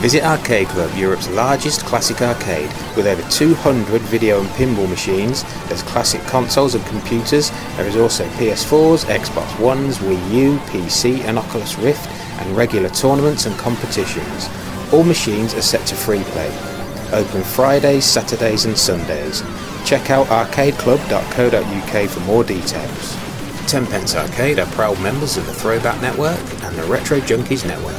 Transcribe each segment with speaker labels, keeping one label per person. Speaker 1: Visit Arcade Club, Europe's largest classic arcade, with over 200 video and pinball machines. There's classic consoles and computers. There is also PS4s, Xbox Ones, Wii U, PC, and Oculus Rift, and regular tournaments and competitions. All machines are set to free play. Open Fridays, Saturdays, and Sundays. Check out arcadeclub.co.uk for more details. Tenpence Arcade are proud members of the Throwback Network and the Retro Junkies Network.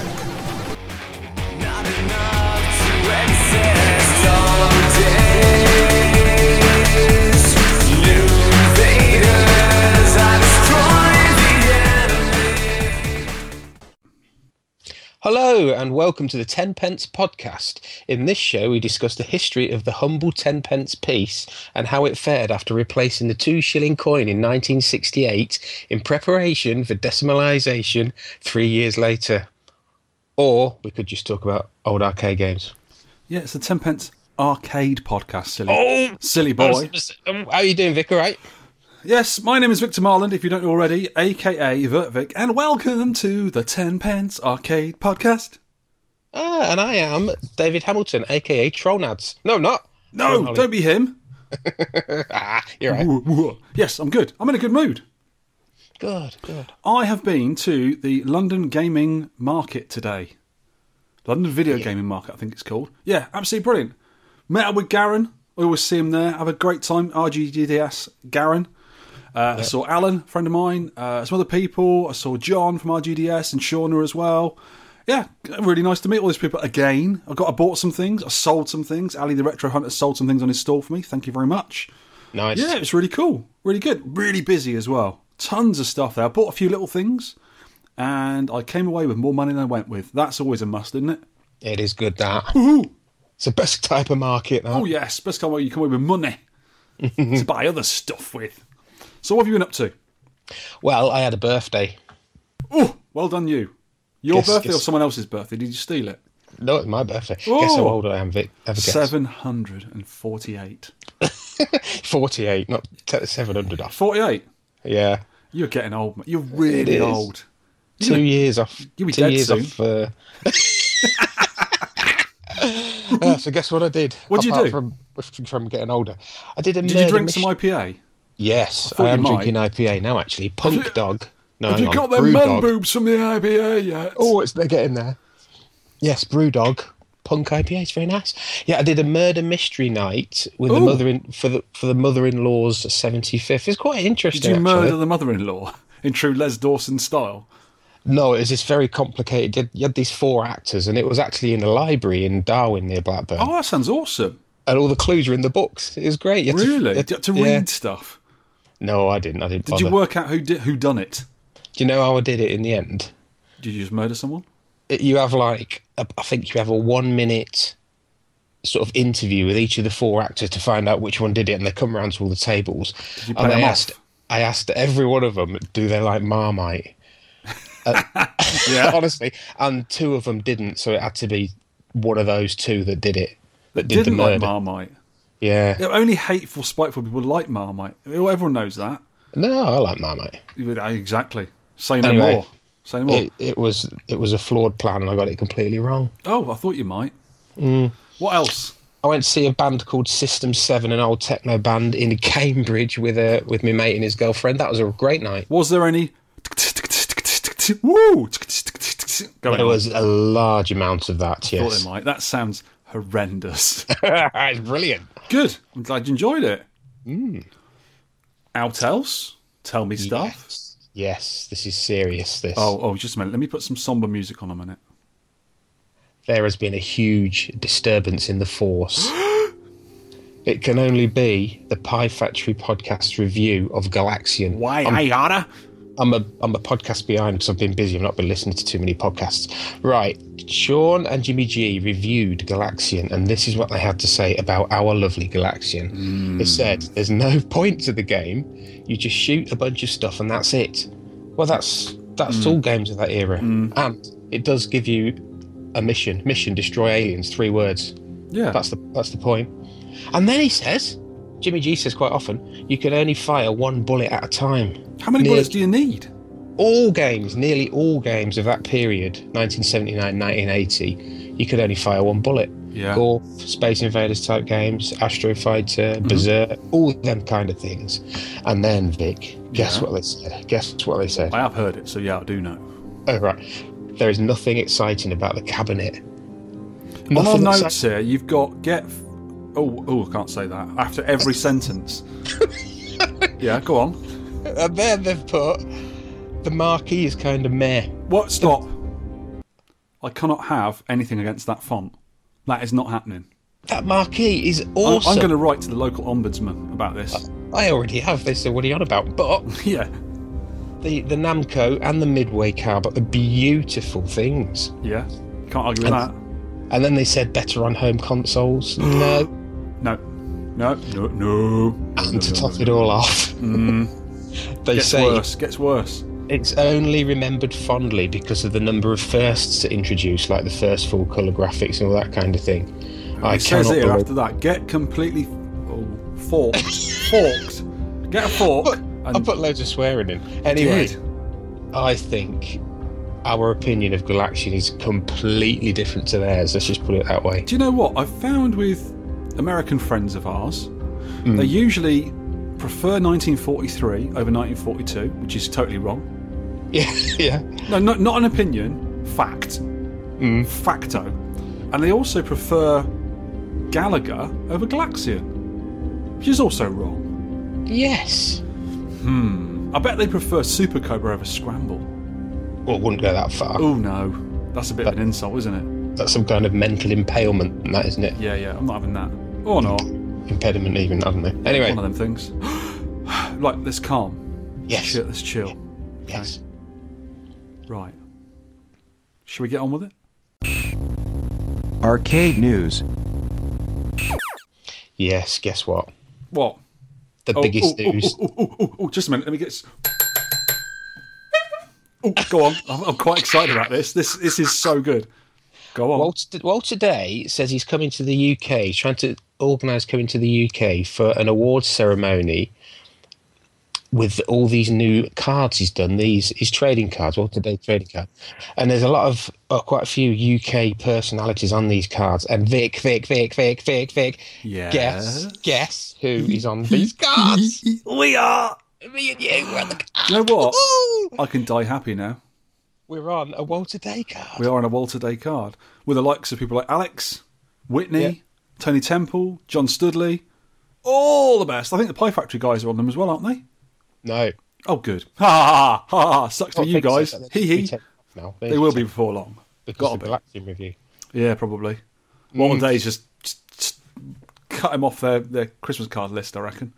Speaker 1: Hello and welcome to the Tenpence podcast. In this show, we discuss the history of the humble tenpence piece and how it fared after replacing the two shilling coin in 1968 in preparation for decimalisation three years later. Or we could just talk about old arcade games.
Speaker 2: Yeah, it's a tenpence arcade podcast, silly,
Speaker 1: Oh,
Speaker 2: silly boy.
Speaker 1: Um, how are you doing, Vic? All right?
Speaker 2: Yes, my name is Victor Marland, if you don't already, aka Vertvic, and welcome to the Tenpence Arcade Podcast.
Speaker 1: Ah, and I am David Hamilton, aka Trollnads. No, I'm not.
Speaker 2: No,
Speaker 1: Ollie.
Speaker 2: don't be him.
Speaker 1: Ah, you're right.
Speaker 2: Woo, woo. Yes, I'm good. I'm in a good mood.
Speaker 1: Good, good.
Speaker 2: I have been to the London gaming market today. London video gaming market, I think it's called. Yeah, absolutely brilliant. Met up with Garen. I always see him there. Have a great time. RGDDS Garen. Uh, I saw Alan, friend of mine, uh, some other people. I saw John from RGDS and Shauna as well. Yeah, really nice to meet all these people again. I got I bought some things. I sold some things. Ali the Retro Hunter sold some things on his stall for me. Thank you very much.
Speaker 1: Nice.
Speaker 2: Yeah, it's really cool. Really good. Really busy as well. Tons of stuff there. I bought a few little things and I came away with more money than I went with. That's always a must, isn't it?
Speaker 1: It is good that.
Speaker 2: Ooh.
Speaker 1: It's the best type of market that.
Speaker 2: Oh, yes. Best time where you come away with money to buy other stuff with. So, what have you been up to?
Speaker 1: Well, I had a birthday.
Speaker 2: Oh, well done, you. Your
Speaker 1: Guess-
Speaker 2: birthday or
Speaker 1: guess-
Speaker 2: someone else's birthday? Did you steal it?
Speaker 1: No, it's my birthday. Guess how
Speaker 2: Oh.
Speaker 1: old I am, Vic? Have a guess.
Speaker 2: 748.
Speaker 1: 48, not t- 700 off.
Speaker 2: 48?
Speaker 1: Yeah.
Speaker 2: You're getting old, mate. You're
Speaker 1: It
Speaker 2: really
Speaker 1: is.
Speaker 2: old.
Speaker 1: Two years off.
Speaker 2: you'll be
Speaker 1: two
Speaker 2: dead
Speaker 1: years
Speaker 2: soon.
Speaker 1: off. Uh... Uh, so guess what I did?
Speaker 2: What'd you
Speaker 1: Apart
Speaker 2: do?
Speaker 1: From, from getting older, I did a.
Speaker 2: Did you drink some IPA?
Speaker 1: Yes,
Speaker 2: thought
Speaker 1: I
Speaker 2: you
Speaker 1: am
Speaker 2: might.
Speaker 1: drinking IPA now. Actually, Punk
Speaker 2: you-
Speaker 1: Dog. No,
Speaker 2: Have
Speaker 1: hang
Speaker 2: you
Speaker 1: on.
Speaker 2: got them
Speaker 1: Brew
Speaker 2: man
Speaker 1: Dog.
Speaker 2: boobs from the IPA yet?
Speaker 1: Oh, it's they're getting there. Yes, BrewDog Punk IPA is very nice. Yeah, I did a murder mystery night with the
Speaker 2: Ooh.
Speaker 1: mother in for the for the mother-in-law's seventy fifth. It's quite interesting.
Speaker 2: Did you
Speaker 1: actually.
Speaker 2: murder the mother-in-law in true Les Dawson style?
Speaker 1: No, it was this very complicated. You had, you had these four actors, and it was actually in a library in Darwin near Blackburn,
Speaker 2: Oh, that sounds awesome!
Speaker 1: and all the clues were in the books. It was great. You had to-
Speaker 2: Really,
Speaker 1: you had
Speaker 2: to, to
Speaker 1: yeah.
Speaker 2: read stuff.
Speaker 1: No, I didn't. I didn't.
Speaker 2: Did you work out who did who done it?
Speaker 1: Do you know how I did it in the end?
Speaker 2: Did you just murder someone?
Speaker 1: it- you have like a- I think you have a one minute sort of interview with each of the four actors to find out which one did it, and they come round to all the tables.
Speaker 2: you
Speaker 1: and
Speaker 2: play
Speaker 1: I
Speaker 2: 'em off?
Speaker 1: asked, I asked every one of them, do they like Marmite? Uh,
Speaker 2: Yeah.
Speaker 1: Honestly, and two of them didn't, so it had to be one of those two that did it. That did
Speaker 2: Didn't
Speaker 1: the
Speaker 2: like
Speaker 1: murder.
Speaker 2: Marmite.
Speaker 1: yeah.
Speaker 2: Yeah, Only hateful, spiteful people like Marmite. Well, Everyone knows that.
Speaker 1: No, I like Marmite.
Speaker 2: Exactly. Say no
Speaker 1: Anyway,
Speaker 2: more. Say no more.
Speaker 1: It, it was it was a flawed plan, and I got it completely wrong.
Speaker 2: oh, I thought you might.
Speaker 1: Mm.
Speaker 2: What else?
Speaker 1: I went to see a band called System Seven, an old techno band in Cambridge with a with my mate and his girlfriend. That was a great night.
Speaker 2: Was there any? Woo! Going
Speaker 1: There
Speaker 2: on.
Speaker 1: was a large amount of that.
Speaker 2: Thought they
Speaker 1: Yes,
Speaker 2: might. That sounds horrendous.
Speaker 1: it's brilliant.
Speaker 2: Good. I'm glad you enjoyed it. Out else? Tell me stuff.
Speaker 1: Mm. Yes. Yes, this is serious. This.
Speaker 2: Oh, oh, just a minute. Let me put some somber music on a minute.
Speaker 1: There has been a huge disturbance in the force. it can only be the Pie Factory podcast review of Galaxian.
Speaker 2: Why, I oughta?
Speaker 1: I'm a I'm a podcast behind because I've been busy. I've not been listening to too many podcasts. Right, Sean and Jimmy G reviewed Galaxian, and this is what they had to say about our lovely Galaxian. They said, "There's no point to the game. You just shoot a bunch of stuff, and that's it." Well, that's that's all games of that era, and it does give you a mission: mission destroy aliens. Three words.
Speaker 2: Yeah.
Speaker 1: That's the that's the point. And then he says, Jimmy G says quite often, you can only fire one bullet at a time
Speaker 2: How many
Speaker 1: Neil-
Speaker 2: bullets do you need?
Speaker 1: all games, nearly all games of that period, 1979, 1980, you could only fire one bullet.
Speaker 2: Yeah.
Speaker 1: Golf, Space Invaders type games, Astro Fighter,
Speaker 2: Mm-hmm.
Speaker 1: Berserk, all them kind of things. And then Vic, guess
Speaker 2: Yeah.
Speaker 1: what they said? Guess what they said?
Speaker 2: I have heard it, so yeah, I do know.
Speaker 1: Oh right, there is nothing exciting about the cabinet.
Speaker 2: On our
Speaker 1: Nothing
Speaker 2: notes
Speaker 1: exci-
Speaker 2: here, you've got get. f- Oh, oh, I can't say that. After every sentence. yeah, go on.
Speaker 1: And then Uh, they've put the marquee is kind of meh.
Speaker 2: What? Stop. I cannot have anything against that font. That is not happening.
Speaker 1: That marquee is
Speaker 2: I-
Speaker 1: awesome. Uh.
Speaker 2: I'm
Speaker 1: i
Speaker 2: going to write to the local ombudsman about this.
Speaker 1: already have this. So what are you on about? But
Speaker 2: yeah,
Speaker 1: the the Namco and the Midway cab are beautiful things.
Speaker 2: yeah. Can't argue with that.
Speaker 1: And then they said better on home consoles. no.
Speaker 2: No, no, no, no.
Speaker 1: And to top it all off, they
Speaker 2: Mm. Gets
Speaker 1: say
Speaker 2: worse. Gets worse.
Speaker 1: it's only remembered fondly because of the number of firsts it introduced, like the first full colour graphics and all that kind of thing. I
Speaker 2: It says
Speaker 1: cannot
Speaker 2: here
Speaker 1: believe-
Speaker 2: after that, get completely oh, forked, forked. Get a fork.
Speaker 1: But- I
Speaker 2: and
Speaker 1: put loads of swearing in.
Speaker 2: Did.
Speaker 1: Anyway, I think our opinion of Galaxian is completely different to theirs. Let's just put it that way.
Speaker 2: Do you know what I've found with American friends of ours?
Speaker 1: Hmm.
Speaker 2: They usually prefer 1943 over 1942, which is totally wrong.
Speaker 1: Yeah, yeah.
Speaker 2: No, not, not an opinion, fact,
Speaker 1: Hmm.
Speaker 2: facto. And they also prefer Gallagher over Galaxian, which is also wrong.
Speaker 1: Yes.
Speaker 2: I bet they prefer Super Cobra over Scramble.
Speaker 1: Well, wouldn't go that far.
Speaker 2: Oh no, that's a bit of an insult, isn't
Speaker 1: That's some kind of mental impalement, that isn't it?
Speaker 2: it? Yeah, yeah, I'm not having that. Or not. One
Speaker 1: Impediment, even. I don't know. Anyway,
Speaker 2: of them things. like, let's calm.
Speaker 1: yes,
Speaker 2: Shit, let's chill.
Speaker 1: yes.
Speaker 2: Right. Should we get on with it?
Speaker 3: Arcade news.
Speaker 1: Yes, guess what?
Speaker 2: What?
Speaker 1: The biggest
Speaker 2: oh,
Speaker 1: news.
Speaker 2: Oh, oh, oh, oh, just a minute. Let me get. s- Oh, go on. I'm, I'm quite excited about this. This this is so good. Go on.
Speaker 1: Walter, Walter Day says he's coming to the UK, he's trying to organise coming to the UK for an awards ceremony with all these new cards he's done, these his trading cards, Walter Day trading card. And there's a lot of, uh, quite a few UK personalities on these cards. And Vic, Vic, Vic, Vic, Vic, Vic.
Speaker 2: Yes.
Speaker 1: Guess, guess who is on these cards?
Speaker 2: we are.
Speaker 1: Me and you are on the cards.
Speaker 2: You know what?
Speaker 1: Woo!
Speaker 2: I can die happy now.
Speaker 1: We're on a Walter Day card.
Speaker 2: We are on a Walter Day card with the likes of people like Alex, Whitney,
Speaker 1: Yeah.
Speaker 2: Tony Temple, John Studley, all the best. I think the Pie Factory guys are on them as well, aren't they?
Speaker 1: No.
Speaker 2: Oh, good. Ha ha ha! ha. Sucks for you guys. Hee hee.
Speaker 1: No,
Speaker 2: They will be before long.
Speaker 1: Because
Speaker 2: Gotta
Speaker 1: of
Speaker 2: be. Mm.
Speaker 1: the Galaxian review.
Speaker 2: Yeah, probably. One day is just, just, just cut him off their, their Christmas card list, I reckon.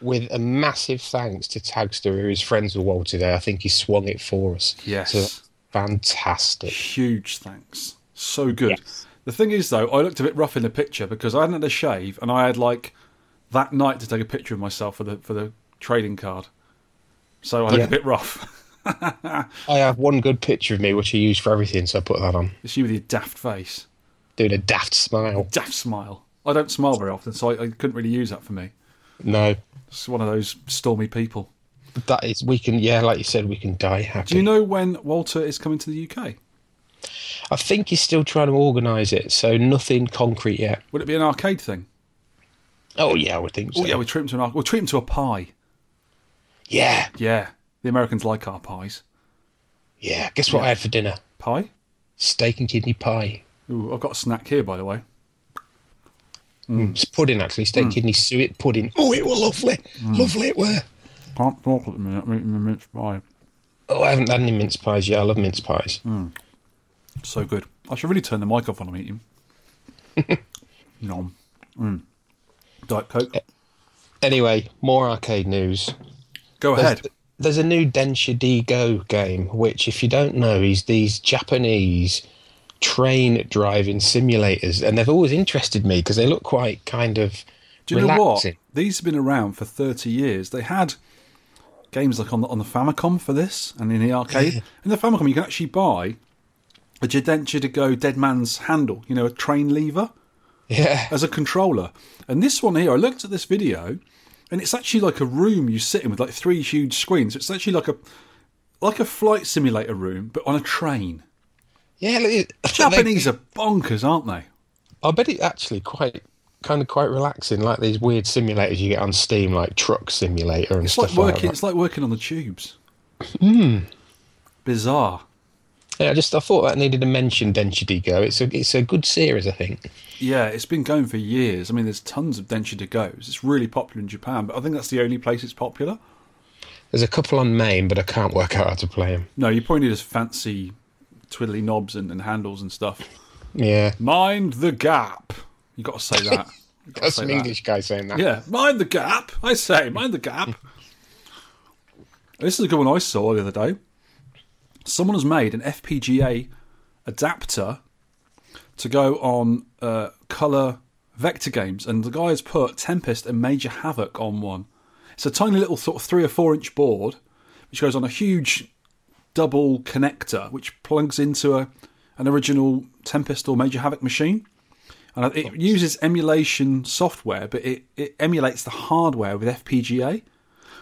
Speaker 1: with a massive thanks to Tagster, who is friends with Walter there. I think he swung it for us.
Speaker 2: Yes.
Speaker 1: So that's fantastic.
Speaker 2: Huge thanks. So good.
Speaker 1: Yes.
Speaker 2: The thing is, though, I looked a bit rough in the picture because I hadn't had a shave and I had like that night to take a picture of myself for the for the trading card. So I looked
Speaker 1: Yeah.
Speaker 2: a bit rough.
Speaker 1: I have one good picture of me, which I use for everything, so I put that on.
Speaker 2: It's you with your daft face,
Speaker 1: Doing a daft smile.
Speaker 2: daft smile. I don't smile very often, so I, I couldn't really use that for me.
Speaker 1: No,
Speaker 2: It's one of those stormy people.
Speaker 1: that is we can. Yeah, like you said, we can die happy.
Speaker 2: Do you know when Walter is coming to the UK?
Speaker 1: I think he's still trying to organise it, so nothing concrete yet.
Speaker 2: Would it be an arcade thing?
Speaker 1: Oh yeah, I would think so.
Speaker 2: Oh yeah, we treat him to an arc- we'll treat him to a pie.
Speaker 1: yeah,
Speaker 2: Yeah, the Americans like our pies.
Speaker 1: yeah. Guess what I had for dinner?
Speaker 2: Pie?
Speaker 1: Steak and kidney pie.
Speaker 2: Ooh, I've got a snack here, by the way.
Speaker 1: It's pudding actually.
Speaker 2: Hmm.
Speaker 1: Steak kidney suet pudding. Oh, it were lovely, lovely it were.
Speaker 2: Can't talk at the minute. I'm eating a mince pie.
Speaker 1: Oh, I haven't had any mince pies yet. I love mince pies.
Speaker 2: Hmm. So good. I should really turn the mic off when I'm eating. Nom. Mm. Diet Coke.
Speaker 1: Anyway, more arcade news.
Speaker 2: Go
Speaker 1: There's,
Speaker 2: ahead.
Speaker 1: there's a new Densha D Go game, which, if you don't know, is these Japanese train driving simulators, and they've always interested me because they look quite kind of
Speaker 2: Do you know what?
Speaker 1: relaxing.
Speaker 2: These have been around for 30 years. They had games like on the, on the Famicom for this and in the arcade. in the Famicom, you can actually buy a Jidenture to go Dead Man's Handle, you know, a train lever.
Speaker 1: Yeah,
Speaker 2: as a controller. And this one here, I looked at this video, and it's actually like a room you sit in with like three huge screens. It's actually like a like a flight simulator room, but on a train.
Speaker 1: Yeah, look, it-
Speaker 2: Japanese are bonkers, aren't they?
Speaker 1: I bet it actually quite kind of quite relaxing, like these weird simulators you get on Steam, like Truck Simulator and
Speaker 2: It's
Speaker 1: stuff
Speaker 2: like working.
Speaker 1: that.
Speaker 2: It's like Hmm. working on the tubes. Bizarre.
Speaker 1: Yeah, I just I thought that needed a mention. Denture D Go. It's a it's a good series, I think.
Speaker 2: Yeah, it's been going for years. I mean, there's tons of denture to goes. It's really popular in Japan, but I think that's the only place it's popular.
Speaker 1: There's a couple on main, but I can't work out how to play them.
Speaker 2: No, you probably need just fancy twiddly knobs and, and handles and stuff.
Speaker 1: Yeah,
Speaker 2: Mind the gap. You got to say that. You gotta
Speaker 1: that's
Speaker 2: say
Speaker 1: an
Speaker 2: that.
Speaker 1: English guy saying that.
Speaker 2: Yeah, mind the gap. I say, mind the gap. this is a good one I saw the other day. Someone has made an FPGA adapter to go on uh, color vector games, and the guy has put Tempest and Major Havoc on one. It's a tiny little sort of three or four inch board, which goes on a huge double connector, which plugs into a an original Tempest or Major Havoc machine and it uses emulation software, but it, it emulates the hardware with FPGA.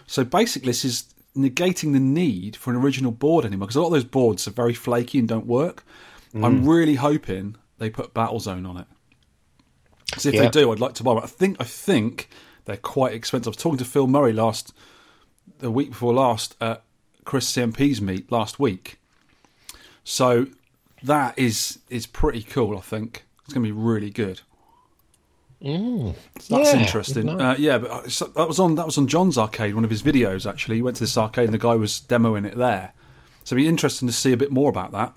Speaker 2: So basically, this is negating the need for an original board anymore because a lot of those boards are very flaky and don't work. I'm really hoping they put Battlezone on it. Because if
Speaker 1: Yeah.
Speaker 2: they do, I'd like to buy one. I think I think they're quite expensive. I was talking to Phil Murray last the week before last at Chris CMP's meet last week. So that is is pretty cool. I think it's going to be really good. So that's
Speaker 1: Yeah,
Speaker 2: interesting.
Speaker 1: nice.
Speaker 2: Uh, yeah, but uh, so that was on that was on John's arcade, one of his videos. Actually, he went to this arcade and the guy was demoing it there. So it'd be interesting to see a bit more about that.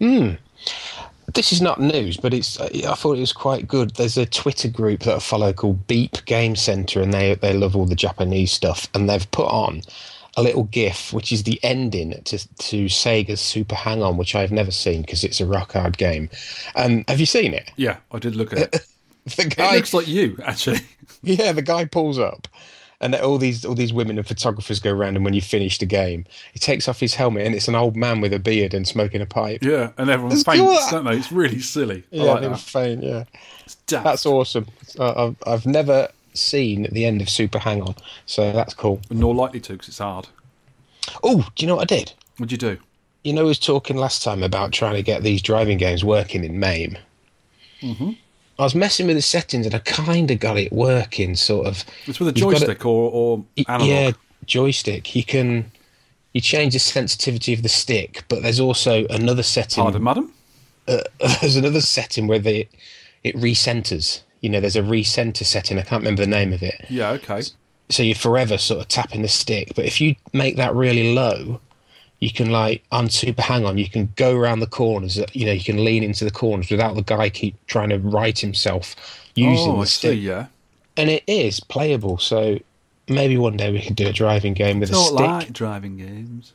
Speaker 1: This is not news, but it's. I thought it was quite good. There's a Twitter group that I follow called Beep Game Center, and they they love all the Japanese stuff, and they've put on a little GIF, which is the ending to to Sega's Super Hang On, which I've never seen because it's a rock hard game. Um, have you seen it?
Speaker 2: Yeah, I did look at it.
Speaker 1: The
Speaker 2: It
Speaker 1: guy,
Speaker 2: looks like you actually.
Speaker 1: yeah, the guy pulls up. And all these all these women and photographers go around, and when you finish the game, he takes off his helmet, and it's an old man with a beard and smoking a pipe.
Speaker 2: Yeah, and everyone
Speaker 1: Let's do
Speaker 2: faints,
Speaker 1: that.
Speaker 2: don't they? It's really silly. I
Speaker 1: Yeah,
Speaker 2: like
Speaker 1: they were
Speaker 2: that.
Speaker 1: faint. Yeah,
Speaker 2: It's daft.
Speaker 1: That's awesome. I- I've, I've never seen the end of Super Hang On, so that's cool.
Speaker 2: Nor likely to, because it's hard.
Speaker 1: Oh, do you know what I did?
Speaker 2: What'd you do?
Speaker 1: You know, I was talking last time about trying to get these driving games working in MAME. Mm-hmm. I was messing with the settings and I kind of got it working, sort of.
Speaker 2: It's with a
Speaker 1: You've got to-
Speaker 2: joystick or, or analog.
Speaker 1: Yeah, joystick. You can you change the sensitivity of the stick, but there's also another setting.
Speaker 2: Pardon, madam?
Speaker 1: there's another setting where the it recenters. You know, there's a recenter setting. I can't remember the name of it.
Speaker 2: Yeah, okay.
Speaker 1: so you're forever sort of tapping the stick. But if you make that really low, you can like on super hang on, you can go around the corners. uh, You know, you can lean into the corners without the guy keep trying to right himself using
Speaker 2: Oh,
Speaker 1: the
Speaker 2: I see,
Speaker 1: stick.
Speaker 2: yeah.
Speaker 1: And it is playable. So maybe one day we could do a driving game with a
Speaker 2: Not
Speaker 1: stick.
Speaker 2: like driving games.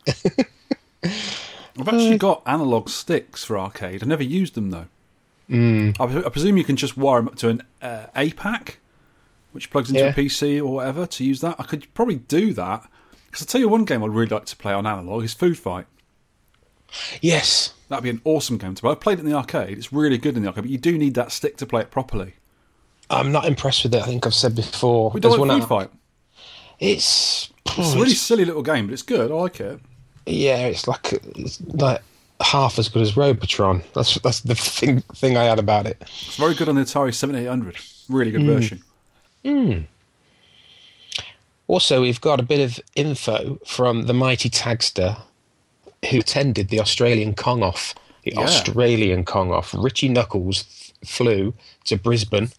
Speaker 2: I've actually got analog sticks for arcade. I've never used them, though.
Speaker 1: Hmm.
Speaker 2: I, pre- I presume you can just wire them up to an uh, APAC, which plugs into
Speaker 1: Yeah.
Speaker 2: a PC or whatever to use that. I could probably do that. Because I'll tell you one game I'd really like to play on analog is Food Fight.
Speaker 1: Yes.
Speaker 2: That'd be an awesome game to play. I played it in the arcade. It's really good in the arcade, but you do need that stick to play it properly.
Speaker 1: I'm not impressed with it. I think I've said before.
Speaker 2: We don't
Speaker 1: There's
Speaker 2: like
Speaker 1: one
Speaker 2: Food
Speaker 1: out- Oh,
Speaker 2: Fight.
Speaker 1: It's,
Speaker 2: It's a really silly little game, but it's good. I like it.
Speaker 1: yeah. It's like it's like half as good as Road Patron. That's that's the thing thing I had about it.
Speaker 2: It's very good on the Atari 7800. Really
Speaker 1: Hmm.
Speaker 2: good version.
Speaker 1: Also, we've got a bit of info from the mighty tagster who attended the Australian Kong Off. The Australian Kong Off. Richie Knuckles th- flew to Brisbane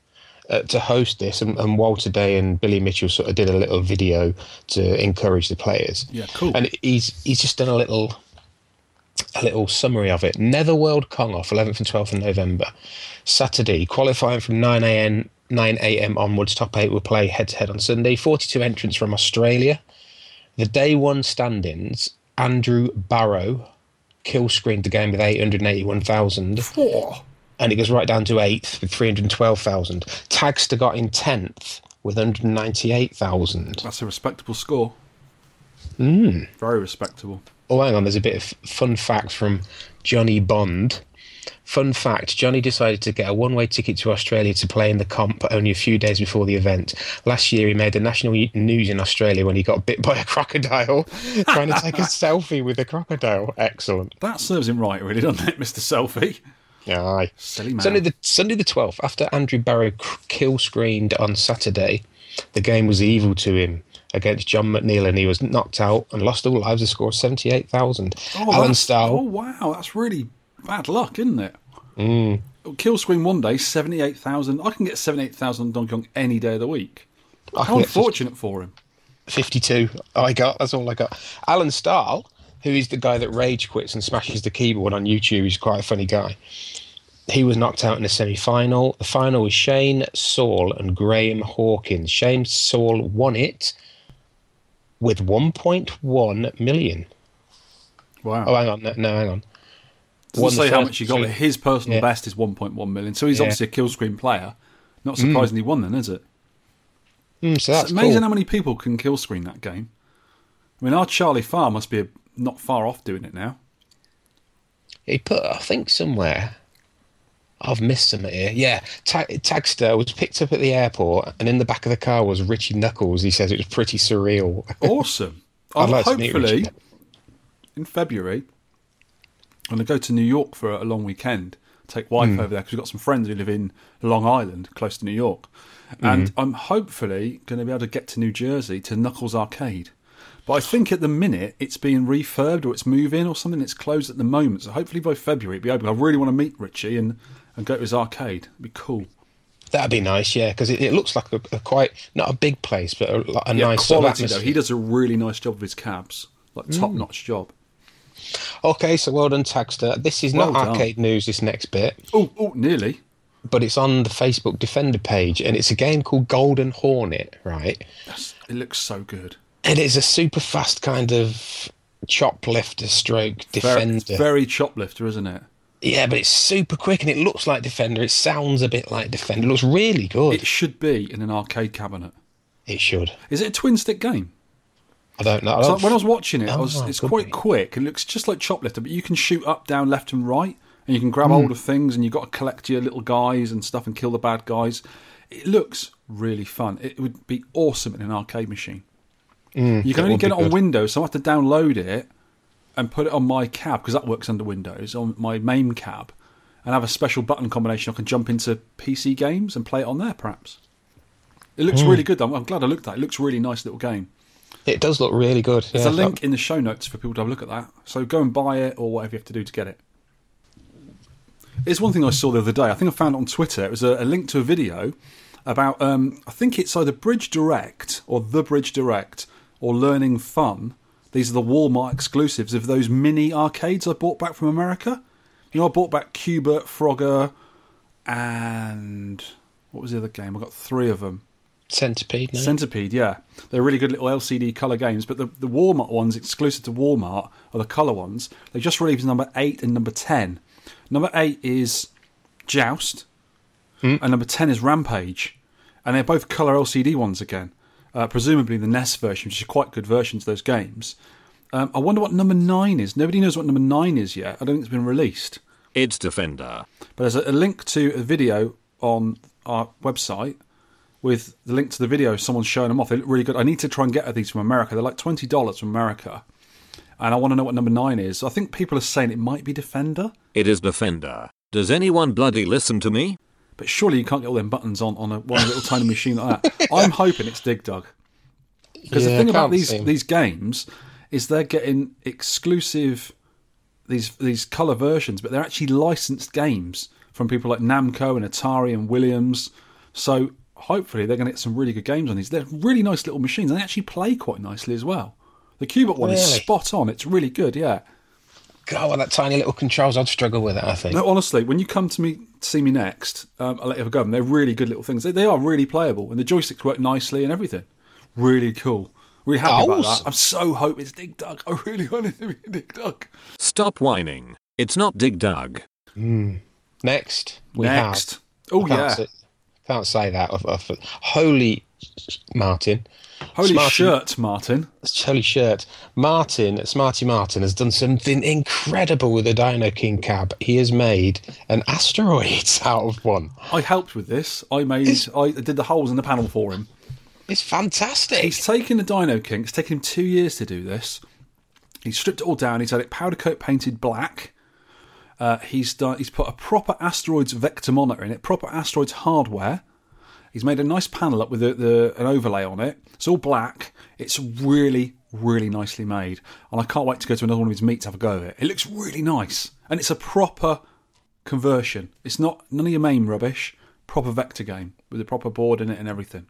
Speaker 1: uh, to host this, and, and Walter Day and Billy Mitchell sort of did a little video to encourage the players.
Speaker 2: Yeah, cool.
Speaker 1: And he's he's just done a little a little summary of it. Netherworld Kong off 11th and 12th of November. Saturday, qualifying from 9 a.m. 9 a.m. onwards. Top eight will play head to head on Sunday. 42 entrants from Australia. The day one standings: Andrew Barrow kill screened the game with 881,000
Speaker 2: Whoa.
Speaker 1: and it goes right down to eighth with 312,000. Tagster got in 10th with 198,000.
Speaker 2: That's a respectable score.
Speaker 1: Hmm.
Speaker 2: Mm. Very respectable.
Speaker 1: Oh, hang on, there's a bit of fun fact from Johnny Bond. Fun fact Johnny decided to get a one way ticket to Australia to play in the comp only a few days before the event. Last year, he made the national news in Australia when he got bit by a crocodile trying to take a selfie with a crocodile. Excellent.
Speaker 2: That serves him right, really, doesn't it, Mr. Selfie?
Speaker 1: Aye.
Speaker 2: Silly man.
Speaker 1: Sunday the Sunday the twelfth, after Andrew Barrow c- kill screened on Saturday, the game was evil to him against John McNeil, and he was knocked out and lost all lives. A score of seventy eight thousand.
Speaker 2: oh,
Speaker 1: Alan
Speaker 2: that's- Oh,
Speaker 1: Stahl,
Speaker 2: wow. That's really bad luck, isn't it?
Speaker 1: Hmm.
Speaker 2: Mm. Kill screen one day, 78,000. I can get 78,000 on Donkey Kong any day of the week.
Speaker 1: I
Speaker 2: How
Speaker 1: can get
Speaker 2: unfortunate for him.
Speaker 1: fifty two. I got that's all I got. Alan Stahl, who is the guy that rage quits and smashes the keyboard on YouTube, he's quite a funny guy. He was knocked out in the semi final. The final was Shane Saul and Graham Hawkins. Shane Saul won it with 1.1 million.
Speaker 2: Wow.
Speaker 1: Oh, hang on. No, no hang on.
Speaker 2: Doesn't
Speaker 1: Won the
Speaker 2: say how
Speaker 1: first
Speaker 2: much he got,
Speaker 1: three-
Speaker 2: but his personal
Speaker 1: Yeah.
Speaker 2: best is 1.1 million. So he's
Speaker 1: Yeah. Hmm.
Speaker 2: obviously a kill screen player. Not surprising he won then, is it?
Speaker 1: Mm, so that's
Speaker 2: it's amazing
Speaker 1: cool.
Speaker 2: how many people can kill screen that game. I mean, our Charlie Farr must be not far off doing it now.
Speaker 1: He put, I think, somewhere. I've missed some here. Yeah, Ta- Tagster was picked up at the airport, and in the back of the car was Richie Knuckles. He says it was pretty surreal.
Speaker 2: Awesome.
Speaker 1: I'd
Speaker 2: I'll
Speaker 1: like to meet
Speaker 2: hopefully
Speaker 1: Richard.
Speaker 2: in February, I'm going to go to New York for a long weekend. Take wife
Speaker 1: Hmm.
Speaker 2: over there because we've got some friends who live in Long Island, close to New York,
Speaker 1: Mm-hmm.
Speaker 2: and I'm hopefully going to be able to get to New Jersey to Knuckles Arcade. But I think at the minute it's being refurbed or it's moving or something. It's closed at the moment, so hopefully by February it'll be open. I really want to meet Richie and, and go to his arcade. It'd be cool.
Speaker 1: That'd be nice, yeah, because it, it looks like a, a quite not a big place, but a, like a
Speaker 2: Yeah,
Speaker 1: nice sort
Speaker 2: quality
Speaker 1: of
Speaker 2: though.
Speaker 1: atmosphere. Mm.
Speaker 2: He does a really nice job with his cabs, like top notch job.
Speaker 1: Okay, so well done, Tagster. This is
Speaker 2: Well
Speaker 1: not
Speaker 2: done.
Speaker 1: arcade news. This next bit,
Speaker 2: Oh, oh, nearly.
Speaker 1: but it's on the Facebook Defender page, and it's a game called Golden Hornet, right?
Speaker 2: Yes, it looks so good.
Speaker 1: It is a super fast kind of choplifter
Speaker 2: Very,
Speaker 1: stroke defender.
Speaker 2: very choplifter, isn't it?
Speaker 1: Yeah, but it's super quick and it looks like Defender. It sounds a bit like Defender. It looks really good.
Speaker 2: It should be in an arcade cabinet.
Speaker 1: It should.
Speaker 2: Is it a twin stick game?
Speaker 1: I don't know. I
Speaker 2: So
Speaker 1: don't
Speaker 2: when I was watching it, I was,
Speaker 1: Oh,
Speaker 2: it's
Speaker 1: could
Speaker 2: quite
Speaker 1: be.
Speaker 2: quick. It looks just like Choplifter, but you can shoot up, down, left, and right, and you can
Speaker 1: Hmm.
Speaker 2: grab hold of things, and you've got to collect your little guys and stuff and kill the bad guys. It looks really fun. It would be awesome in an arcade machine. you can
Speaker 1: Hmm. it
Speaker 2: only
Speaker 1: would
Speaker 2: get
Speaker 1: be
Speaker 2: it on
Speaker 1: good.
Speaker 2: Windows, so I have to download it and put it on my cab because that works under Windows on my main cab, and have a special button combination. I can jump into PC games and play it on there, perhaps. It looks
Speaker 1: Hmm.
Speaker 2: really good. I'm, I'm glad I looked at it. It looks really nice little game.
Speaker 1: it does look really good.
Speaker 2: There's
Speaker 1: Yeah,
Speaker 2: a link in the show notes for people to have a look at that. So go and buy it or whatever you have to do to get it. There's one thing I saw the other day. I think I found it on Twitter. It was a, a link to a video about, um, I think it's either Bridge Direct or The Bridge Direct or Learning Fun. These are the Walmart exclusives of those mini arcades I bought back from America. You know, I bought back Cuba, Frogger, and what was the other game? I got three of them.
Speaker 1: Centipede. No?
Speaker 2: Centipede, yeah. They're really good little LCD colour games, but the, the Walmart ones, exclusive to Walmart, are the colour ones. They just released number 8 and number 10. Number 8 is Joust, and number 10 is Rampage. And they're both colour LCD ones again. Uh, presumably the NES version, which is quite good versions of those games. Um, I wonder what number 9 is. Nobody knows what number 9 is yet. I don't think it's been released.
Speaker 3: It's Defender.
Speaker 2: But there's a, a link to a video on our website with the link to the video. Someone's showing them off. They look really good. I need to try and get these from America. They're like twenty dollars from America, and I want to know what number nine is. I think people are saying it might be Defender,
Speaker 3: It is Defender. Does anyone bloody listen to me?
Speaker 2: but surely you can't get all them buttons on on a one little tiny machine like that. I'm hoping it's Dig Dug because
Speaker 1: Yeah,
Speaker 2: the thing
Speaker 1: I
Speaker 2: about
Speaker 1: can't
Speaker 2: these
Speaker 1: see 'em.
Speaker 2: these games is they're getting exclusive these these color versions, but they're actually licensed games from people like Namco and Atari and Williams. So hopefully they're going to get some really good games on these. They're really nice little machines. and They actually play quite nicely as well. The Cubot one is
Speaker 1: Really?
Speaker 2: spot on. It's really good. Yeah.
Speaker 1: God, well, that tiny little controls. I'd struggle with it. I think.
Speaker 2: No, honestly, when you come to me see me next, um, I'll let you have a go. And they're really good little things. They, they are really playable, and the joysticks work nicely and everything. Really cool. Really happy about that.
Speaker 1: Awesome.
Speaker 2: I'm so hope it's Dig Dug. I really want it to be Dig Dug.
Speaker 3: Stop whining. It's not Dig Dug.
Speaker 1: Next, we
Speaker 2: next.
Speaker 1: Hmm. have.
Speaker 2: Oh
Speaker 1: I can't
Speaker 2: yeah.
Speaker 1: Say, can't say that. I've- I've- holy Martin.
Speaker 2: Holy
Speaker 1: Smarty-
Speaker 2: shirt, Martin.
Speaker 1: Holy shirt. Martin, Smarty Martin, has done something incredible with the Dino King cab. He has made an asteroid out of one.
Speaker 2: I helped with this. I made, I did the holes in the panel for him.
Speaker 1: It's fantastic.
Speaker 2: He's taken the Dino King. It's taken him two years to do this. He's stripped it all down. He's had it powder coat painted black. Uh, he's done. He's put a proper asteroids vector monitor in it. Proper asteroids hardware. He's made a nice panel up with the, the, an overlay on it. It's all black. It's really, really nicely made, and I can't wait to go to another one of his meets to have a go at it. It looks really nice, and it's a proper conversion. It's not none of your main rubbish. Proper vector game with a proper board in it and everything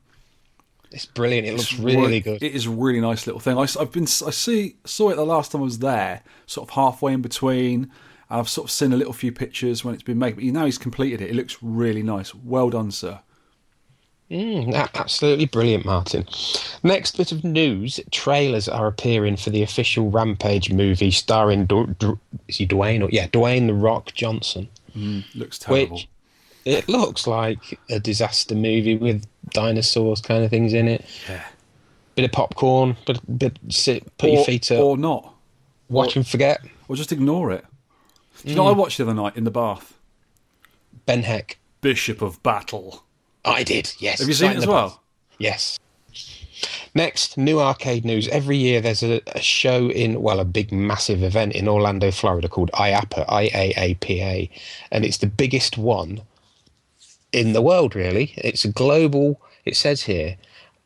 Speaker 1: it's brilliant. It looks
Speaker 2: wor-
Speaker 1: really good.
Speaker 2: It is a really nice little thing. I, have been I see saw it the last time I was there, sort of halfway in between, and I've sort of seen a little few pictures when it's been made. But now he's completed it. It looks really nice. Well done, sir.
Speaker 1: Mm, a- absolutely brilliant, Martin. Next bit of news: trailers are appearing for the official Rampage movie starring Du- Du- is he Dwayne or yeah Dwayne the Rock Johnson,
Speaker 2: Looks terrible.
Speaker 1: which it looks like a disaster movie with dinosaurs kind of things in it.
Speaker 2: Yeah.
Speaker 1: Bit of popcorn, but bit sit, put
Speaker 2: or,
Speaker 1: your feet up,
Speaker 2: or not,
Speaker 1: watch and forget.
Speaker 2: or just ignore it. Do you know what I
Speaker 1: Mm.
Speaker 2: watched the other night in the bath?
Speaker 1: Ben Heck,
Speaker 2: Bishop of Battle.
Speaker 1: I did. Yes.
Speaker 2: Have you
Speaker 1: Right
Speaker 2: seen
Speaker 1: in
Speaker 2: it as
Speaker 1: the
Speaker 2: well?
Speaker 1: Yes. Next, new arcade news. Every year there's a, a show in, well, a big massive event in Orlando, Florida called IAPA, IAAPA. And it's the biggest one in the world, really. It's a global, it says here,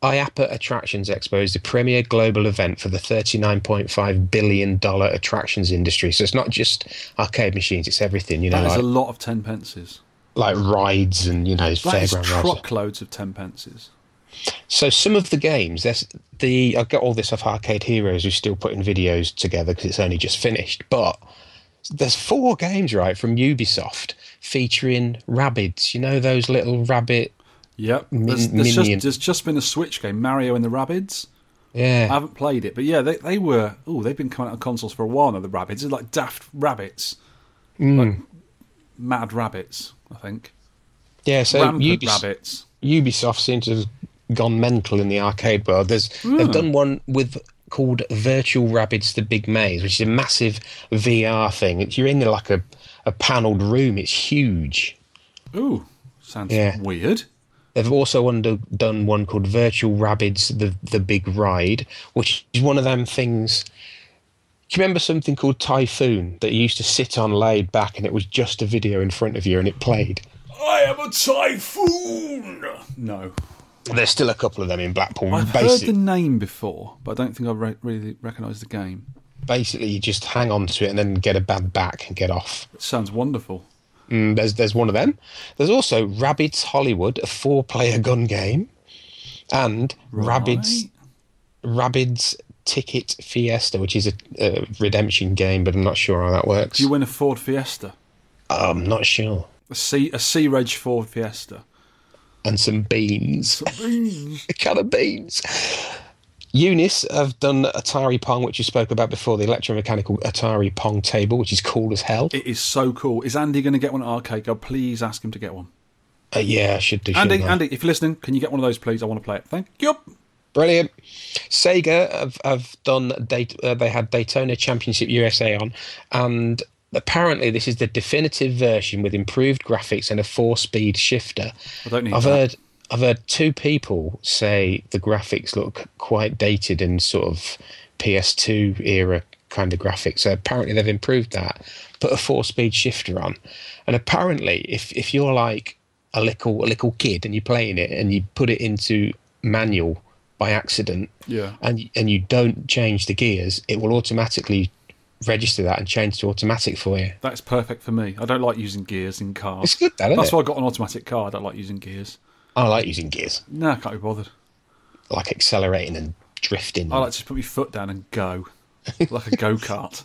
Speaker 1: IAPA Attractions Expo is the premier global event for the $39.5 billion attractions industry. So it's not just arcade machines, it's everything, you know,
Speaker 2: That is
Speaker 1: like,
Speaker 2: a lot of ten pences.
Speaker 1: like rides and, you
Speaker 2: That
Speaker 1: know,
Speaker 2: is
Speaker 1: fairground rides.
Speaker 2: truckloads of ten pences.
Speaker 1: So some of the games, there's the I got all this off Arcade Heroes, who's still putting videos together because it's only just finished. But there's four games right from Ubisoft featuring rabbits. You know those little rabbit,
Speaker 2: Yep. There's, there's
Speaker 1: minion.
Speaker 2: just, there's just been a Switch game, Mario and the Rabbids. I
Speaker 1: yeah,
Speaker 2: haven't played it, but yeah, they, they were. Oh, they've been coming out on consoles for a while now. The rabbits, it's like daft rabbits,
Speaker 1: Hmm.
Speaker 2: like mad rabbits. I think
Speaker 1: yeah. So
Speaker 2: rampant
Speaker 1: Ubis-
Speaker 2: rabbits.
Speaker 1: Ubisoft seems to have gone mental in the arcade world. There's they've done one with called Virtual Rabbits: The Big Maze, which is a massive VR thing. It's, you're in like a a panelled room. It's huge.
Speaker 2: Ooh, sounds
Speaker 1: Yeah.
Speaker 2: weird.
Speaker 1: They've also under, done one called Virtual Rabbids, the the Big Ride, which is one of them things. Do you remember something called Typhoon that you used to sit on laid back and it was just a video in front of you and it played?
Speaker 2: I am a typhoon. No,
Speaker 1: There's still a couple of them in Blackpool.
Speaker 2: I've
Speaker 1: Basic,
Speaker 2: heard the name before, but I don't think I re- really recognise the game.
Speaker 1: Basically, you just hang on to it and then get a bad back and get off.
Speaker 2: It sounds wonderful.
Speaker 1: Mm, there's there's one of them. There's also Rabbids Hollywood, a four-player gun game, and Rabbids
Speaker 2: Right?
Speaker 1: Rabbids Ticket Fiesta, which is a, a redemption game, but I'm not sure how that works.
Speaker 2: Do you win a Ford Fiesta?
Speaker 1: I'm not sure.
Speaker 2: A C a Sea Reg Ford Fiesta.
Speaker 1: And some beans, a can of beans. Eunice have done Atari Pong, which you spoke about before, the electromechanical Atari Pong table, which is cool as hell.
Speaker 2: It is so cool. Is Andy going to get one at Arcade Go? Please ask him to get one.
Speaker 1: Uh, yeah, I should do.
Speaker 2: Andy,
Speaker 1: shouldn't I?
Speaker 2: Andy, if you're listening, can you get one of those, please? I want to play it. Thank you.
Speaker 1: Brilliant. Sega have, have done Dayt- uh, they had Daytona Championship USA on, and apparently this is the definitive version with improved graphics and a four-speed shifter.
Speaker 2: I don't need
Speaker 1: I've
Speaker 2: that.
Speaker 1: heard I've heard two people say the graphics look quite dated and sort of PS2 era kind of graphics. So apparently they've improved that, put a four-speed shifter on, and apparently if if you're like a little a little kid and you're playing it and you put it into manual by accident,
Speaker 2: Yeah.
Speaker 1: and and you don't change the gears, it will automatically register that and change to automatic for you.
Speaker 2: That's perfect for me. I don't like using gears in cars.
Speaker 1: It's good, that, isn't
Speaker 2: That's
Speaker 1: it?
Speaker 2: why I got an automatic car. I don't like using gears.
Speaker 1: I like using gears,
Speaker 2: No, I can't be bothered.
Speaker 1: I like accelerating and drifting.
Speaker 2: I like to just put my foot down and go, like a go kart.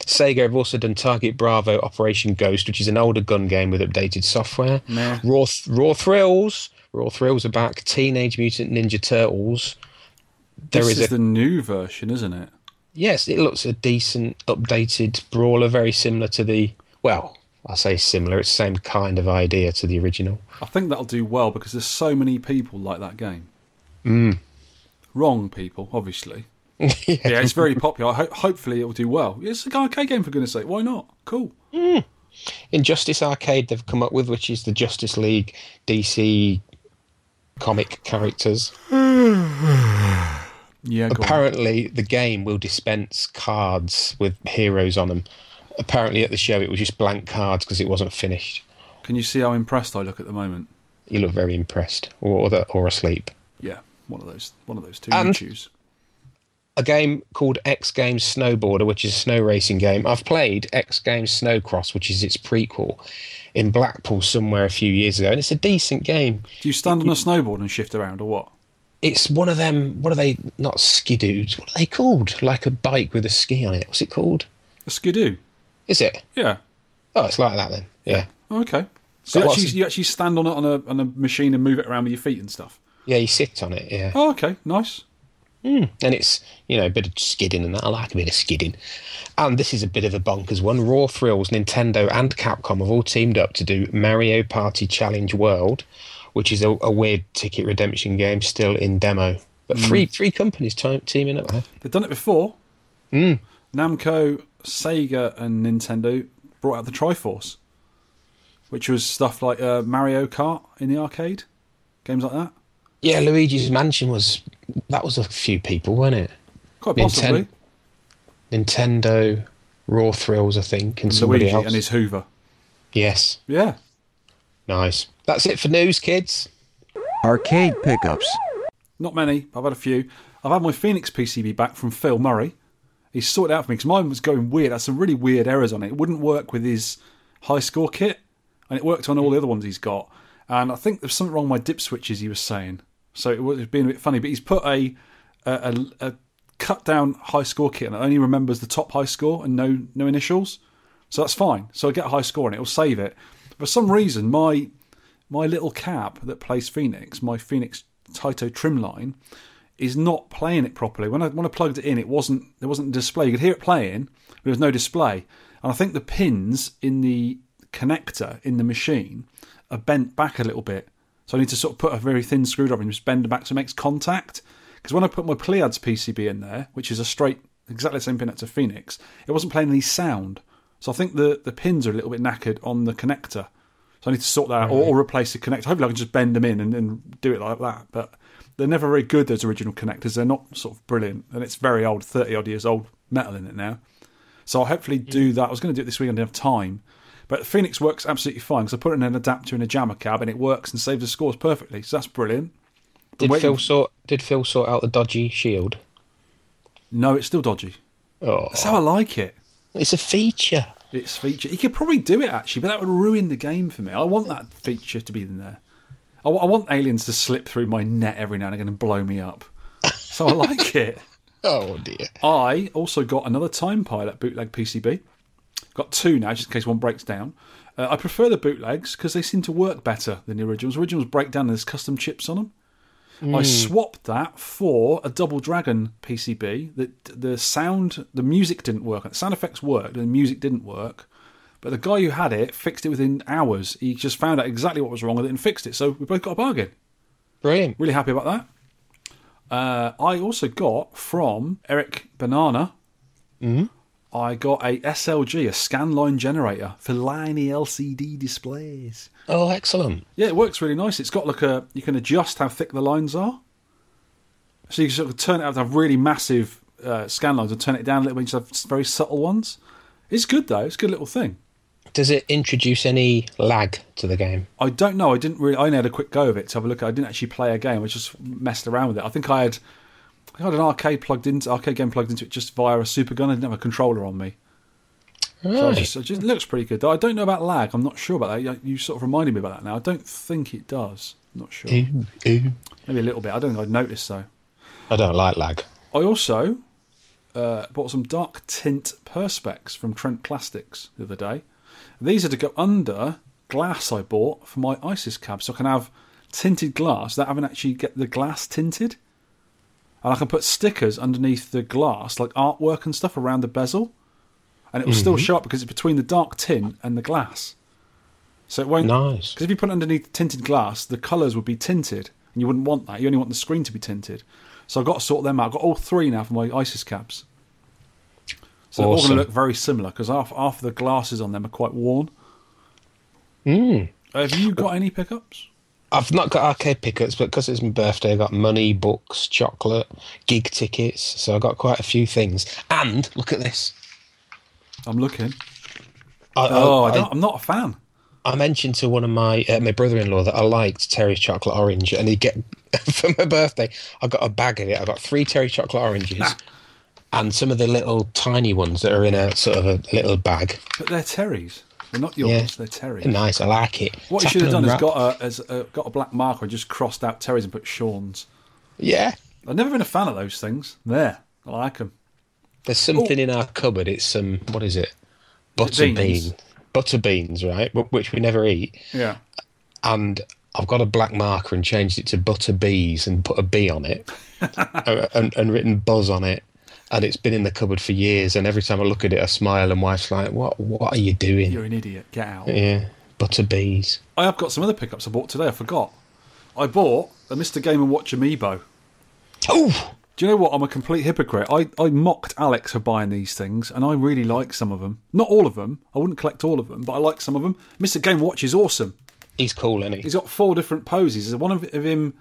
Speaker 1: Sega have also done Target Bravo Operation Ghost, which is an older gun game with updated software.
Speaker 2: Nah.
Speaker 1: Raw, Raw Thrills, Raw Thrills are back. Teenage Mutant Ninja Turtles. There
Speaker 2: This
Speaker 1: is
Speaker 2: is,
Speaker 1: a
Speaker 2: the new version, isn't it?
Speaker 1: yes, it looks a decent updated brawler, very similar to the well, I say similar, it's the same kind of idea to the original.
Speaker 2: I think that'll do well because there's so many people like that game.
Speaker 1: Hmm.
Speaker 2: Wrong people, obviously. yeah, it's very popular. Ho- hopefully, it will do well. It's a arcade game for goodness' sake. Why not? Cool.
Speaker 1: Injustice Arcade they've come up with, which is the Justice League DC comic characters.
Speaker 2: Yeah, go on.
Speaker 1: Apparently, the game will dispense cards with heroes on them. Apparently, at the show, it was just blank cards because it wasn't finished.
Speaker 2: Can you see how impressed I look at the moment?
Speaker 1: You look very impressed, or or, the, or asleep.
Speaker 2: Yeah, one of those. One of those two. You
Speaker 1: And-
Speaker 2: choose.
Speaker 1: A game called X Games Snowboarder, which is a snow racing game. I've played X Games Snowcross, which is its prequel, in Blackpool somewhere a few years ago, and it's a decent game.
Speaker 2: Do you stand on a snowboard and shift around, or what?
Speaker 1: It's one of them. What are they? Not skidoos. What are they called? Like a bike with a ski on it. What's it called?
Speaker 2: A skidoo.
Speaker 1: Is it?
Speaker 2: Yeah.
Speaker 1: Oh, it's like that then. Yeah.
Speaker 2: Oh, okay. So
Speaker 1: Got
Speaker 2: you
Speaker 1: lots
Speaker 2: actually,
Speaker 1: of-
Speaker 2: you actually stand on it on a on a machine and move it around with your feet and stuff.
Speaker 1: Yeah, you sit on it. Yeah.
Speaker 2: Oh, okay, nice.
Speaker 1: and it's you know a bit of skidding and that. I like a bit of skidding. And this is a bit of a bonkers one. Raw Thrills, Nintendo, and Capcom have all teamed up to do Mario Party Challenge World, which is a, a weird ticket redemption game still in demo. But three three companies ti- teaming up. huh?
Speaker 2: They've done it before.
Speaker 1: Hmm.
Speaker 2: Namco, Sega, and Nintendo brought out the Triforce, which was stuff like uh, Mario Kart in the arcade, games like that.
Speaker 1: Yeah, Luigi's Mansion was that was a few people, weren't it?
Speaker 2: Quite
Speaker 1: Ninten-
Speaker 2: possibly.
Speaker 1: Nintendo, Raw Thrills, I think, and somebody
Speaker 2: Luigi
Speaker 1: else.
Speaker 2: and his Hoover.
Speaker 1: yes,
Speaker 2: Yeah.
Speaker 1: nice. That's it for news, kids.
Speaker 4: Arcade pickups.
Speaker 2: Not many. I've had a few. I've had my Phoenix PCB back from Phil Murray. He's sorted it out for me because mine was going weird. Had some really weird errors on it. It wouldn't work with his high score kit, and it worked on all the other ones he's got. And I think there's something wrong with my dip switches. He was saying so. It was being a bit funny, but he's put a a, a, a cut down high score kit, and it only remembers the top high score and no no initials. So that's fine. So I get a high score and it'll save it. For some reason, my my little cab that plays Phoenix, my Phoenix Taito trim line, is not playing it properly. When I when I plugged it in, it wasn't there wasn't a display. You could hear it playing, but there was no display. And I think the pins in the connector in the machine are bent back a little bit. So I need to sort of put a very thin screwdriver and just bend it back so it makes contact. Because when I put my Pleiades PCB in there, which is a straight, exactly the same pin that's a Phoenix, it wasn't playing any sound. So I think the, the pins are a little bit knackered on the connector. So I need to sort that out or, or replace the connector. Hopefully, I can just bend them in and, and do it like that. But they're never very good, those original connectors. They're not sort of brilliant. And it's very old, 30 odd years old metal in it now. So I'll hopefully do
Speaker 1: Mm.
Speaker 2: that. I was going to do it this week, I didn't have time. But Phoenix works absolutely fine because I put it in an adapter in a jammer cab and it works and saves the scores perfectly. So that's brilliant.
Speaker 1: Did
Speaker 2: waiting-
Speaker 1: Phil sort? Did Phil sort out the dodgy shield?
Speaker 2: No, it's still dodgy.
Speaker 1: Oh,
Speaker 2: That's how I like it.
Speaker 1: it's a feature.
Speaker 2: It's feature. He could probably do it actually, but that would ruin the game for me. I want that feature to be in there. I, wa- I want aliens to slip through my net every now and again and blow me up. So I like it.
Speaker 1: Oh dear.
Speaker 2: I also got another Time Pilot bootleg PCB. Got two now, just in case one breaks down. Uh, I prefer the bootlegs because they seem to work better than the originals. Originals break down and there's custom chips on them. I swapped that for a Double Dragon PCB. That the sound, the music didn't work. The sound effects worked, and the music didn't work. But the guy who had it fixed it within hours. He just found out exactly what was wrong with it and fixed it. So we both got a bargain.
Speaker 1: Brilliant.
Speaker 2: Really happy about that. Uh, I also got from Eric Banana. I got a SLG, a scan line generator for liney LCD displays.
Speaker 1: Oh, excellent.
Speaker 2: Yeah, it works really nice. It's got like a you can adjust how thick the lines are, so you can sort of turn it out to have really massive uh, scan lines and turn it down a little bit to have very subtle ones. It's good though. It's a good little thing.
Speaker 1: Does it introduce any lag to the game?
Speaker 2: I don't know. I didn't really. I only had a quick go of it to have a look. at it. I didn't actually play a game. I just messed around with it. I think I had, I had an arcade plugged into arcade game plugged into it just via a super gun. I didn't have a controller on me. So I
Speaker 1: Right.
Speaker 2: just, it just looks pretty good. Though I don't know about lag. I'm not sure about that. You, you sort of reminded me about that now. I don't think it does. not sure.
Speaker 1: Ooh, ooh.
Speaker 2: Maybe a little bit. I don't think I'd noticed though.
Speaker 1: I don't like lag.
Speaker 2: I also uh, bought some dark tint perspex from Trent Plastics the other day. These are to go under glass I bought for my ISIS cab, so I can have tinted glass without having to actually get the glass tinted. And I can put stickers underneath the glass, like artwork and stuff around the bezel, and it will still show up because it's between the dark tint and the glass. So it won't
Speaker 1: Nice.
Speaker 2: because if you put it underneath tinted glass, the colours would be tinted, and you wouldn't want that. You only want the screen to be tinted. So I've got to sort them out. I've got all three now for my ISIS caps. So they're all going
Speaker 1: Awesome.
Speaker 2: to look very similar because half, half the glasses on them are quite worn. Have you got any pickups?
Speaker 1: I've not got arcade pickups, but because it's my birthday, I got money, books, chocolate, gig tickets. So I got quite a few things. And look at this.
Speaker 2: I'm looking.
Speaker 1: I,
Speaker 2: Oh,
Speaker 1: I,
Speaker 2: I
Speaker 1: I,
Speaker 2: don't, I'm not a fan.
Speaker 1: I mentioned to one of my uh, my brother-in-law that I liked Terry's chocolate orange, and he get for my birthday. I got a bag of it. I got three Terry's chocolate oranges, and some of the little tiny ones that are in a sort of a little bag.
Speaker 2: But they're Terry's. They're not yours.
Speaker 1: Yeah.
Speaker 2: They're Terry's.
Speaker 1: They're nice. I like it.
Speaker 2: What you
Speaker 1: Tap
Speaker 2: should have done
Speaker 1: and
Speaker 2: is
Speaker 1: wrap.
Speaker 2: got a, has, uh, got a black marker and just crossed out Terry's and put Sean's.
Speaker 1: yeah.
Speaker 2: I've never been a fan of those things. There, I like them.
Speaker 1: There's something in our cupboard. It's some what is it?
Speaker 2: Oh. Is
Speaker 1: Butter
Speaker 2: it beans?
Speaker 1: bean. Butter beans, right? wh- Which we never eat.
Speaker 2: Yeah.
Speaker 1: and I've got a black marker and changed it to butter bees and put a bee on it and, and, and written buzz on it. And it's been in the cupboard for years. And every time I look at it, I smile. And wife's like, "What? What are you doing?"
Speaker 2: You're an idiot. Get out.
Speaker 1: yeah, butter bees.
Speaker 2: I have got some other pickups I bought today. I forgot. I bought a Mr. Game and Watch amiibo.
Speaker 1: Oh,
Speaker 2: Do you know what? I'm a complete hypocrite. I, I mocked Alex for buying these things, and I really like some of them. Not all of them. I wouldn't collect all of them, but I like some of them. Mr. Game and Watch is awesome.
Speaker 1: he's cool, isn't he?
Speaker 2: He's got four different poses. There's one of, of him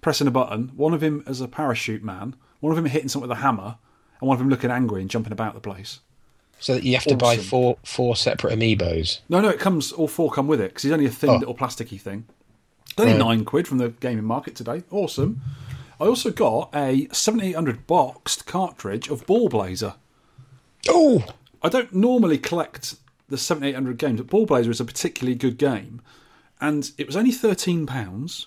Speaker 2: pressing a button, one of him as a parachute man, one of him hitting something with a hammer, and one of him looking angry and jumping about the place.
Speaker 1: so that you have to buy
Speaker 2: awesome.
Speaker 1: four four separate amiibos.
Speaker 2: No, no, it comes. All four come with it because he's only a thin
Speaker 1: Oh.
Speaker 2: little plasticky thing. It's Only
Speaker 1: Right.
Speaker 2: nine quid from the gaming market today. Awesome. I also got a 7800 boxed cartridge of Ball Blazer.
Speaker 1: Oh,
Speaker 2: I don't normally collect the 7800 games, but Ball Blazer is a particularly good game, and it was only thirteen pounds.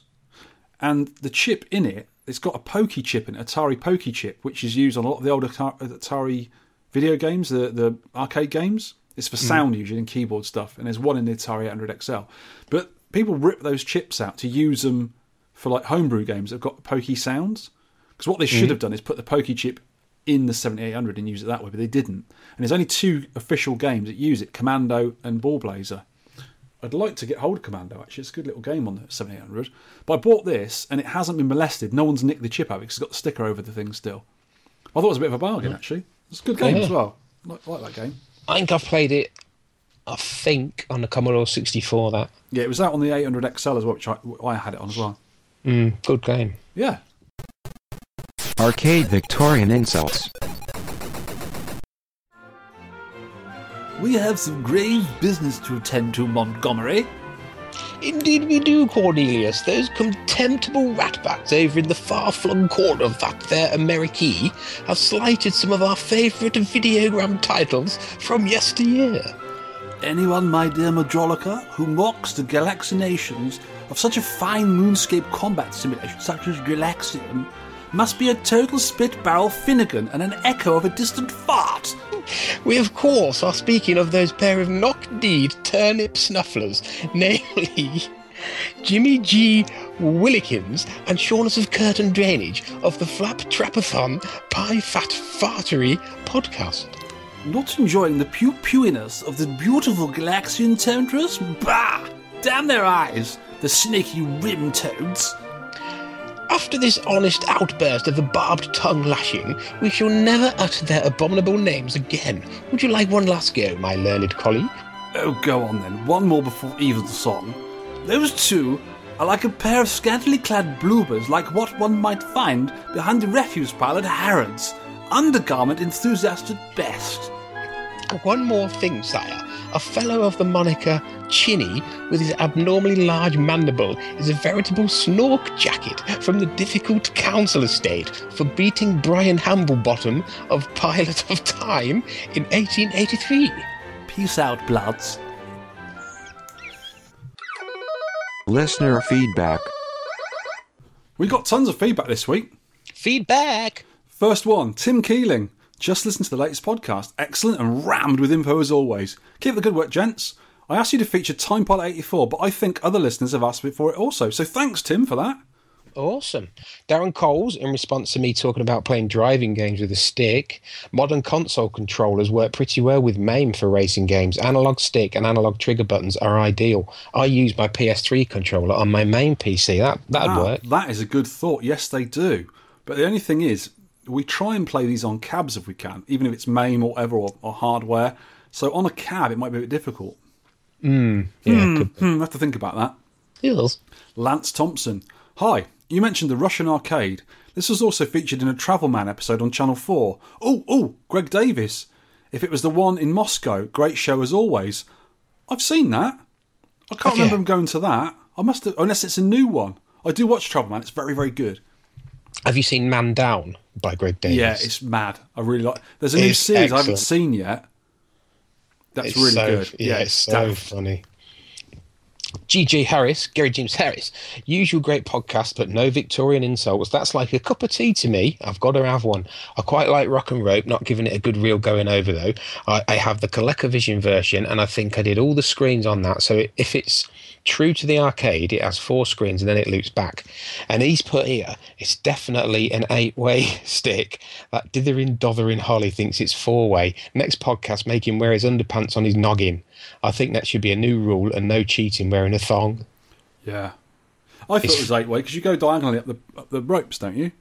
Speaker 2: And the chip in it, it's got a pokey chip in it, Atari pokey chip, which is used on a lot of the older Atar- Atari video games, the the arcade games. It's for sound usually and keyboard stuff, and there's one in the Atari 800 XL. But people rip those chips out to use them for like homebrew games that've got pokey sounds. Because what they should have done is put the pokey chip in the 7800 and use it that way, but they didn't. And there's only two official games that use it Commando and Ball Blazer. I'd like to get hold of Commando, actually. It's a good little game on the 7800. But I bought this and it hasn't been molested. No one's nicked the chip out of it 'cause it's got the sticker over the thing still. I thought it was a bit of a bargain, actually. It's a good game
Speaker 1: Yeah.
Speaker 2: as well. I like, like that game.
Speaker 1: I think I've played it. I think on the Commodore sixty four. That
Speaker 2: Yeah, it was out on the 800 XL as well, which I, I had it on as well.
Speaker 1: mm, good game.
Speaker 2: Yeah.
Speaker 4: Arcade Victorian insults.
Speaker 5: We have some grave business to attend to, Montgomery.
Speaker 1: Indeed, we do, Cornelius. Those contemptible ratbats over in the far flung corner of that there Ameriquee have slighted some of our favourite videogram titles from yesteryear.
Speaker 5: Anyone, my dear Majolica, who mocks the galaxinations of such a fine moonscape combat simulation such as Galaxium must be a total spit barrel Finnegan and an echo of a distant fart.
Speaker 1: We, of course, are speaking of those pair of knock-kneed turnip snufflers, namely Jimmy G. Willikins and Shaunus of Curtain Drainage of the Flap Trapathon Pie Fat Fartery podcast.
Speaker 5: Not enjoying the pew pewiness of the beautiful Galaxian temptress? Bah! Damn their eyes, the snaky rim toads.
Speaker 1: After this honest outburst of the barbed tongue lashing, we shall never utter their abominable names again. Would you like one last go, my learned colleague?
Speaker 5: Oh, go on then. One more before even song. Those two are like a pair of scantily clad bloopers, like what one might find behind the refuse pile at Harrods. Undergarment enthusiast at best.
Speaker 1: One more thing, sire. A fellow of the moniker Chinny, with his abnormally large mandible, is a veritable snork jacket from the difficult council estate for beating Brian Hamblebottom of Pilot of Time in 1883.
Speaker 5: Peace out, bloods.
Speaker 4: Listener feedback.
Speaker 2: We got tons of feedback this week.
Speaker 1: Feedback!
Speaker 2: First one, Tim Keeling. Just listen to the latest podcast. Excellent and rammed with info as always. Keep the good work, gents. I asked you to feature Time Pilot 84, but I think other listeners have asked for it also. So thanks, Tim, for that.
Speaker 1: Awesome. Darren Coles, in response to me talking about playing driving games with a stick, modern console controllers work pretty well with MAME for racing games. Analog stick and analog trigger buttons are ideal. I use my PS3 controller on my main PC. That that'd
Speaker 2: Ah,
Speaker 1: work.
Speaker 2: That is a good thought. Yes, they do. But the only thing is, we try and play these on cabs if we can, even if it's MAME or whatever or, or hardware. So on a cab, it might be a bit difficult.
Speaker 1: Yeah, could
Speaker 2: Hmm, I have to think about that.
Speaker 1: Feels.
Speaker 2: Lance Thompson. Hi, you mentioned the Russian arcade. This was also featured in a Travel Man episode on Channel 4. Oh, oh, Greg Davis. If it was the one in Moscow, great show as always. I've seen that. I can't
Speaker 1: Okay.
Speaker 2: remember him going to that. I must have, unless it's a new one. I do watch Travel Man, it's very, very good.
Speaker 1: Have you seen Man Down by Greg Davis?
Speaker 2: Yeah, it's mad. I really like There's a new
Speaker 1: It's
Speaker 2: series I haven't
Speaker 1: excellent.
Speaker 2: seen yet. That's
Speaker 1: It's
Speaker 2: really
Speaker 1: so-
Speaker 2: good.
Speaker 1: Yeah, it's so
Speaker 2: daft.
Speaker 1: funny. GG Harris, Gary James Harris, usual great podcast, but no Victorian insults. That's like a cup of tea to me. I've got to have one. I quite like Rock and Rope, not giving it a good reel going over though. I, I have the ColecoVision version, and I think I did all the screens on that. So it, if it's true to the arcade, it has four screens and then it loops back. And he's put here, it's definitely an eight way stick. That dithering, dothering Holly thinks it's four way. Next podcast, make him wear his underpants on his noggin. I think that should be a new rule and no cheating wearing a thong.
Speaker 2: Yeah. I thought it was eight way because you go diagonally up the up the ropes, don't you?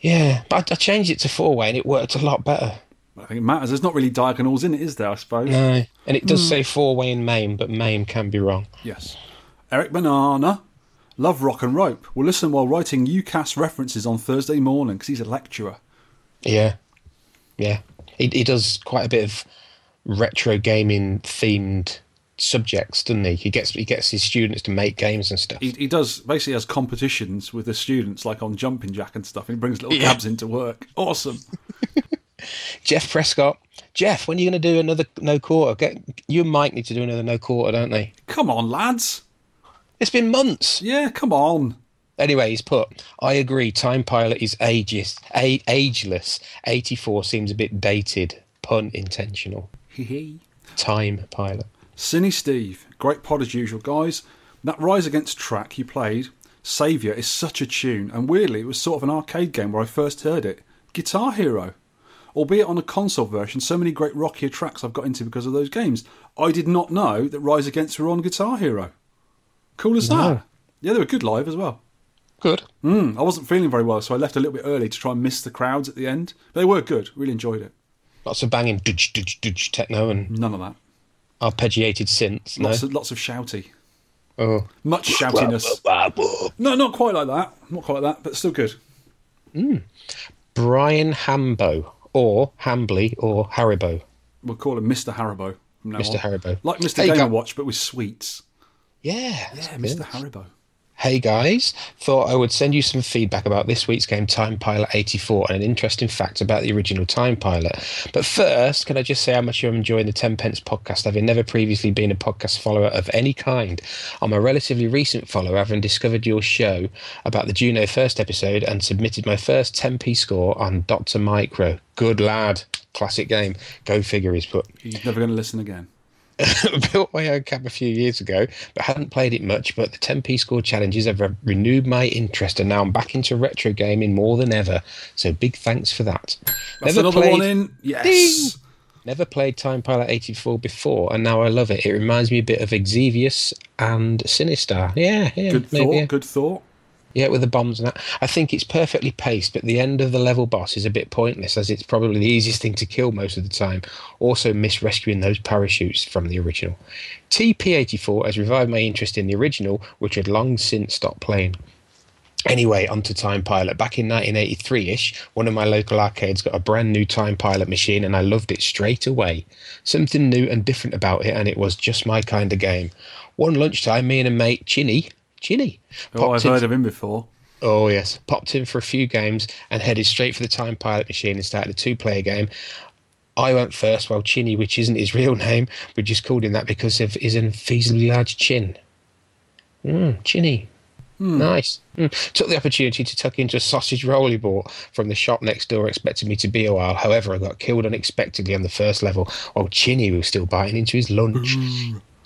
Speaker 1: Yeah, but I, I changed it to four way and it worked a lot better.
Speaker 2: I think it matters. There's not really diagonals in it, is there? I suppose.
Speaker 1: No. And it does say four way in MAME, but MAME can be wrong.
Speaker 2: Yes. Eric Banana. Love rock and rope. Will listen while writing UCAS references on Thursday morning because he's a lecturer.
Speaker 1: Yeah. Yeah. He, he does quite a bit of retro gaming themed subjects, doesn't he? He gets he gets his students to make games and stuff.
Speaker 2: He, he does basically has competitions with the students, like on jumping jack and stuff. And he brings little
Speaker 1: Yeah.
Speaker 2: cabs into work. Awesome.
Speaker 1: Jeff Prescott. Jeff, when are you going to do another no quarter? Get, you and Mike need to do another no quarter, don't they?
Speaker 2: come on, lads.
Speaker 1: It's been months.
Speaker 2: Yeah, come on.
Speaker 1: Anyway, he's put. I agree. Time Pilot is ageist, a- ageless. Eighty four seems a bit dated. Pun intentional. Time Pilot.
Speaker 2: Cine Steve, great pod as usual, guys. That Rise Against track you played, Saviour, is such a tune, and weirdly, it was sort of an arcade game where I first heard it Guitar Hero. Albeit on a console version, so many great rockier tracks I've got into because of those games. I did not know that Rise Against were on Guitar Hero. Cool as that. Yeah, they were good live as well.
Speaker 1: Good.
Speaker 2: Mm, I wasn't feeling very well, so I left a little bit early to try and miss the crowds at the end. They were good, really enjoyed it.
Speaker 1: Lots of banging, dudge, dudge, dudge, techno and
Speaker 2: None of that.
Speaker 1: arpeggiated synths. No.
Speaker 2: Lots, of, lots of shouty.
Speaker 1: Oh.
Speaker 2: Much shoutiness. No, not quite like that. Not quite like that, but still good.
Speaker 1: Brian Hambo or Hambly or Haribo.
Speaker 2: We'll call him Mr. Haribo from now
Speaker 1: Mr.
Speaker 2: on.
Speaker 1: Haribo.
Speaker 2: Like Mr.
Speaker 1: Hey,
Speaker 2: Game
Speaker 1: go-
Speaker 2: and Watch, but with sweets.
Speaker 1: Yeah. that's
Speaker 2: Yeah,
Speaker 1: good.
Speaker 2: Mr. Haribo.
Speaker 1: Hey guys, thought I would send you some feedback about this week's game Time Pilot 84 and an interesting fact about the original Time Pilot. But first, can I just say how much I'm enjoying the 10 pence podcast, having never previously been a podcast follower of any kind. I'm a relatively recent follower, having discovered your show about the Juno first episode and submitted my first 10p score on Dr. Micro. Good lad. Classic game. Go figure is put.
Speaker 2: He's never going to listen again.
Speaker 1: built my own cab a few years ago, but hadn't played it much. But the 10p score challenges have re- renewed my interest, and now I'm back into retro gaming more than ever. So big thanks for that.
Speaker 2: That's another one in. Yes.
Speaker 1: Ding! Never played Time Pilot 84 before, and now I love it. It reminds me a bit of Exevius and Sinistar. Yeah, yeah,
Speaker 2: Good
Speaker 1: maybe,
Speaker 2: thought.
Speaker 1: yeah.
Speaker 2: Good thought.
Speaker 1: Yeah, with the bombs and that. I think it's perfectly paced, but the end of the level boss is a bit pointless as it's probably the easiest thing to kill most of the time. Also, miss rescuing those parachutes from the original. TP84 has revived my interest in the original, which had long since stopped playing. Anyway, onto Time Pilot. Back in 1983 ish, one of my local arcades got a brand new Time Pilot machine and I loved it straight away. Something new and different about it, and it was just my kind of game. One lunchtime, me and a mate, Chinny, Chinny,
Speaker 2: Oh, I've
Speaker 1: popped in-
Speaker 2: heard of him before.
Speaker 1: Oh yes, popped in for a few games and headed straight for the time pilot machine and started a two-player game. I went first, while Chinny, which isn't his real name, we just called him that because of his unfeasibly large chin. Mm, Chinny, nice. Mm. Took the opportunity to tuck into a sausage roll he bought from the shop next door, expecting me to be a while. However, I got killed unexpectedly on the first level, while Chinny was still biting into his lunch.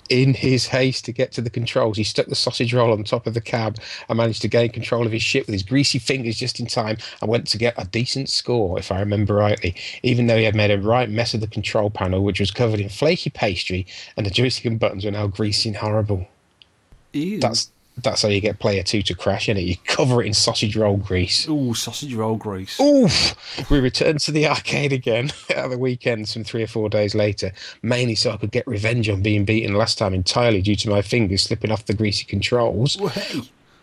Speaker 1: in his haste to get to the controls, he stuck the sausage roll on top of the cab and managed to gain control of his ship with his greasy fingers just in time and went to get a decent score, if I remember rightly, even though he had made a right mess of the control panel, which was covered in flaky pastry and the joystick and buttons were now greasy and horrible.
Speaker 2: Ew.
Speaker 1: That's that's how you get player two to crash, innit? You cover it in sausage roll grease.
Speaker 2: Ooh, sausage roll grease.
Speaker 1: Oof! We returned to the arcade again at the weekend, some three or four days later, mainly so I could get revenge on being beaten last time entirely due to my fingers slipping off the greasy controls.
Speaker 2: Hey,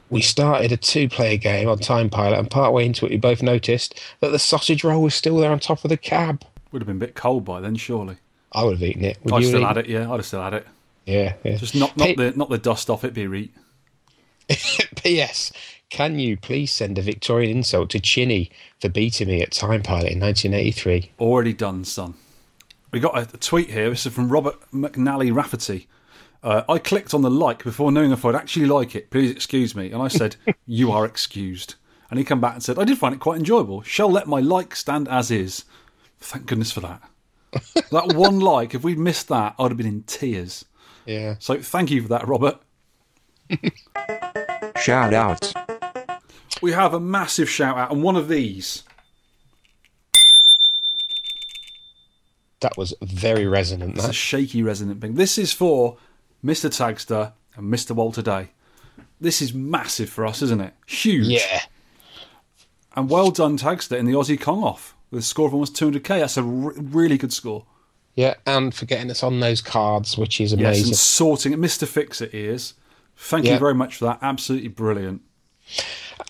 Speaker 1: We started a two player game on Time Pilot, and partway into it, we both noticed that the sausage roll was still there on top of the cab.
Speaker 2: would have been a bit cold by then, surely.
Speaker 1: I would have eaten it. Would
Speaker 2: I'd
Speaker 1: you
Speaker 2: still
Speaker 1: have
Speaker 2: had it, yeah. I'd have still had it.
Speaker 1: eaten- Yeah, yeah.
Speaker 2: Just knock, knock
Speaker 1: Pete-
Speaker 2: the knock the dust off it, be reet.
Speaker 1: P.S. Can you please send a Victorian insult to Chinny for beating me at Time Pilot in 1983?
Speaker 2: Already done, son. We got a, a tweet here. This is from Robert McNally Rafferty. Uh, I clicked on the like before knowing if I'd actually like it. Please excuse me. And I said, You are excused. And he came back and said, I did find it quite enjoyable. Shall let my like stand as is. Thank goodness for that. that one like, if we'd missed that, I'd have been in tears.
Speaker 1: Yeah.
Speaker 2: So thank you for that, Robert.
Speaker 4: Shout outs.
Speaker 2: We have a massive shout out, and one of these.
Speaker 1: That was very resonant.
Speaker 2: It's a
Speaker 1: That.
Speaker 2: shaky resonant thing. This is for Mr. Tagster and Mr. Walter Day. This is massive for us, isn't it? Huge.
Speaker 1: Yeah.
Speaker 2: And well done, Tagster, in the Aussie Kong off with a score of almost 200k. That's a re- really good score.
Speaker 1: Yeah, and for getting us on those cards, which is
Speaker 2: Yes,
Speaker 1: amazing.
Speaker 2: and sorting it. Mr. Fix It is. Thank you
Speaker 1: Yeah.
Speaker 2: very much for that. Absolutely brilliant.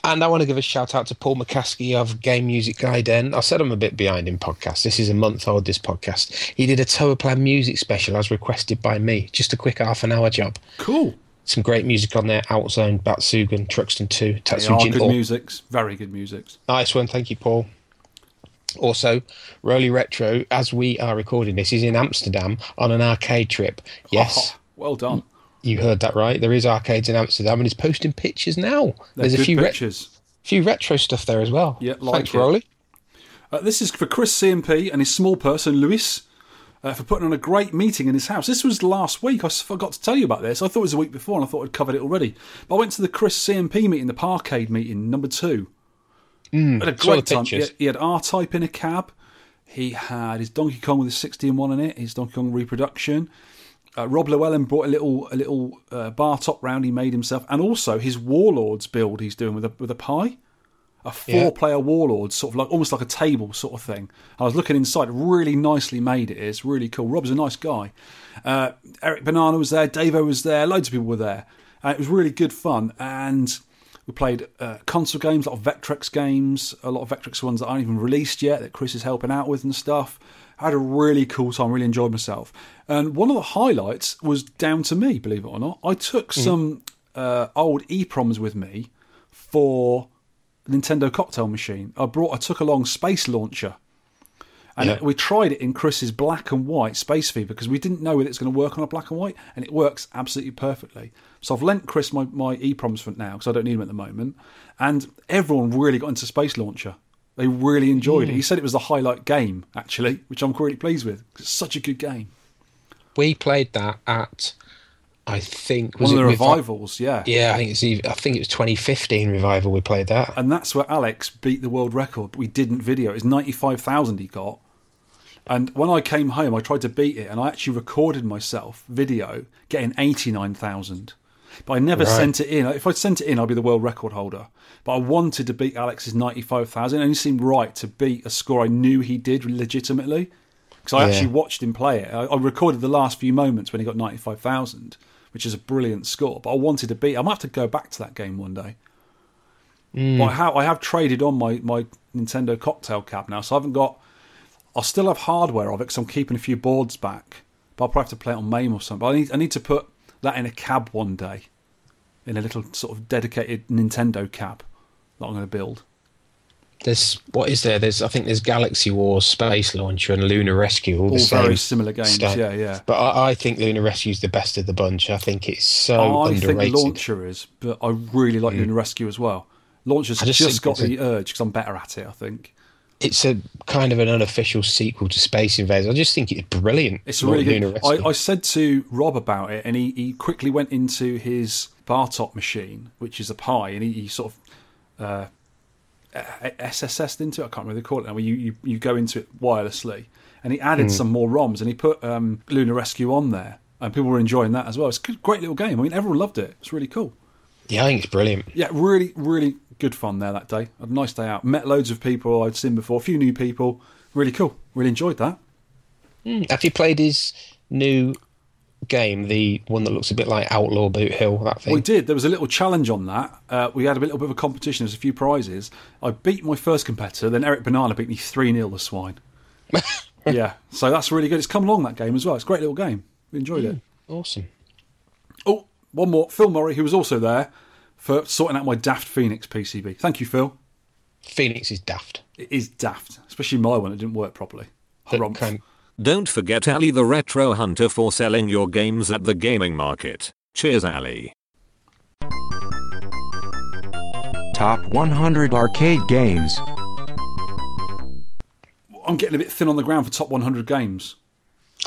Speaker 1: And I want to give a shout out to Paul McCaskey of Game Music Guy Den. I said I'm a bit behind in podcasts. This is a month old, this podcast. He did a Toa Plan music special as requested by me. Just a quick half an hour job.
Speaker 2: Cool.
Speaker 1: Some great music on there Outzone, Batsugan, Truxton
Speaker 2: They
Speaker 1: 2,
Speaker 2: are
Speaker 1: Tatsujin.
Speaker 2: good
Speaker 1: all-
Speaker 2: musics. Very good musics.
Speaker 1: Nice one. Thank you, Paul. Also, Roly Retro, as we are recording this, is in Amsterdam on an arcade trip. Yes.
Speaker 2: Oh, well done.
Speaker 1: You heard that right. There is arcades in Amsterdam, and he's posting pictures now.
Speaker 2: They're
Speaker 1: There's a
Speaker 2: good
Speaker 1: few re-
Speaker 2: pictures.
Speaker 1: few retro stuff there as well.
Speaker 2: Yeah, like
Speaker 1: thanks,
Speaker 2: it.
Speaker 1: Rolly.
Speaker 2: Uh, this is for Chris CMP and his small person, Luis, uh, for putting on a great meeting in his house. This was last week. I s- forgot to tell you about this. I thought it was the week before and I thought I'd covered it already. But I went to the Chris CMP meeting, the parkade meeting, number two. Had a
Speaker 1: Mm, saw
Speaker 2: great
Speaker 1: the
Speaker 2: time. He
Speaker 1: pictures.
Speaker 2: had, he had R Type in a cab. He had his Donkey Kong with his 60 and 1 in it, his Donkey Kong reproduction. Uh, Rob Llewellyn brought a little a little uh, bar top round he made himself, and also his Warlords build he's doing with a, with a pie a
Speaker 1: Yeah.
Speaker 2: four player warlord sort of like almost like a table sort of thing i was looking inside really nicely made it is really cool rob's a nice guy uh, eric banana was there davo was there loads of people were there uh, it was really good fun and we played uh, console games a lot of vectrex games a lot of vectrex ones that aren't even released yet that chris is helping out with and stuff I had a really cool time really enjoyed myself and one of the highlights was down to me believe it or not i took some uh, old eproms with me for Nintendo cocktail machine. I brought, I took along Space Launcher, and
Speaker 1: Yeah.
Speaker 2: we tried it in Chris's black and white Space Fever because we didn't know whether it's going to work on a black and white, and it works absolutely perfectly. So I've lent Chris my my EPROMs for now because I don't need them at the moment, and everyone really got into Space Launcher. They really enjoyed it.
Speaker 1: Hmm.
Speaker 2: He said it was the highlight game actually, which I'm really pleased with. 'cause It's such a good game.
Speaker 1: We played that at, I think, was
Speaker 2: One of the
Speaker 1: it Revi-
Speaker 2: revivals, yeah.
Speaker 1: yeah, I think it's ev- I think it was 2015 revival. We played that.
Speaker 2: and that's where Alex beat the world record. But we didn't video. It was ninety five thousand he got. And when I came home, I tried to beat it, and I actually recorded myself video getting eighty nine thousand. But I never
Speaker 1: Right.
Speaker 2: sent it in. If I'd sent it in, I'd be the world record holder. But I wanted to beat Alex's ninety five thousand, and it seemed right to beat a score I knew he did legitimately. Because I
Speaker 1: Yeah.
Speaker 2: actually watched him play it. I, I recorded the last few moments when he got ninety five thousand, which is a brilliant score. But I wanted to beat. I might have to go back to that game one day.
Speaker 1: Hmm.
Speaker 2: But I have, I have traded on my, my Nintendo cocktail cab now, so I haven't got. I'll still have hardware of it because I'm keeping a few boards back, but I'll probably have to play it on MAME or something. But I need, I need to put that in a cab one day, in a little sort of dedicated Nintendo cab that I'm going to build.
Speaker 1: There's what is there? There's I think there's Galaxy Wars, Space Launcher, and Lunar Rescue. All, the
Speaker 2: All
Speaker 1: same
Speaker 2: very similar games,
Speaker 1: stuff.
Speaker 2: yeah, yeah.
Speaker 1: But I, I think Lunar Rescue's the best of the bunch. I think it's so
Speaker 2: I
Speaker 1: underrated. Mm.
Speaker 2: think Launcher is, but I really like Lunar Rescue as well. Launcher's
Speaker 1: I
Speaker 2: just,
Speaker 1: just think
Speaker 2: got
Speaker 1: it's a-
Speaker 2: the urge because I'm better at it, I think.
Speaker 1: it's a kind of an unofficial sequel to Space Invaders. I just think it's brilliant.
Speaker 2: It's
Speaker 1: What
Speaker 2: really
Speaker 1: Lunar
Speaker 2: good.
Speaker 1: Rescue.
Speaker 2: I, I said to Rob about it, and he, he quickly went into his Bartop machine, which is a pie, and he, he sort of uh, SSS'd into it. I can't remember what they call it now, where you, you, you go into it wirelessly. And he added some more ROMs, and he put um, Lunar Rescue on there, and people were enjoying that as well. It's a good, great little game. I mean, everyone loved it. It's really cool.
Speaker 1: yeah, I think it's brilliant.
Speaker 2: Yeah, really, really good fun there that day. A nice day out. Met loads of people I'd seen before, a few new people. Really cool. Really enjoyed that.
Speaker 1: Have you played his new game, the one that looks a bit like Outlaw Boot Hill? That thing.
Speaker 2: We did. There was a little challenge on that. Uh, we had a little bit of a competition. There's a few prizes. I beat my first competitor. Then Eric Banana beat me three 0 The swine. yeah. So that's really good. It's come along that game as well. It's a great little game. We enjoyed it.
Speaker 1: Awesome.
Speaker 2: Oh, one more. Phil Murray, who was also there for sorting out my Daft Phoenix PCB. Thank you, Phil.
Speaker 1: Phoenix is daft.
Speaker 2: It is daft, especially my one. It didn't work properly.
Speaker 1: That
Speaker 2: Harumph.
Speaker 1: kind-
Speaker 3: Don't forget Ali the Retro Hunter for selling your games at the gaming market. Cheers, Ali.
Speaker 4: Top 100 arcade games.
Speaker 2: I'm getting a bit thin on the ground for top 100 games,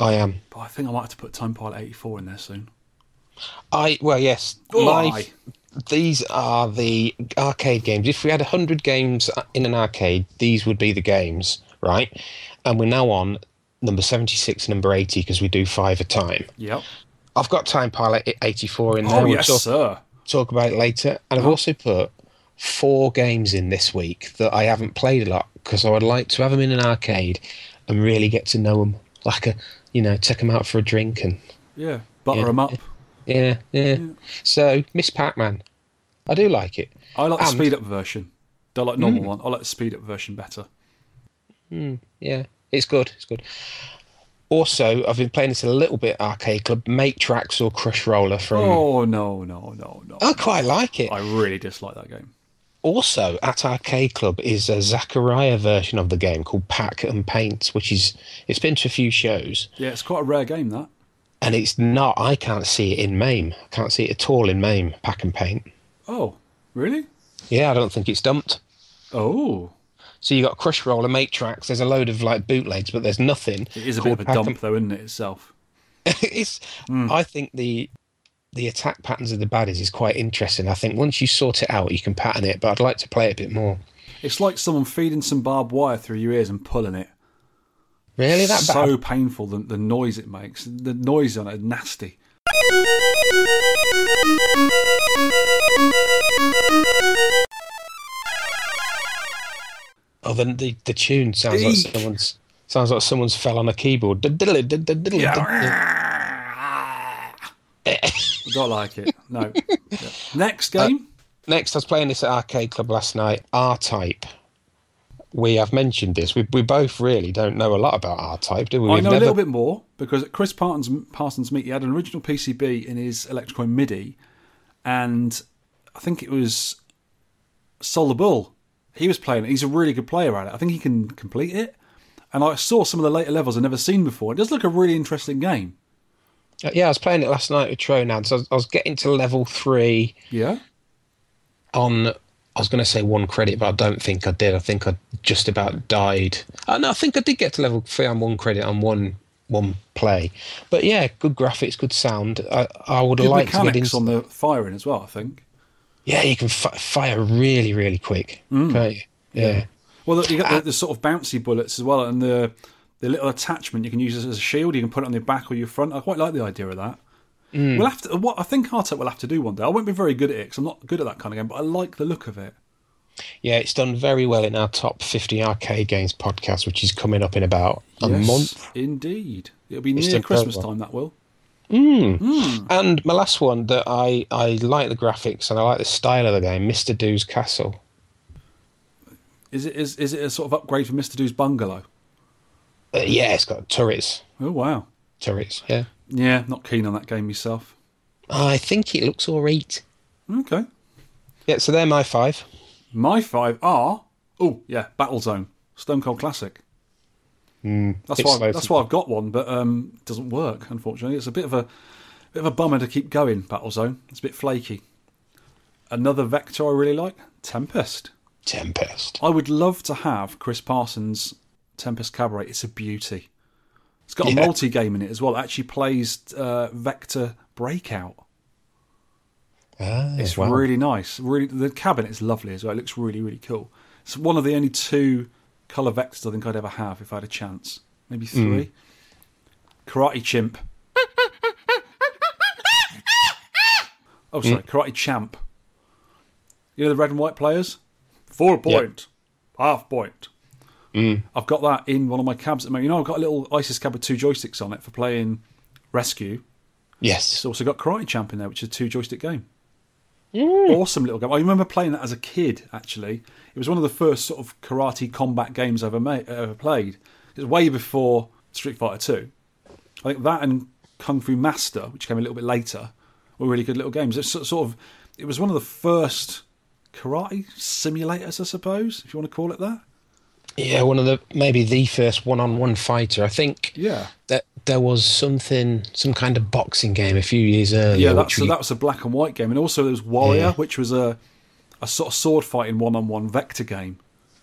Speaker 1: I am.
Speaker 2: but I think I might have to put Time Pilot 84 in there soon.
Speaker 1: I well, yes.
Speaker 2: Oh,
Speaker 1: my,
Speaker 2: aye.
Speaker 1: these are the arcade games. If we had hundred games in an arcade, these would be the games, right? And we're now on number seventy-six, number eighty, because we do five a time.
Speaker 2: Yep.
Speaker 1: I've got Time Pilot eighty-four in there.
Speaker 2: Oh,
Speaker 1: we'll
Speaker 2: yes,
Speaker 1: talk,
Speaker 2: sir.
Speaker 1: talk about it later. And I've also put four games in this week that I haven't played a lot because I would like to have them in an arcade and really get to know them, like a you know, take them out for a drink and
Speaker 2: Yeah. Butter
Speaker 1: Yeah.
Speaker 2: 'em up.
Speaker 1: yeah, yeah. So Miss Pac-Man, I do like it.
Speaker 2: I like the
Speaker 1: And- Hmm.
Speaker 2: speed up version. Don't like the normal one. I like the speed up version better.
Speaker 1: Yeah, it's good. It's good. Also, I've been playing this a little bit arcade club. Make tracks or Crush Roller from.
Speaker 2: Oh no, no, no, no.
Speaker 1: I quite like it.
Speaker 2: I really dislike that game.
Speaker 1: Also, at Arcade Club is a Zachariah version of the game called Pack and Paint, which is it's been to a few shows,
Speaker 2: Yeah, it's quite a rare game that.
Speaker 1: and it's not. I can't see it in MAME. I can't see it at all in MAME. Pack and Paint.
Speaker 2: Oh, really?
Speaker 1: Yeah, I don't think it's dumped.
Speaker 2: Oh,
Speaker 1: So you got Crush Roller, Make Tracks. There's a load of like bootlegs, but there's nothing.
Speaker 2: it is a bit of a
Speaker 1: Pac-Man.
Speaker 2: dump Hmm. though, isn't it itself?
Speaker 1: it's I think the the attack patterns of the baddies is quite interesting. I think once you sort it out, you can pattern it, but I'd like to play it a bit more.
Speaker 2: It's like someone feeding some barbed wire through your ears and pulling it.
Speaker 1: Really, that
Speaker 2: so
Speaker 1: bad?
Speaker 2: painful the, the noise it makes. The noise on it is nasty.
Speaker 1: Oh, the, the the tune sounds like
Speaker 2: Eek.
Speaker 1: someone's sounds like someone's fell on a keyboard. Yeah.
Speaker 2: I don't like it. No. Yeah. Next game.
Speaker 1: Next, I was playing this at arcade club last night. R Type. We have mentioned this. We we both really don't know a lot about R Type, do we?
Speaker 2: I
Speaker 1: We've
Speaker 2: know a
Speaker 1: never-
Speaker 2: little bit more because at Chris Parsons, Parsons meet, he had an original PCB in his electrical MIDI, and I think it was Sol the Bull. He was playing it. He's a really good player at it. I think he can complete it. And I saw some of the later levels I've never seen before. It does look a really interesting game.
Speaker 1: Yeah, I was playing it last night with Tronad. So I was, I was getting to level three.
Speaker 2: Yeah.
Speaker 1: on I was going to say one credit, but I don't think I did. I think I just about died. Uh, no, I think I did get to level three on one credit on one one play. But yeah, good graphics, good sound. I, I would have
Speaker 2: Good
Speaker 1: liked to get
Speaker 2: mechanics
Speaker 1: into.
Speaker 2: on the firing as well, I think.
Speaker 1: yeah, you can fi fire really, really quick.
Speaker 2: Mm.
Speaker 1: can't you? Yeah.
Speaker 2: Well, look, you got
Speaker 1: Ah.
Speaker 2: the, the sort of bouncy bullets as well, and the the little attachment you can use as, as a shield. You can put it on your back or your front. I quite like the idea of that.
Speaker 1: Mm.
Speaker 2: We'll have to. What I think Artek will have to do one day. I won't be very good at it because I'm not good at that kind of game, but I like the look of it.
Speaker 1: yeah, it's done very well in our top fifty arcade games podcast, which is coming up in about a
Speaker 2: Yes,
Speaker 1: month.
Speaker 2: indeed. It'll be
Speaker 1: It's
Speaker 2: near
Speaker 1: done very
Speaker 2: Christmas
Speaker 1: well.
Speaker 2: time. That will.
Speaker 1: And my last one that I I like the graphics and I like the style of the game, Mister Doo's Castle.
Speaker 2: Is it is is it a sort of upgrade for Mister Do's bungalow?
Speaker 1: Uh, yeah, it's got turrets,
Speaker 2: Oh wow.
Speaker 1: turrets. Yeah.
Speaker 2: Yeah, not keen on that game myself.
Speaker 1: I think it looks all right.
Speaker 2: Okay.
Speaker 1: Yeah, so they're my five.
Speaker 2: My five are oh yeah, Battlezone, Stone Cold Classic. that's
Speaker 1: it's
Speaker 2: why
Speaker 1: slow
Speaker 2: that's
Speaker 1: to-
Speaker 2: why I've got one, but um, it doesn't work unfortunately. It's a bit of a bit of a bummer to keep going. Battlezone, it's a bit flaky. Another vector I really like, Tempest.
Speaker 1: Tempest.
Speaker 2: I would love to have Chris Parsons' Tempest Cabaret. It's a beauty. It's got
Speaker 1: Yeah.
Speaker 2: a multi game in it as well. It actually plays uh, Vector Breakout.
Speaker 1: Ah,
Speaker 2: It's
Speaker 1: wow.
Speaker 2: really nice. Really, the cabin is lovely as well. It looks really, really cool. It's one of the only two color vectors I think I'd ever have if I had a chance. Maybe
Speaker 1: Hmm.
Speaker 2: three. Karate Chimp. oh, sorry,
Speaker 1: Hmm.
Speaker 2: Karate Champ. You know the red and white players. Four point, half point. I've got that in one of my cabs at the moment. You know, I've got a little ISIS cab with two joysticks on it for playing Rescue.
Speaker 1: Yes.
Speaker 2: It's also got Karate Champ in there, which is a two joystick game. Awesome little game. I remember playing that as a kid. Actually, it was one of the first sort of karate combat games I ever made, ever played. It was way before Street Fighter Two. I think that and Kung Fu Master, which came a little bit later, were really good little games. It's sort sort of it was one of the first karate simulators, I suppose, if you want to call it that.
Speaker 1: Yeah, one of the maybe the first one-on-one fighter. I think
Speaker 2: Yeah,
Speaker 1: that there was something, some kind of boxing game a few years earlier.
Speaker 2: yeah. That's
Speaker 1: which we-
Speaker 2: that was a black and white game, and also there was Warrior,
Speaker 1: Yeah.
Speaker 2: which was a a sort of sword fighting one on one vector game.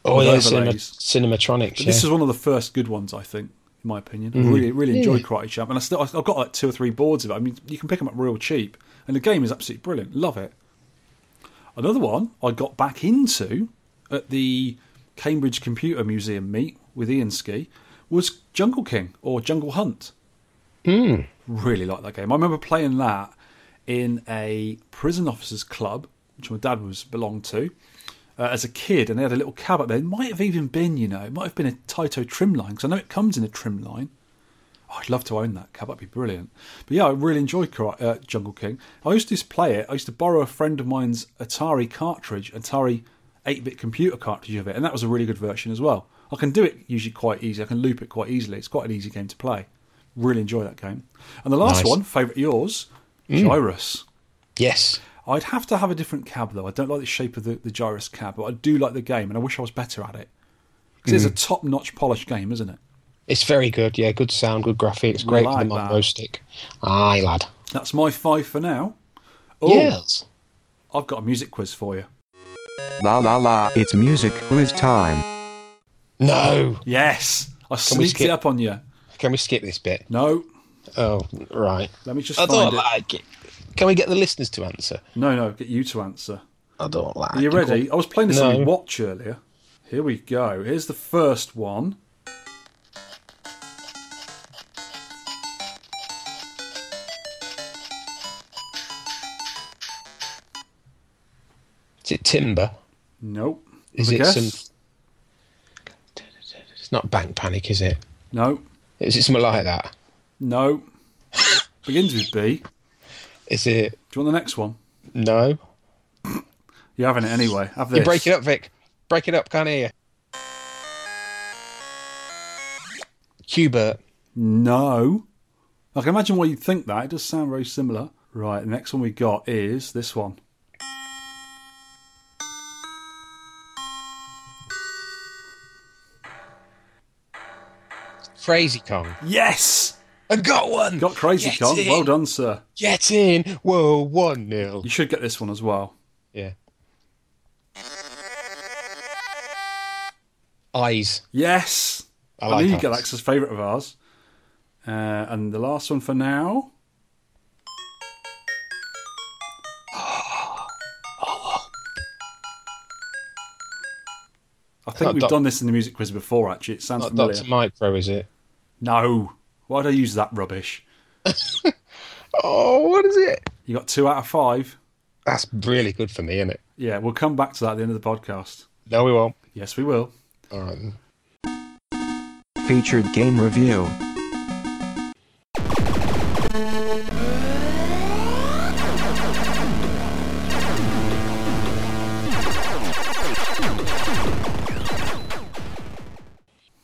Speaker 1: oh
Speaker 2: with
Speaker 1: yeah,
Speaker 2: overlays.
Speaker 1: cinema, Cinematronics.
Speaker 2: But
Speaker 1: Yeah.
Speaker 2: This is one of the first good ones, I think, in my opinion. I really, really enjoyed Karate Champ, and I still, I've got like two or three boards of it. I mean, you can pick them up real cheap, and the game is absolutely brilliant. Love it. Another one I got back into at the Cambridge Computer Museum meet with Ian Ski was Jungle King or Jungle Hunt. Really like that game. I remember playing that in a prison officers club, which my dad was belonged to uh, as a kid, and they had a little cab up there. It might have even been, you know, it might have been a Taito trimline because I know it comes in a trimline. Oh, I'd love to own that cab. That'd be brilliant. But yeah, I really enjoyed Kara- uh, Jungle King. I used to just play it. I used to borrow a friend of mine's Atari cartridge, Atari 8-bit computer cartridge of it, and that was a really good version as well. I can do it usually quite easy. I can loop it quite easily. It's quite an easy game to play. Really enjoy that game. And the last
Speaker 1: Nice.
Speaker 2: one, favourite of yours, Gyrus.
Speaker 1: yes.
Speaker 2: I'd have to have a different cab though. I don't like the shape of the, the Gyrus cab, but I do like the game, and I wish I was better at it. 'Cause it's a top-notch, polished game, isn't it?
Speaker 1: It's very good. Yeah, good sound, good graphics. Great for
Speaker 2: like
Speaker 1: the
Speaker 2: that.
Speaker 1: Mambo stick. Aye, lad.
Speaker 2: That's my five for now. Oh,
Speaker 1: Yes.
Speaker 2: I've got a music quiz for you.
Speaker 4: La la la, it's music quiz time.
Speaker 1: No.
Speaker 2: Yes, I
Speaker 1: we
Speaker 2: sneaked
Speaker 1: skip-
Speaker 2: it up on you.
Speaker 1: Can we skip this bit?
Speaker 2: No,
Speaker 1: Oh, right.
Speaker 2: let me just
Speaker 1: I
Speaker 2: find
Speaker 1: don't
Speaker 2: it.
Speaker 1: like it. Can we get the listeners to answer?
Speaker 2: No, no, get you to answer.
Speaker 1: I don't like.
Speaker 2: Are you
Speaker 1: it.
Speaker 2: ready? I was playing this on
Speaker 1: No.
Speaker 2: my watch earlier. Here we go. Here's the first one.
Speaker 1: Is it timber?
Speaker 2: Nope.
Speaker 1: Is
Speaker 2: Have a
Speaker 1: it
Speaker 2: guess?
Speaker 1: some? It's not bank panic, is it?
Speaker 2: No,
Speaker 1: Is it something like that?
Speaker 2: no. Begins with B.
Speaker 1: Is it
Speaker 2: Do you want the next one?
Speaker 1: no?
Speaker 2: You're having it anyway. Have this.
Speaker 1: You break it up, Vic. Break it up. Can't hear. Hubert.
Speaker 2: No. I can imagine why you'd think that. It does sound very similar. Right, the next one we got is this one.
Speaker 1: Crazy Kong.
Speaker 2: Yes!
Speaker 1: I got one.
Speaker 2: Got Crazy
Speaker 1: Get
Speaker 2: Con.
Speaker 1: in.
Speaker 2: Well done, sir.
Speaker 1: Get in. Whoa, one nil.
Speaker 2: You should get this one as well.
Speaker 1: Yeah. Eyes.
Speaker 2: Yes!
Speaker 1: I
Speaker 2: I,
Speaker 1: like
Speaker 2: knew
Speaker 1: eyes.
Speaker 2: you'd get that 'cause it's a favourite of ours. Uh, and the last one for now. I think
Speaker 1: Not
Speaker 2: we've
Speaker 1: Doc-
Speaker 2: done this in the music quiz before, actually. It sounds
Speaker 1: Not
Speaker 2: familiar.
Speaker 1: Dr. Micro, is it?
Speaker 2: No. Why'd I use that rubbish?
Speaker 1: Oh, what is it?
Speaker 2: You got two out of five.
Speaker 1: That's really good for me, isn't it?
Speaker 2: Yeah, we'll come back to that at the end of the podcast.
Speaker 1: No, we won't.
Speaker 2: Yes, we will.
Speaker 1: All right. then.
Speaker 4: Featured game review.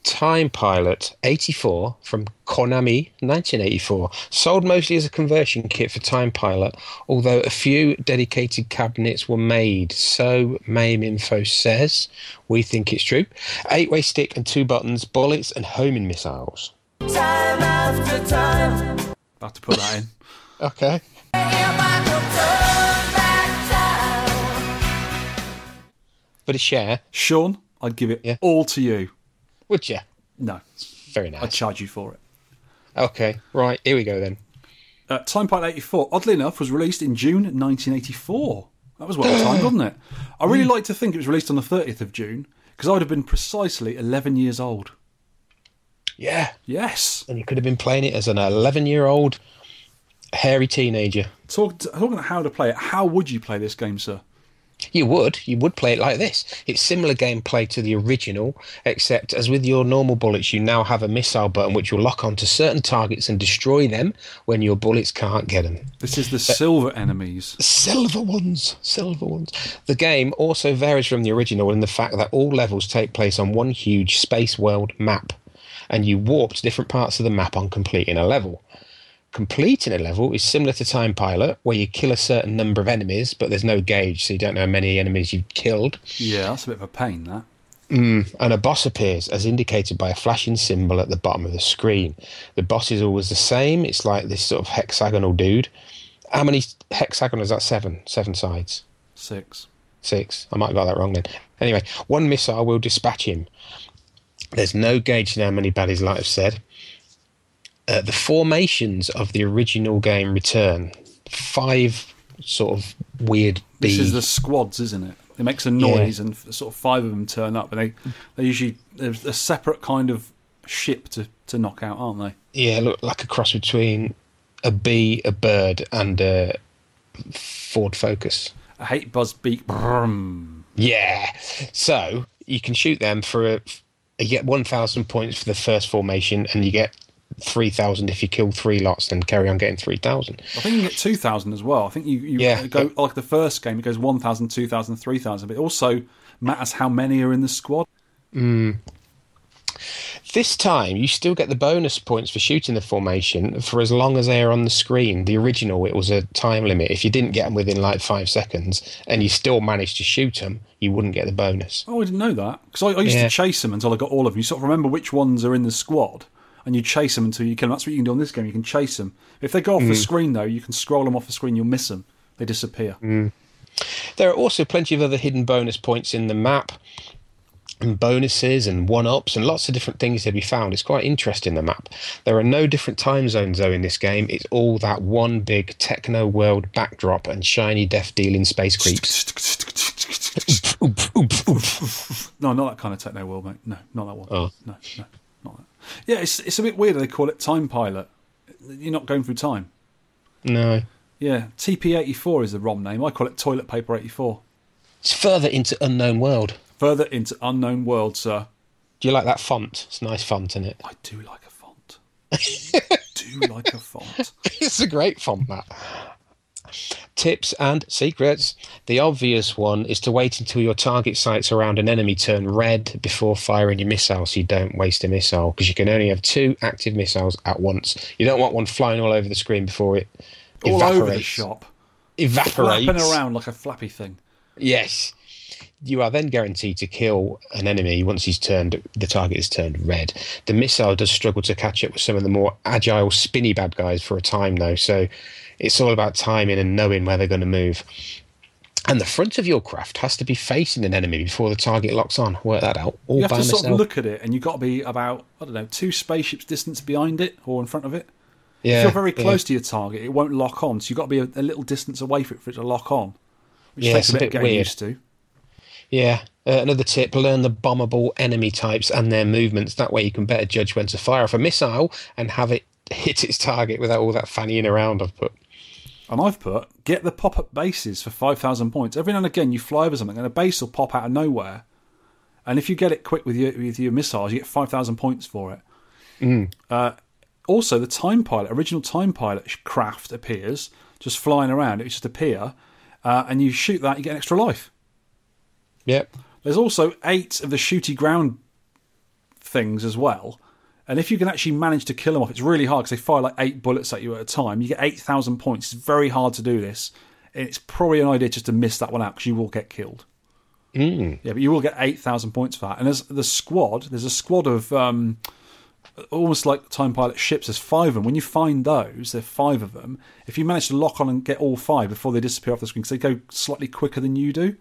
Speaker 1: Time Pilot 84 from Konami 1984. Sold mostly as a conversion kit for Time Pilot, although a few dedicated cabinets were made. So MAME Info says, we think it's true. Eight way stick and two buttons, bullets and homing missiles.
Speaker 6: Time after time,
Speaker 2: I'll have to put that in.
Speaker 1: Okay.
Speaker 6: if I could turn back time.
Speaker 1: but a share,
Speaker 2: Sean, I'd give it
Speaker 1: Yeah.
Speaker 2: all to you.
Speaker 1: would you?
Speaker 2: No,
Speaker 1: Very
Speaker 2: I'd
Speaker 1: nice.
Speaker 2: charge you for it.
Speaker 1: Okay, right, here we go then.
Speaker 2: Uh, Time Part 84, oddly enough, was released in June 1984. That was well timed, wasn't it? I really like to think it was released on the 30th of June because I would have been precisely 11 years old.
Speaker 1: Yeah,
Speaker 2: Yes.
Speaker 1: and you could have been playing it as an 11 year old hairy teenager.
Speaker 2: Talk, talking about how to play it, how would you play this game, sir?
Speaker 1: You would. You would play it like this. It's similar gameplay to the original, except as with your normal bullets, you now have a missile button which will lock onto certain targets and destroy them when your bullets can't get them.
Speaker 2: This is the Silver Enemies.
Speaker 1: Silver ones, silver ones. The game also varies from the original in the fact that all levels take place on one huge space world map, and you warp to different parts of the map on completing a level. Completing a level is similar to Time Pilot, where you kill a certain number of enemies, but there's no gauge, so you don't know how many enemies you've killed.
Speaker 2: Yeah, that's a bit of a pain, that.
Speaker 1: And a boss appears, as indicated by a flashing symbol at the bottom of the screen. The boss is always the same. It's like this sort of hexagonal dude. How many hexagonals? That's seven. Seven sides
Speaker 2: Six.
Speaker 1: six. I might have got that wrong then. Anyway, one missile will dispatch him. There's no gauge in how many baddies, like I've said. Uh, the formations of the original game return. Five sort of weird
Speaker 2: This is
Speaker 1: bees.
Speaker 2: the squads, isn't it? It makes a noise, and f- sort of five of them turn up, and they, they usually, there's a separate kind of ship to, to knock out, aren't they?
Speaker 1: yeah, look like a cross between a bee, a bird, and a Ford Focus.
Speaker 2: I hate Buzz Beak. Brum.
Speaker 1: Yeah. So you can shoot them for a, you get one thousand points for the first formation, and you get three thousand if you kill three lots, then carry on getting three thousand.
Speaker 2: I think you can get 2,000 as well. I think you, you
Speaker 1: Yeah.
Speaker 2: go, like the first game, it goes 1,000, 2,000, 3,000, but it also matters how many are in the squad.
Speaker 1: This time, you still get the bonus points for shooting the formation for as long as they are on the screen. The original, it was a time limit. If you didn't get them within like five seconds, and you still managed to shoot them, you wouldn't get the bonus.
Speaker 2: Oh, I didn't know that. Because I, I used
Speaker 1: Yeah.
Speaker 2: to chase them until I got all of them. You sort of remember which ones are in the squad, and you chase them until you kill them. That's what you can do on this game. You can chase them. If they go off
Speaker 1: Mm.
Speaker 2: the screen, though, you can scroll them off the screen, you'll miss them. They disappear.
Speaker 1: Mm. There are also plenty of other hidden bonus points in the map, and bonuses and one ups, and lots of different things to be found. It's quite interesting, the map. There are no different time zones, though, in this game. It's all that one big techno world backdrop and shiny death dealing space creeps. Oomph, oomph, oomph.
Speaker 2: No, not that kind of techno world, mate. No, not that one.
Speaker 1: Oh.
Speaker 2: No, no, not that. Yeah, it's, it's a bit weird that they call it Time Pilot. You're not going through time.
Speaker 1: No.
Speaker 2: Yeah, TP84 is the ROM name. I call it Toilet Paper 84.
Speaker 1: It's further into unknown world.
Speaker 2: Further into unknown world, sir.
Speaker 1: Do you like that font? It's a nice font, isn't it?
Speaker 2: I do like a font. do like a font.
Speaker 1: It's a great font, that. Tips and secrets. The obvious one is to wait until your target sights around an enemy turn red before firing your missile so you don't waste a missile because you can only have two active missiles at once. You don't want one flying all over the screen before it
Speaker 2: All
Speaker 1: evaporates.
Speaker 2: over the shop.
Speaker 1: Evaporates.
Speaker 2: Flapping around like a flappy thing.
Speaker 1: Yes. You are then guaranteed to kill an enemy once he's turned the target is turned red. The missile does struggle to catch up with some of the more agile, spinny bad guys for a time though, so it's all about timing and knowing where they're going to move. And the front of your craft has to be facing an enemy before the target locks on. Work that out all
Speaker 2: You have
Speaker 1: by
Speaker 2: to
Speaker 1: myself.
Speaker 2: sort of look at it, and you've got to be about, I don't know, two spaceships distance behind it or in front of it.
Speaker 1: yeah,
Speaker 2: if you're very
Speaker 1: yeah.
Speaker 2: close to your target, it won't lock on, so you've got to be a, a little distance away for it, for it to lock on, which
Speaker 1: Yeah,
Speaker 2: takes
Speaker 1: it's
Speaker 2: a
Speaker 1: a
Speaker 2: bit of
Speaker 1: bit
Speaker 2: getting
Speaker 1: weird.
Speaker 2: used to.
Speaker 1: Yeah. Uh, another tip learn the bombable enemy types and their movements. That way you can better judge when to fire off a missile and have it hit its target without all that fannying around I've put.
Speaker 2: And I've put get the pop up bases for 5,000 points. Every now and again, you fly over something and a base will pop out of nowhere. And if you get it quick with your, with your missiles, you get 5,000 points for it. Uh, also, the time pilot, original time pilot sh- craft appears just flying around. It would just appear. Uh, and you shoot that, you get an extra life.
Speaker 1: Yep.
Speaker 2: There's also eight of the shooty ground things as well. And if you can actually manage to kill them off, it's really hard because they fire like eight bullets at you at a time. You get 8,000 points. It's very hard to do this. And it's probably an idea just to miss that one out because you will get killed. Mm. Yeah, but you will get 8,000 points for that. And as the squad, there's a squad of um, almost like time pilot ships. There's five of them. When you find those, there are five of them. If you manage to lock on and get all five before they disappear off the screen because they go slightly quicker than you do,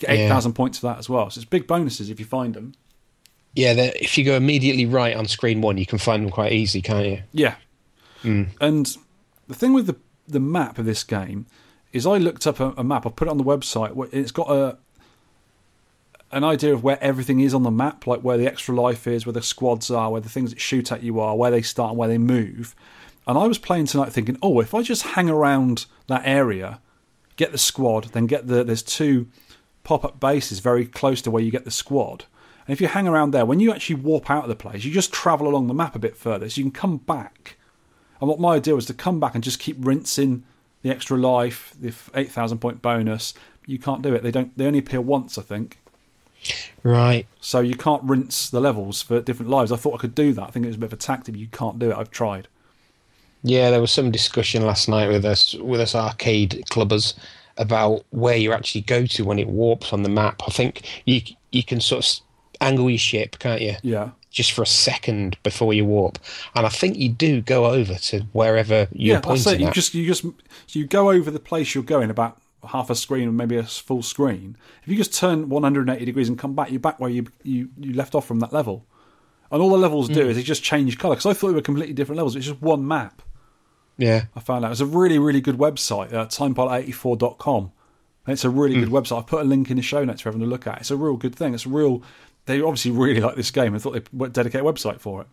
Speaker 2: Get
Speaker 1: Yeah.
Speaker 2: 8,000 points for that as well. So it's big bonuses if you find them.
Speaker 1: Yeah, they're- if you go immediately right on screen one, you can find them quite easy, can't you?
Speaker 2: Yeah. And the thing with the the map of this game is I looked up a, a map, I put it on the website, wh- it's got a an idea of where everything is on the map, like where the extra life is, where the squads are, where the things that shoot at you are, where they start and where they move. And I was playing tonight thinking, oh, if I just hang around that area, get the squad, then get the there's two pop up bases very close to where you get the squad. And if you hang around there, when you actually warp out of the place, you just travel along the map a bit further, so you can come back. And what my idea was to come back and just keep rinsing the extra life, the eight thousand point bonus. You can't do it. They don't. They only appear once, I think.
Speaker 1: Right.
Speaker 2: So you can't rinse the levels for different lives. I thought I could do that. I think it was a bit of a tactic. but You can't do it. I've tried.
Speaker 1: Yeah, there was some discussion last night with us with us arcade clubbers about where you actually go to when it warps on the map. I think you you can sort of s- angle your ship, can't you?
Speaker 2: Yeah.
Speaker 1: Just for a second before you warp, and I think you do go over to wherever you're
Speaker 2: yeah, that's
Speaker 1: pointing
Speaker 2: it. You
Speaker 1: at.
Speaker 2: just you just so you go over the place you're going about half a screen or maybe a s- full screen. If you just turn 180 degrees and come back, you're back where you you, you left off from that level. And all the levels do
Speaker 1: Hmm.
Speaker 2: is they just change colour because I thought they were completely different levels. It's just one map.
Speaker 1: yeah,
Speaker 2: I found out it's a really really good website, uh, timepilot84.com. And it's a really
Speaker 1: Hmm.
Speaker 2: good website. I've put a link in the show notes for everyone to look at. It's a real good thing. It's a real. They obviously really like this game and thought they would dedicate a website for it.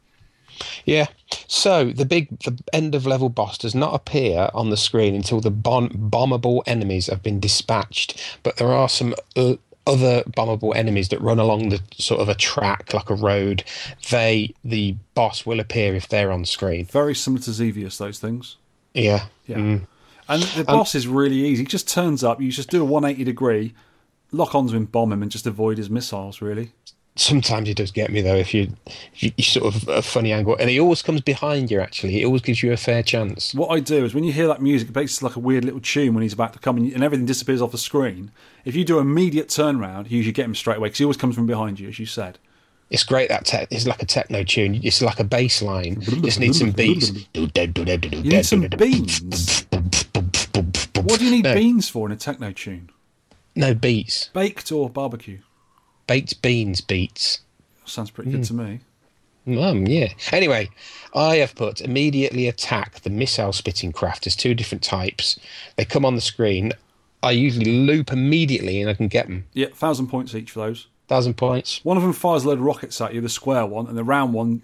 Speaker 1: yeah. So the big the end of level boss does not appear on the screen until the bon- bombable enemies have been dispatched, but there are some. Uh, other bombable enemies that run along the sort of a track like a road, they the boss will appear if they're on screen.
Speaker 2: Very similar to Xevious, those things.
Speaker 1: Yeah,
Speaker 2: Yeah. And the boss is really easy. He just turns up, you just do a 180 degree, lock onto him, bomb him, and just avoid his missiles, really.
Speaker 1: sometimes it does get me though if you if you, you sort of a funny angle and he always comes behind you actually it always gives you a fair chance
Speaker 2: What I do is when you hear that music, it makes like a weird little tune when he's about to come and, and everything disappears off the screen. If you do immediate turnaround, you usually get him straight away because he always comes from behind you, as you said.
Speaker 1: it's great that te- it's like a techno tune it's like a bass line You just need some beats you
Speaker 2: You need some beans. What do you need beans for in a techno tune?
Speaker 1: no beats
Speaker 2: Baked or barbecue?
Speaker 1: baked beans beats
Speaker 2: Sounds pretty good to me.
Speaker 1: Um, yeah. Anyway, I have put immediately attack the missile spitting craft. There's two different types. They come on the screen. I usually loop immediately and I can get them.
Speaker 2: Yeah, thousand points each for those.
Speaker 1: Thousand points.
Speaker 2: One of them fires a load of rockets at you, the square one, and the round one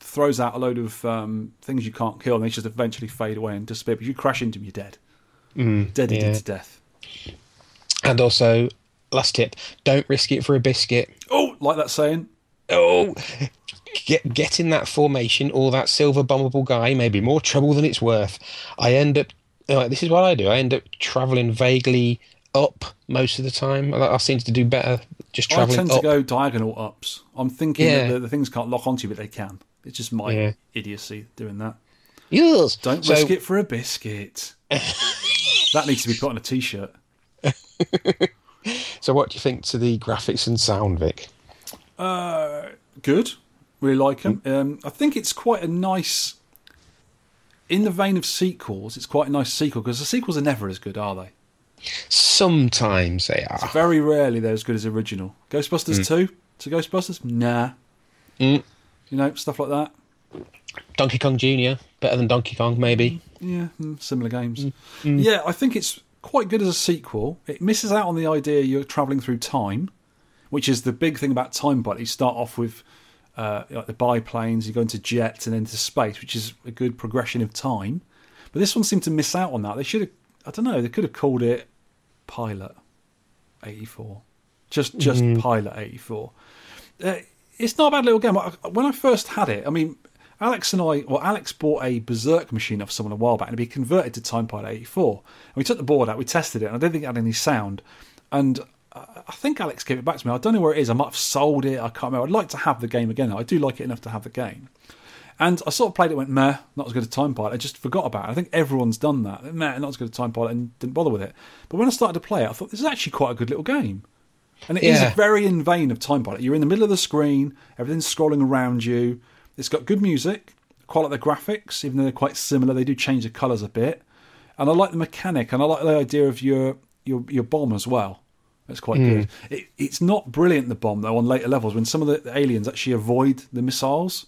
Speaker 2: throws out a load of um, things you can't kill, and they just eventually fade away and disappear. But if you crash into them, you're dead. Mm, dead
Speaker 1: yeah.
Speaker 2: to death.
Speaker 1: And also, last tip: don't risk it for a biscuit.
Speaker 2: Oh, like that saying?
Speaker 1: Oh, get get in that formation or that silver bombable guy may be more trouble than it's worth. I end up. Uh, this is what I do. I end up traveling vaguely up most of the time. I, I seem to do better just
Speaker 2: I
Speaker 1: traveling
Speaker 2: tend
Speaker 1: up.
Speaker 2: to go diagonal ups. I'm thinking
Speaker 1: Yeah.
Speaker 2: that the, the things can't lock onto you, but they can. It's just my
Speaker 1: Yeah.
Speaker 2: idiocy doing that.
Speaker 1: Yes.
Speaker 2: Don't
Speaker 1: So-
Speaker 2: risk it for a biscuit. that needs to be put on a t shirt.
Speaker 1: So, what do you think to the graphics and sound, Vic?
Speaker 2: good. Really like them. Um, I think it's quite a nice, in the vein of sequels. It's quite a nice sequel because the sequels are never as good, are they?
Speaker 1: Sometimes they are.
Speaker 2: Very rarely they're as good as original. Ghostbusters two to Ghostbusters, nah. You know stuff like that.
Speaker 1: Donkey Kong Jr. better than Donkey Kong, maybe.
Speaker 2: Yeah, mm, similar games. Yeah, I think it's quite good as a sequel. It misses out on the idea you're travelling through time, which is the big thing about time But You start off with uh, like the biplanes, you go into jets and into space, which is a good progression of time. But this one seemed to miss out on that. They should have, I don't know, they could have called it Pilot 84. Just, just Pilot 84 uh, it's not a bad little game. I- When I first had it, I mean, Alex and I, well, Alex bought a Berserk machine off someone a while back and it'd be converted to Time Pilot 84. And we took the board out, we tested it, and I didn't think it had any sound. And I I think Alex gave it back to me. I don't know where it is. I might have sold it. I can't remember. I'd like to have the game again. though. I do like it enough to have the game. And I sort of played it, went meh, not as good as Time Pilot. I just forgot about it. I think everyone's done that. Meh, not as good as Time Pilot, and didn't bother with it. But when I started to play it, I thought this is actually quite a good little game. And it is
Speaker 1: Yeah.
Speaker 2: very in vain of Time Pilot. You're in the middle of the screen, everything's scrolling around you. It's got good music, quite like the graphics, even though they're quite similar, they do change the colours a bit. And I like the mechanic, and I like the idea of your your, your bomb as well. That's quite good. It, it's not brilliant the bomb though on later levels when some of the, the aliens actually avoid the missiles.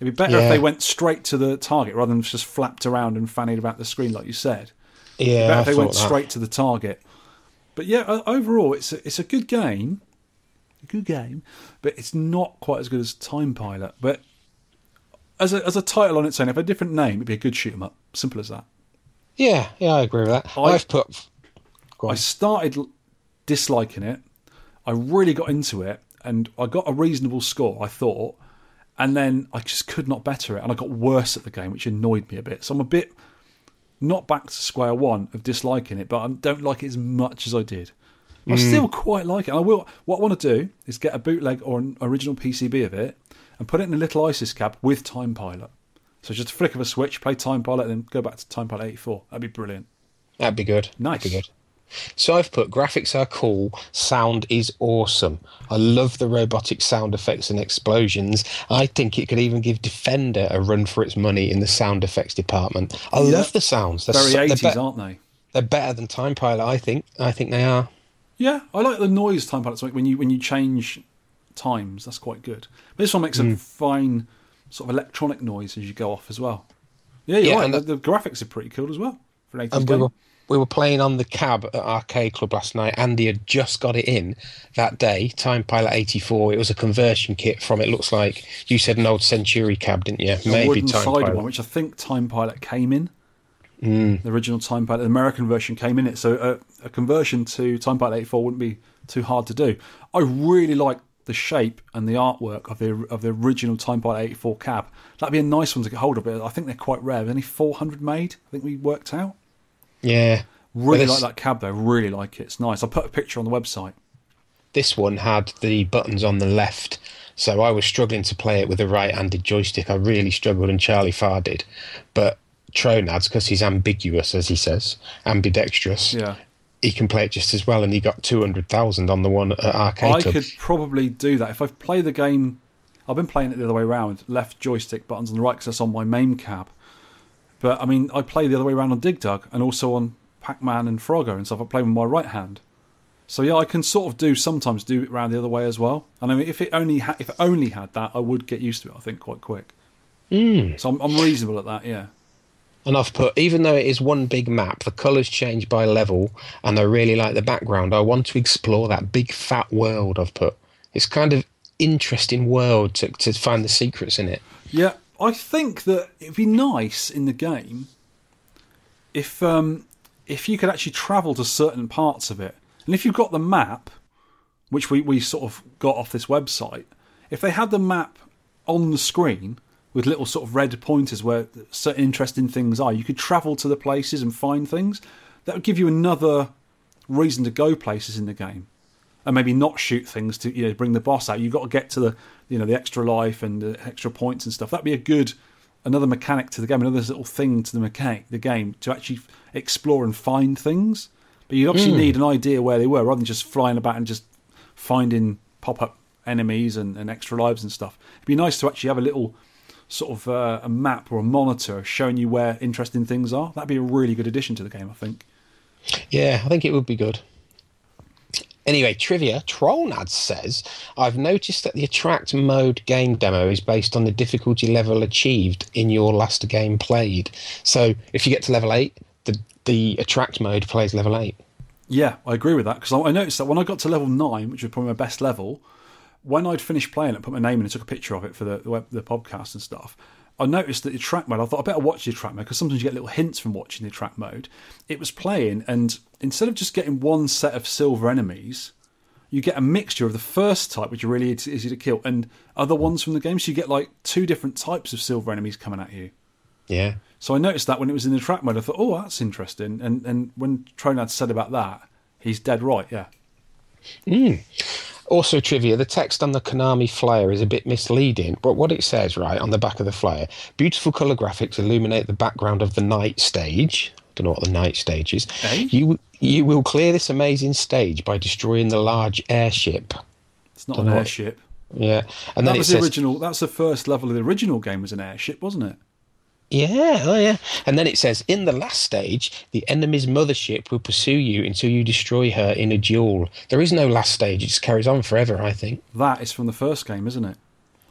Speaker 2: It'd be better if
Speaker 1: Yeah.
Speaker 2: they went straight to the target rather than just flapped around and fannied about the screen like you said.
Speaker 1: Yeah,
Speaker 2: Better
Speaker 1: I
Speaker 2: if they
Speaker 1: thought
Speaker 2: went
Speaker 1: that.
Speaker 2: straight to the target. But yeah, o- overall it's a, it's a good game, a good game, but it's not quite as good as Time Pilot. But as a, as a title on its own, if a different name, it'd be a good shoot 'em up. Simple as that.
Speaker 1: Yeah, yeah, I agree with that.
Speaker 2: I-
Speaker 1: I've put. Go on.
Speaker 2: I started l- disliking it. I really got into it, and I got a reasonable score, I thought, and then I just could not better it, and I got worse at the game, which annoyed me a bit. So I'm a bit not back to square one of disliking it, but I don't like it as much as I did.
Speaker 1: Hmm.
Speaker 2: I still quite like it. And I will. What I want to do is get a bootleg or an original PCB of it and put it in a little ISIS cab with Time Pilot. So just a flick of a switch, play Time Pilot, and then go back to Time Pilot 84. That'd be brilliant.
Speaker 1: That'd be good.
Speaker 2: Nice.
Speaker 1: That'd be good. So I've put graphics are cool, sound is awesome. I love the robotic sound effects and explosions. I think it could even give Defender a run for its money in the sound effects department. I love the sounds. They're,
Speaker 2: Very
Speaker 1: so-
Speaker 2: 80s,
Speaker 1: they're, be-
Speaker 2: aren't they?
Speaker 1: they're better than Time Pilot, I think. I think they are.
Speaker 2: Yeah, I like the noise time pilots make when you when you change times. That's quite good. But this one makes
Speaker 1: Hmm.
Speaker 2: a fine sort of electronic noise as you go off as well. Yeah, you're
Speaker 1: Yeah,
Speaker 2: right.
Speaker 1: and
Speaker 2: The, the graphics are pretty cool as well. For an 80s
Speaker 1: and we
Speaker 2: game.
Speaker 1: were we were playing on the cab at arcade club last night. Andy had just got it in that day. Time Pilot eighty four. It was a conversion kit from. It looks like you said an old Century cab, didn't you?
Speaker 2: a
Speaker 1: Maybe
Speaker 2: wooden sided
Speaker 1: Time Pilot. Hmm.
Speaker 2: one, which I think Time Pilot came in. The original Time Pilot, the American version came in it, so uh, a, a conversion to Time Pilot 84 wouldn't be too hard to do. I really like the shape and the artwork of the of the original Time Pilot 84 cab. That'd be a nice one to get hold of. But I think they're quite rare. There's only 400 made. I think we worked out.
Speaker 1: Yeah.
Speaker 2: Really
Speaker 1: But
Speaker 2: like
Speaker 1: this-
Speaker 2: that cab though. Really like it. It's nice. I put a picture on the website.
Speaker 1: This one had the buttons on the left, so I was struggling to play it with a right-handed joystick. I really struggled, and Charlie Farr did. But Tronads, because he's ambiguous, as he says, ambidextrous.
Speaker 2: Yeah.
Speaker 1: He can play it just as well, and he got two hundred thousand on the one at arcade
Speaker 2: I
Speaker 1: club.
Speaker 2: could probably do that if I've played the game. I've been playing it the other way around, left joystick buttons on the right because that's on my main cab. But I mean, I play the other way around on Dig Dug and also on Pac Man and Frogger and stuff. I play with my right hand. So yeah, I can sort of do sometimes do it round the other way as well. And I mean, if it only ha- if it only had that, I would get used to it. I think quite quick. So I'm, I'm reasonable at that. Yeah.
Speaker 1: And I've put, even though it is one big map, the colours change by level, and I really like the background. I want to explore that big fat world. I've put, it's kind of interesting world to to find the secrets in it.
Speaker 2: Yeah, I think that it'd be nice in the game if um, if you could actually travel to certain parts of it, and if you've got the map, which we, we sort of got off this website, if they had the map on the screen with little sort of red pointers where certain interesting things are, you could travel to the places and find things. That would give you another reason to go places in the game and maybe not shoot things to you know bring the boss out. You've got to get to the you know the extra life and the extra points and stuff. That'd be a good another mechanic to the game, another little thing to the mechanic the game to actually f- explore and find things. But you'd obviously need an idea where they were rather than just flying about and just finding pop up enemies and, and extra lives and stuff. It'd be nice to actually have a little sort of uh, a map or a monitor showing you where interesting things are. That'd be a really good addition to the game, I think.
Speaker 1: Yeah, I think it would be good. Anyway, trivia. Trollnad says, I've noticed that the attract mode game demo is based on the difficulty level achieved in your last game played. So if you get to level eight, the the attract mode plays level eight.
Speaker 2: Yeah, I agree with that because I I noticed that when I got to level nine, which was probably my best level, when I'd finished playing it, put my name in and took a picture of it for the the, web, the podcast and stuff, I noticed that the track mode. I thought I better watch the track mode because sometimes you get little hints from watching the track mode. It was playing, and instead of just getting one set of silver enemies, you get a mixture of the first type, which are really easy easy to kill, and other ones from the game. So you get like two different types of silver enemies coming at you.
Speaker 1: Yeah.
Speaker 2: So I noticed that when it was in the track mode, I thought, oh, that's interesting. And and when Tronad said about that, he's dead right. Yeah.
Speaker 1: Also, trivia the text on the Konami flyer is a bit misleading, but what it says, right, on the back of the flyer beautiful colour graphics illuminate the background of the night stage. Don't know what the night stage is.
Speaker 2: Eh?
Speaker 1: You, you will clear this amazing stage by destroying the large airship.
Speaker 2: It's not an
Speaker 1: know what-
Speaker 2: airship.
Speaker 1: Yeah. And
Speaker 2: That
Speaker 1: then it
Speaker 2: was the
Speaker 1: says,
Speaker 2: original. That's the first level of the original game was an airship, wasn't it?
Speaker 1: Yeah, oh yeah. And then it says, in the last stage, the enemy's mothership will pursue you until you destroy her in a duel. There is no last stage; it just carries on forever. I think.
Speaker 2: That is from the first game, isn't it?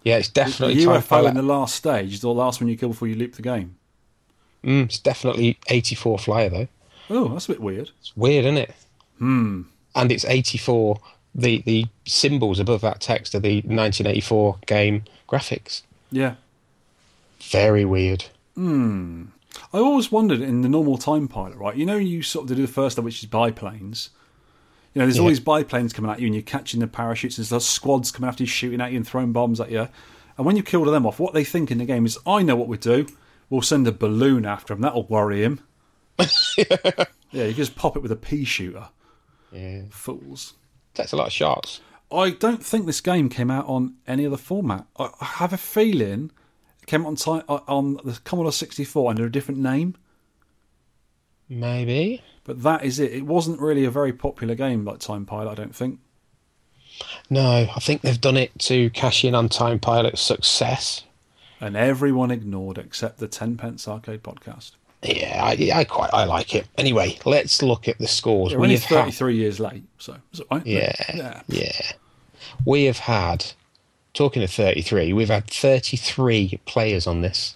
Speaker 1: Yeah, it's
Speaker 2: The
Speaker 1: definitely time
Speaker 2: UFO
Speaker 1: flight.
Speaker 2: in the last stage is the last one you kill before you loop the game.
Speaker 1: Mm, it's definitely eighty-four flyer though.
Speaker 2: Oh, that's a bit weird.
Speaker 1: It's weird, isn't it? Hmm. And it's eighty-four. The the symbols above that text are the nineteen eighty-four game graphics.
Speaker 2: Yeah.
Speaker 1: Very weird.
Speaker 2: I always wondered in the normal time pilot, right? You know, you sort of do the first level, which is biplanes. You know, there's all
Speaker 1: Yeah.
Speaker 2: these biplanes coming at you, and you're catching the parachutes. There's those squads coming after you, shooting at you, and throwing bombs at you. And when you kill them off, what they think in the game is, I know what we do. We'll send a balloon after him. That'll worry him. yeah, you just pop it with a pea shooter.
Speaker 1: Yeah,
Speaker 2: Fools.
Speaker 1: that's a lot of shots.
Speaker 2: I don't think this game came out on any other format. I I have a feeling it came out on, ti- uh, on the Commodore 64 under a different name.
Speaker 1: Maybe.
Speaker 2: But that is it. It wasn't really a very popular game like Time Pilot, I don't think.
Speaker 1: No, I think they've done it to cash in on Time Pilot's success.
Speaker 2: And everyone ignored except the 10 pence arcade podcast.
Speaker 1: Yeah, I, I quite I like it. Anyway, let's look at the scores.
Speaker 2: Yeah, We're only
Speaker 1: have had-
Speaker 2: 33 years late, so is it right?
Speaker 1: Yeah,
Speaker 2: yeah.
Speaker 1: yeah, We have had talking of thirty three. We've had thirty three players on this,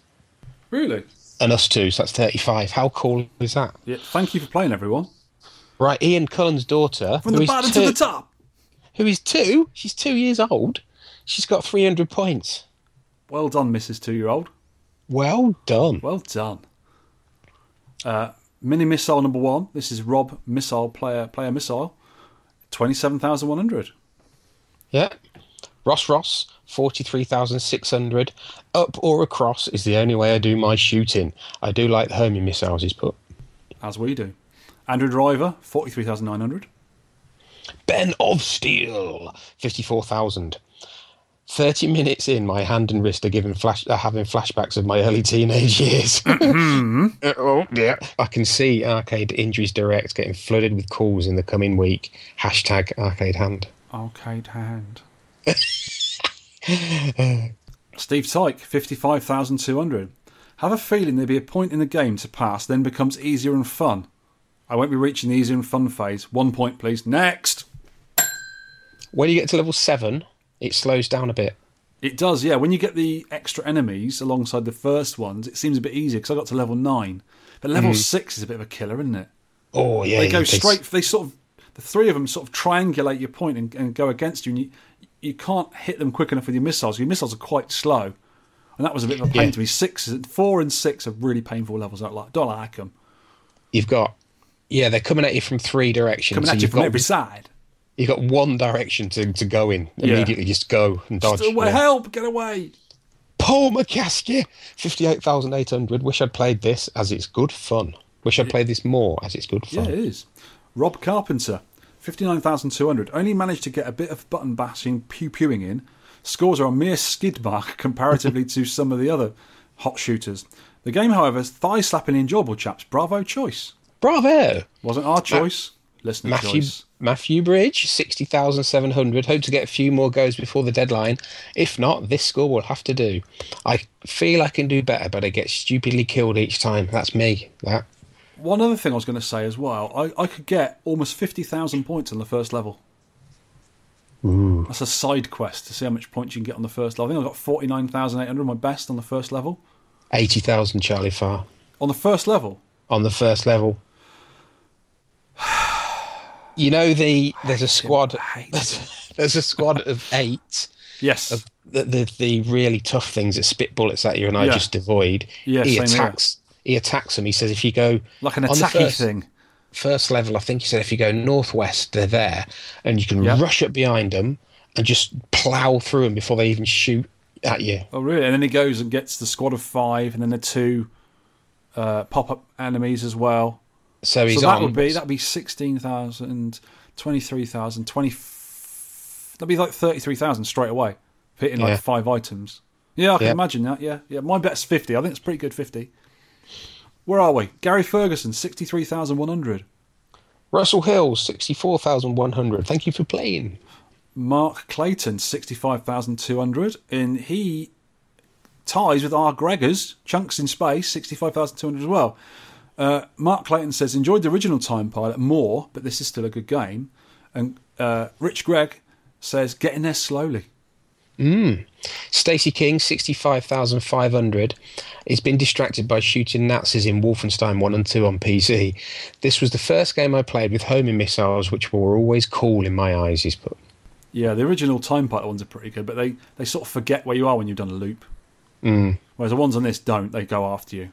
Speaker 2: Really?
Speaker 1: and us two. So that's thirty five. How cool is that?
Speaker 2: Yeah. Thank you for playing, everyone.
Speaker 1: Right, Ian Cullen's daughter,
Speaker 2: From
Speaker 1: who
Speaker 2: the
Speaker 1: is
Speaker 2: bottom
Speaker 1: two-
Speaker 2: to the top.
Speaker 1: who is two. She's two years old. She's got three hundred points.
Speaker 2: Well done, Mrs. Two Year Old.
Speaker 1: Well done.
Speaker 2: Well done. Uh, mini missile number one. This is Rob Missile Player Player Missile. 27,100.
Speaker 1: Yeah. Ross Ross, 43,600. Up or across is the only way I do my shooting. I do like the Hermia missiles he's put.
Speaker 2: As we do. Andrew Driver, 43,900.
Speaker 1: Ben of Steel, 54,000. 30 minutes in, my hand and wrist are, giving flash, are having flashbacks of my early teenage years.
Speaker 2: Mm-hmm.
Speaker 1: oh, yeah. I can see Arcade Injuries Direct getting flooded with calls in the coming week. Hashtag Arcade Hand.
Speaker 2: Arcade hand. Steve Tyke, 55,200. Have a feeling there'll be a point in the game to pass, then becomes easier and fun. I won't be reaching the easier and fun phase. One point, please. Next!
Speaker 1: When you get to level 7, it slows down a bit.
Speaker 2: It does, yeah. When you get the extra enemies alongside the first ones, it seems a bit easier because I got to level 9. But level 6 is a bit of a killer, isn't it?
Speaker 1: Oh, yeah.
Speaker 2: They go
Speaker 1: you can-
Speaker 2: straight, they sort of, the three of them sort of triangulate your point and, and go against you, and you, you can't hit them quick enough with your missiles. Your missiles are quite slow. And that was a bit of a pain
Speaker 1: Yeah.
Speaker 2: to me. Six, four, and six are really painful levels. I don't like, don't like them.
Speaker 1: you've got yeah they're coming at you from three directions
Speaker 2: Coming
Speaker 1: so
Speaker 2: at you
Speaker 1: you've
Speaker 2: from
Speaker 1: got
Speaker 2: every side.
Speaker 1: you've got one direction to, to go in immediately just go and dodge
Speaker 2: Still,
Speaker 1: Yeah.
Speaker 2: Help! Get away!
Speaker 1: paul mccaskey 58800 wish i'd played this as it's good fun wish i'd played this more as it's good
Speaker 2: Yeah,
Speaker 1: fun
Speaker 2: it is. Rob Carpenter, 59,200. Only managed to get a bit of button bashing, pew pewing in. Scores are a mere skid mark comparatively to some of the other hot shooters. The game, however, is thigh slapping enjoyable, chaps. Bravo choice.
Speaker 1: bravo
Speaker 2: Wasn't our choice. Listener
Speaker 1: matthew
Speaker 2: choice.
Speaker 1: matthew bridge 60700 hope to get a few more goes before the deadline if not this score will have to do i feel i can do better but i get stupidly killed each time that's me that
Speaker 2: One other thing I was going to say as well, I, I could get almost 50,000 points on the first level. That's a side quest to see how much points you can get on the first level. I think I got 49,800, my best on the first level.
Speaker 1: 80000 charlie far
Speaker 2: On the first level,
Speaker 1: on the first level. You know the there's a squad there's, there's a squad of eight
Speaker 2: yes.
Speaker 1: the, the the really tough things that spit bullets at you and I
Speaker 2: Yeah.
Speaker 1: just avoid.
Speaker 2: Yeah,
Speaker 1: he
Speaker 2: same here.
Speaker 1: attacks he attacks them. He says if you go
Speaker 2: like an
Speaker 1: on the
Speaker 2: attacky
Speaker 1: first,
Speaker 2: thing.
Speaker 1: First level, I think he said if you go northwest, they're there, and you can
Speaker 2: Yeah.
Speaker 1: rush up behind them and just plow through them before they even shoot at you.
Speaker 2: Oh, really? And then he goes and gets the squad of five, and then the two uh, pop-up enemies as well.
Speaker 1: So
Speaker 2: so
Speaker 1: he's
Speaker 2: that
Speaker 1: on.
Speaker 2: would be that'd be sixteen thousand, twenty-three thousand, twenty. That'd be like thirty-three thousand straight away, hitting
Speaker 1: Yeah.
Speaker 2: like five items. Yeah, I can
Speaker 1: Yeah.
Speaker 2: imagine that. Yeah, yeah. My bet's fifty. I think it's pretty good fifty. Where are we? Gary Ferguson, sixty-three thousand one hundred.
Speaker 1: Russell Hill, sixty-four thousand one hundred. Thank you for playing.
Speaker 2: Mark Clayton, 65,200. And he ties with R. Gregor's Chunks in Space, 65,200 as well. Uh, Mark Clayton says, enjoyed the original Time Pilot more, but this is still a good game. And uh, Rich Gregg says, get in there slowly.
Speaker 1: Stacey King, 65,500, has been distracted by shooting Nazis in Wolfenstein 1 and 2 on PC. This was the first game I played with homing missiles, which were always cool in my eyes, he's put.
Speaker 2: Yeah, the original Time Pilot ones are pretty good, but they, they sort of forget where you are when you've done a loop. Whereas the ones on this don't, they go after you.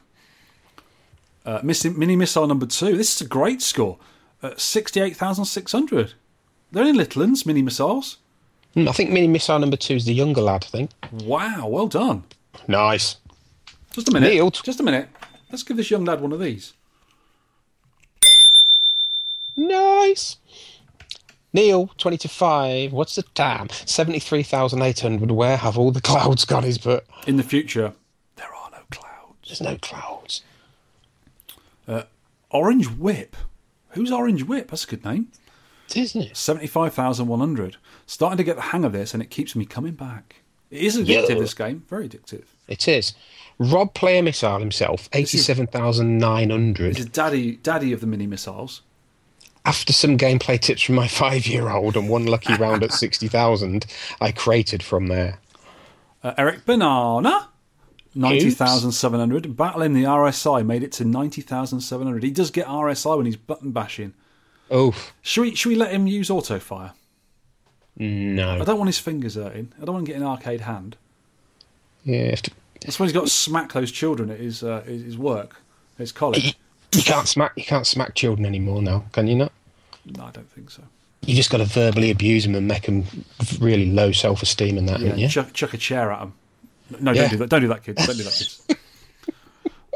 Speaker 2: Uh, Miss- mini Missile number two, this is a great score. Uh, 68,600. They're in Littlands, mini missiles.
Speaker 1: Hmm, I think Mini Missile Number 2 is the younger lad, I think.
Speaker 2: Wow, well done.
Speaker 1: Nice.
Speaker 2: Just a minute.
Speaker 1: Neil.
Speaker 2: Just a minute. Let's give this young lad one of these.
Speaker 1: Nice. Neil, 20 to 5. What's the time? 73,800. Where have all the clouds gone? He's put.
Speaker 2: In the future, there are no clouds.
Speaker 1: There's no clouds.
Speaker 2: Orange Whip. Who's Orange Whip? That's a good name.
Speaker 1: Isn't it?
Speaker 2: 75,100. Starting to get the hang of this, and it keeps me coming back. It is addictive,
Speaker 1: Yeah.
Speaker 2: this game. Very addictive.
Speaker 1: It is. Rob Player Missile himself,
Speaker 2: is- It's
Speaker 1: 87,900.
Speaker 2: a daddy, daddy of the mini missiles.
Speaker 1: After some gameplay tips from my five year old and one lucky round at 60,000, I created from there.
Speaker 2: Uh, Eric Banana, 90,700. Battling the RSI made it to 90,700. He does get RSI when he's button bashing.
Speaker 1: Oh,
Speaker 2: Should we, should we let him use autofire? I
Speaker 1: no.
Speaker 2: don't want his fingers hurting. I don't want to get an arcade hand.
Speaker 1: Yeah, you, have to-
Speaker 2: That's why he's got to smack those children at his, uh, his his work, his college.
Speaker 1: you can't smack you can't smack children anymore now, can you not?
Speaker 2: no, I don't think so.
Speaker 1: You just got to verbally abuse them and make them really low self esteem and that,
Speaker 2: Yeah,
Speaker 1: haven't you?
Speaker 2: Chuck, chuck a chair at him. No,
Speaker 1: Yeah.
Speaker 2: don't do that. Don't do that, kids. Don't do that, kids.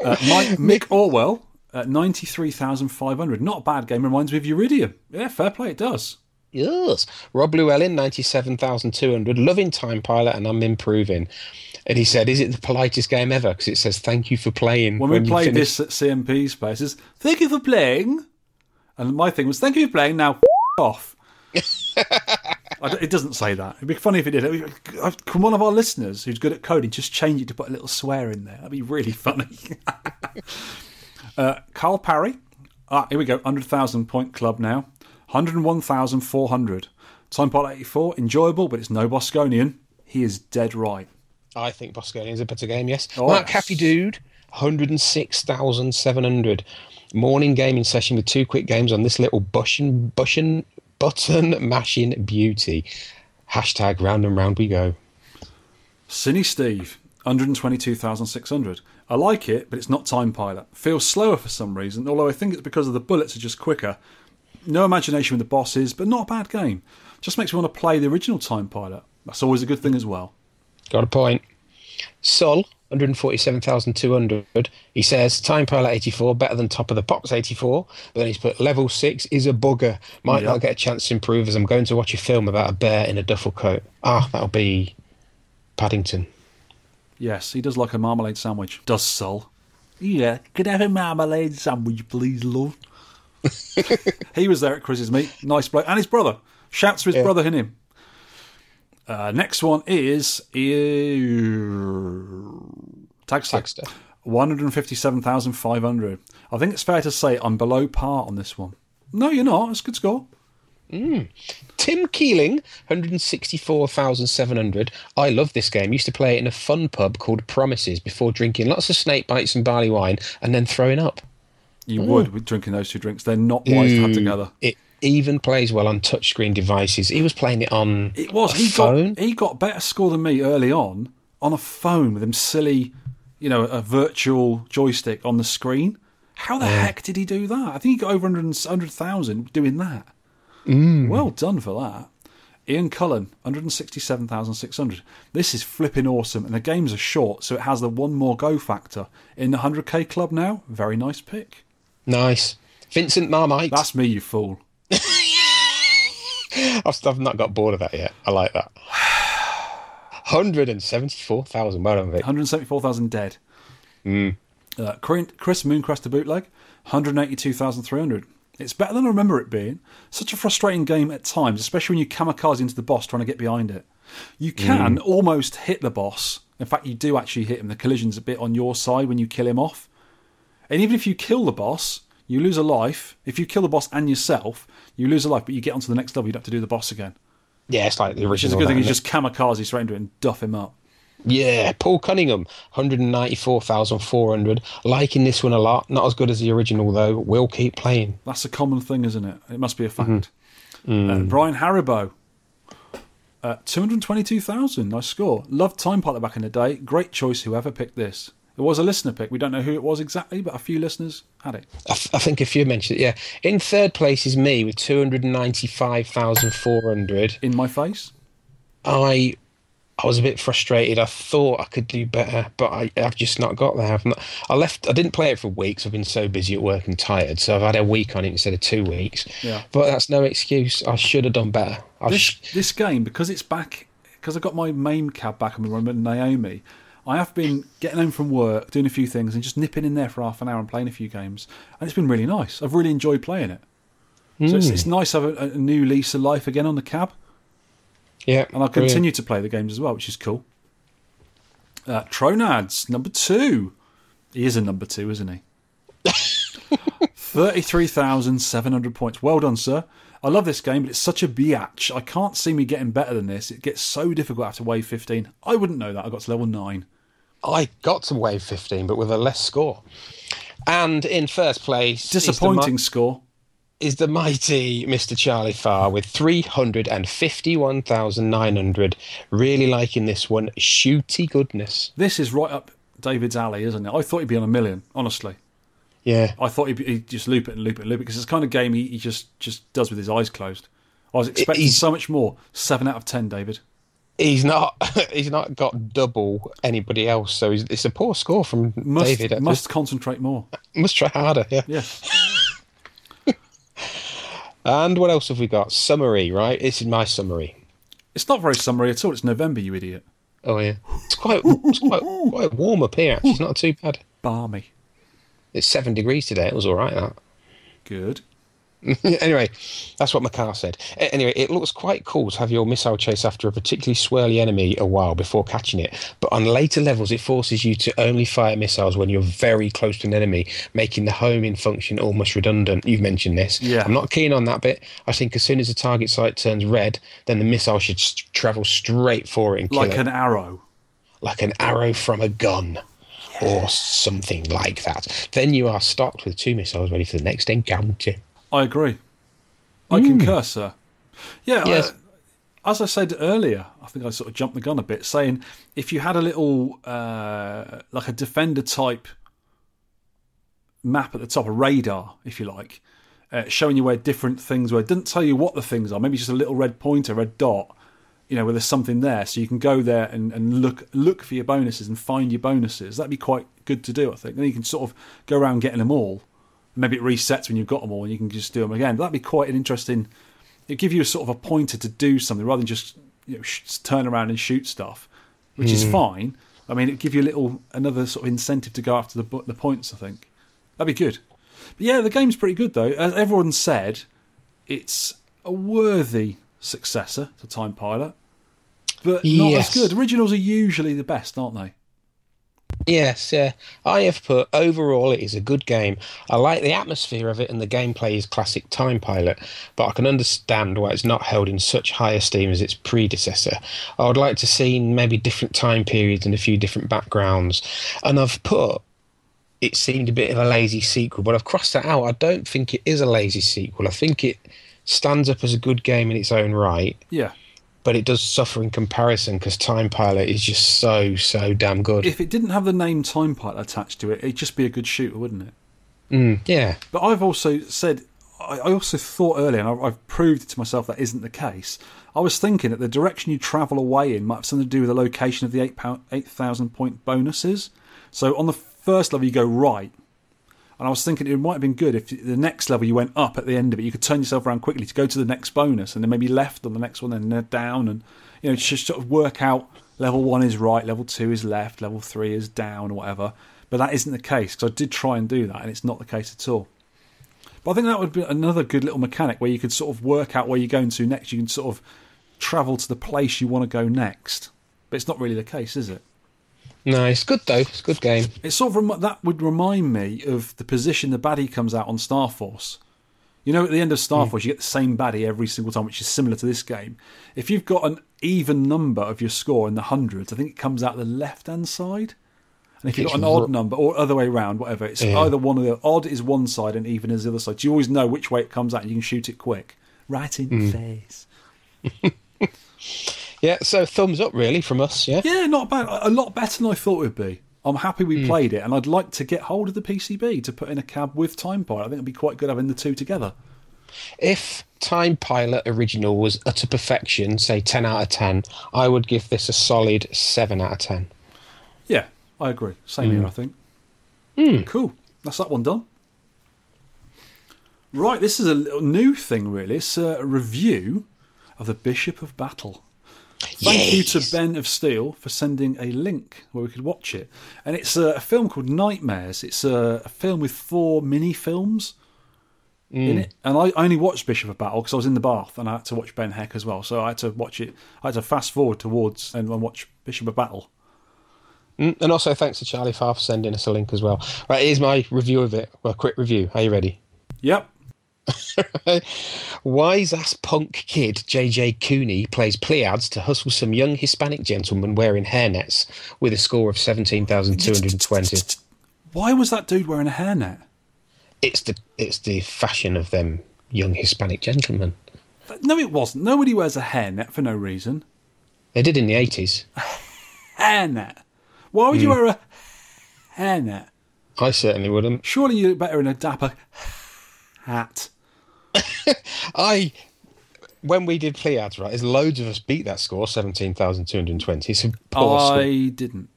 Speaker 2: uh, Mike, Mick Orwell, uh, ninety three thousand five hundred. Not a bad game. Reminds me of Uridium. Yeah, fair play. It does.
Speaker 1: Yes. Rob Llewellyn, 97,200. Loving Time Pilot, and I'm improving. And he said, Is it the politest game ever? Because it says, Thank you for playing.
Speaker 2: Mm-hmm. When we
Speaker 1: you
Speaker 2: played
Speaker 1: finish."
Speaker 2: this at CMP spaces, thank you for playing. And my thing was, thank you for playing. Now f- off. I don't- it doesn't say that. It'd be funny if it did. It'd be- I- Can one of our listeners who's good at coding just change it to put a little swear in there? That'd be really funny. uh, Carl Parry. Ah, here we go. 100,000 point club now. 101,400. Time Pilot 84. Enjoyable, but it's no Bosconian. He is dead right.
Speaker 1: I think Bosconian is a better game, yes.
Speaker 2: Oh,
Speaker 1: Mark
Speaker 2: yes.
Speaker 1: Happy Dude, 106,700. Morning gaming session with two quick games on this little bushin, bushin, button mashing beauty. Hashtag round and round we go.
Speaker 2: Cine Steve, 122,600. I like it, but it's not Time Pilot. Feels slower for some reason, although I think it's because of the bullets are just quicker. No imagination with the bosses, but not a bad game. Just makes me want to play the original Time Pilot. That's always a good thing as well.
Speaker 1: Got a point. Sol, 147,200. He says, Time Pilot 84, better than Top of the Pops 84. But then he's put, Level 6 is a bugger. Might not get a chance to improve as I'm going to watch a film about a bear in a duffel coat. Ah, that'll be Paddington.
Speaker 2: Yes, he does like a marmalade sandwich. Does Sol.
Speaker 5: Yeah, could I have a marmalade sandwich, please, love?
Speaker 2: He was there at Chris's meet. Nice bloke. And his brother. Shouts to his brother and him. Uh, next one is. Tagster.
Speaker 1: Baxter.
Speaker 2: 157,500. I think it's fair to say I'm below par on this one. No, you're not. It's a good score.
Speaker 1: Tim Keeling, 164,700. I love this game. Used to play it in a fun pub called Promises before drinking lots of snake bites and barley wine and then throwing up.
Speaker 2: You would with drinking those two drinks. They're not wise to have together.
Speaker 1: It even plays well on touchscreen devices. He was playing it on
Speaker 2: It was.
Speaker 1: a
Speaker 2: He
Speaker 1: phone.
Speaker 2: got he got better score than me early on on a phone with them silly, you know, a virtual joystick on the screen. How the heck did he do that? I think he got over 100 100,000 doing that.
Speaker 1: Mm.
Speaker 2: Well done for that. Ian Cullen, 167,600. This is flipping awesome, and the games are short, so it has the one more go factor. In the 100k club now, very nice pick.
Speaker 1: Nice. Vincent Marmite.
Speaker 2: That's me, you fool.
Speaker 1: I've, st- I've not got bored of that yet. I like that. 174,000. Well done, Vic.
Speaker 2: 174,000 dead. Uh, Corin- Chris Mooncrest bootleg, 182,300. It's better than I remember it being. Such a frustrating game at times, especially when you kamikaze into the boss trying to get behind it. You can almost hit the boss In fact, you do actually hit him. The collision's a bit on your side when you kill him off. And even if you kill the boss, you lose a life. If you kill the boss and yourself, you lose a life, but you get onto the next level. You don't have to do the boss again.
Speaker 1: Yeah, it's like the original.
Speaker 2: Which is a good thing.
Speaker 1: that,
Speaker 2: You
Speaker 1: isn't it?
Speaker 2: just kamikaze straight into it and duff him up.
Speaker 1: Yeah, Paul Cunningham, 194,400. Liking this one a lot. Not as good as the original, though. We'll keep playing.
Speaker 2: That's a common thing, isn't it? It must be a fact. Uh, Brian Haribo, uh, 222,000. Nice score. Loved Time Pilot back in the day. Great choice, whoever picked this. It was a listener pick. We don't know who it was exactly, but a few listeners had it.
Speaker 1: I, th- I think a few mentioned it, yeah. In third place is me with 295,400.
Speaker 2: In my face.
Speaker 1: I. I was a bit frustrated. I thought I could do better, but I, I've just not got there. I've not, I left. I didn't play it for weeks. I've been so busy at work and tired, so I've had a week on it instead of two weeks.
Speaker 2: Yeah.
Speaker 1: But that's no excuse. I should have done better. I
Speaker 2: This,
Speaker 1: sh-
Speaker 2: this game, because it's back, because I got my main cab back and we running with Naomi, I have been getting home from work, doing a few things, and just nipping in there for half an hour and playing a few games. And it's been really nice. I've really enjoyed playing it. So it's, it's nice to have a, a new lease of life again on the cab.
Speaker 1: yeah.
Speaker 2: And I'll
Speaker 1: brilliant.
Speaker 2: continue to play the games as well, which is cool. Uh, Tronads, number two. He is a number two, isn't he? 33,700 points. Well done, sir. I love this game, but it's such a biatch. I can't see me getting better than this. It gets so difficult after wave 15. I wouldn't know that. I got to level 9.
Speaker 1: I got to wave 15, but with a less score. And in first place,
Speaker 2: Disappointing
Speaker 1: is
Speaker 2: score.
Speaker 1: the, mi- is the mighty Mr. Charlie Farr with 351,900. Really liking this one. Shooty goodness.
Speaker 2: This is right up David's alley, isn't it? I thought he'd be on a million, honestly.
Speaker 1: Yeah.
Speaker 2: I thought he'd, he'd just loop it and loop it and loop it because it's the kind of game he, he just just does with his eyes closed. I was expecting
Speaker 1: he's-
Speaker 2: so much more. Seven out of ten, David.
Speaker 1: He's not he's not got double anybody else, so he's, it's a poor score from
Speaker 2: Must
Speaker 1: David. actually.
Speaker 2: must concentrate more.
Speaker 1: must try harder. Yeah.
Speaker 2: Yeah,
Speaker 1: And what else have we got? Summary, right? This is my summary.
Speaker 2: it's not very summary at all. It's November, you idiot.
Speaker 1: Oh yeah. It's quite it's quite, quite warm up here actually. It's not too bad.
Speaker 2: Barmy.
Speaker 1: It's 7 degrees today. It was all right that.
Speaker 2: Good.
Speaker 1: anyway, that's what Makar said. A- Anyway, it looks quite cool to have your missile chase after a particularly swirly enemy a while before catching it, but on later levels, it forces you to only fire missiles when you're very close to an enemy, making the homing function almost redundant. You've mentioned this.
Speaker 2: Yeah.
Speaker 1: I'm not keen on that bit. I think as soon as the target site turns red, then the missile should s travel straight for it and kill
Speaker 2: Like
Speaker 1: it
Speaker 2: an arrow.
Speaker 1: like an arrow from a gun or something like that. Then you are stocked with two missiles ready for the next encounter.
Speaker 2: I agree. I concur, sir. Yeah. I-
Speaker 1: Mm. Yes.
Speaker 2: as I said earlier, I think I sort of jumped the gun a bit, saying if you had a little uh, like a defender type map at the top, a radar, if you like, uh, showing you where different things were. It didn't tell you what the things are. Maybe just a little red pointer, red dot. You know, where there's something there, so you can go there and, and look look for your bonuses and find your bonuses. That'd be quite good to do, I think. Then you can sort of go around getting them all. Maybe it resets when you've got them all, and you can just do them again. That'd be quite an interesting it give you a sort of a pointer to do something rather than just you know, sh- turn around and shoot stuff, which is fine. I mean, it give you a little another sort of incentive to go after the bu- the points. I think that'd be good. But yeah, the game's pretty good though. As everyone said, it's a worthy successor to Time Pilot, but not
Speaker 1: Yes.
Speaker 2: as good. Originals are usually the best, aren't they?
Speaker 1: Yes, yeah. I have put overall it is a good game. I like the atmosphere of it and the gameplay is classic Time Pilot, but I can understand why it's not held in such high esteem as its predecessor. I would like to see maybe different time periods and a few different backgrounds. And I've put it seemed a bit of a lazy sequel, but I've crossed that out. I don't think it is a lazy sequel. I think it stands up as a good game in its own right,
Speaker 2: Yeah.
Speaker 1: but it does suffer in comparison because Time Pilot is just so, so damn good.
Speaker 2: If it didn't have the name Time Pilot attached to it, it'd just be a good shooter, wouldn't it?
Speaker 1: yeah.
Speaker 2: But I've also said, I I also thought earlier, and I've- I've proved it to myself that isn't the case. I was thinking that the direction you travel away in might have something to do with the location of the eight pound, eight thousand point bonuses. So on the first level, you go right, and I was thinking it might have been good if the next level you went up at the end of it, you could turn yourself around quickly to go to the next bonus, and then maybe left on the next one, and then down, and you know just sort of work out level one is right, level two is left, level three is down, or whatever. But that isn't the case because I did try and do that, and it's not the case at all. But I think that would be another good little mechanic where you could sort of work out where you're going to next. You can sort of travel to the place you want to go next. But it's not really the case, is it?
Speaker 1: No, it's good though. It's a good game.
Speaker 2: It's sort of rem- that would remind me of the position the baddie comes out on Star Force. You know, at the end of Star Force, you get the same baddie every single time, which is similar to this game. If you've got an even number of your score in the hundreds, I think it comes out the left hand side. And if you've got
Speaker 1: It's
Speaker 2: an odd
Speaker 1: ru-
Speaker 2: number or other way round, whatever, it's
Speaker 1: Yeah.
Speaker 2: either one of the odd is one side and even is the other side. So you always know which way it comes out and you can shoot it quick. Right in the face.
Speaker 1: Yeah, so thumbs up really from us. Yeah,
Speaker 2: Yeah, not bad. A a lot better than I thought it would be. I'm happy we played it, and I'd like to get hold of the PCB to put in a cab with Time Pilot. I think it'd be quite good having the two together.
Speaker 1: If Time Pilot original was utter perfection, say ten out of ten, I would give this a solid seven out of ten.
Speaker 2: Yeah, I agree. Same here, I think. Cool. That's that one done. Right, this is a little new thing, really. It's a review of the Bishop of Battle. Thank you to Ben of Steel for sending a link where we could watch it. And it's a, a film called Nightmares. It's a, a film with four mini films in it. And I, I only watched Bishop of Battle because I was in the bath and I had to watch Ben Heck as well. So I had to watch it. I had to fast forward towards and, and watch Bishop of Battle.
Speaker 1: Mm, And also thanks to Charlie Farr for sending us a link as well. Right, here's my review of it. Well, quick review. Are you ready?
Speaker 2: Yep.
Speaker 1: Wise ass punk kid JJ Cooney plays Pleiades to hustle some young Hispanic gentleman wearing hairnets with a score of 17,220.
Speaker 2: Why was that dude wearing a hairnet?
Speaker 1: It's the it's the fashion of them young Hispanic gentlemen.
Speaker 2: Th- No, it wasn't. Nobody wears a hairnet for no reason.
Speaker 1: They did in the 80s.
Speaker 2: Hairnet. Why would you
Speaker 1: Hmm.
Speaker 2: wear a hairnet?
Speaker 1: I certainly wouldn't.
Speaker 2: Surely you look better in a dapper hat.
Speaker 1: I when we did Pleiades, right, there's loads of us beat that score, seventeen thousand two hundred and twenty. It's a poor score.
Speaker 2: I didn't.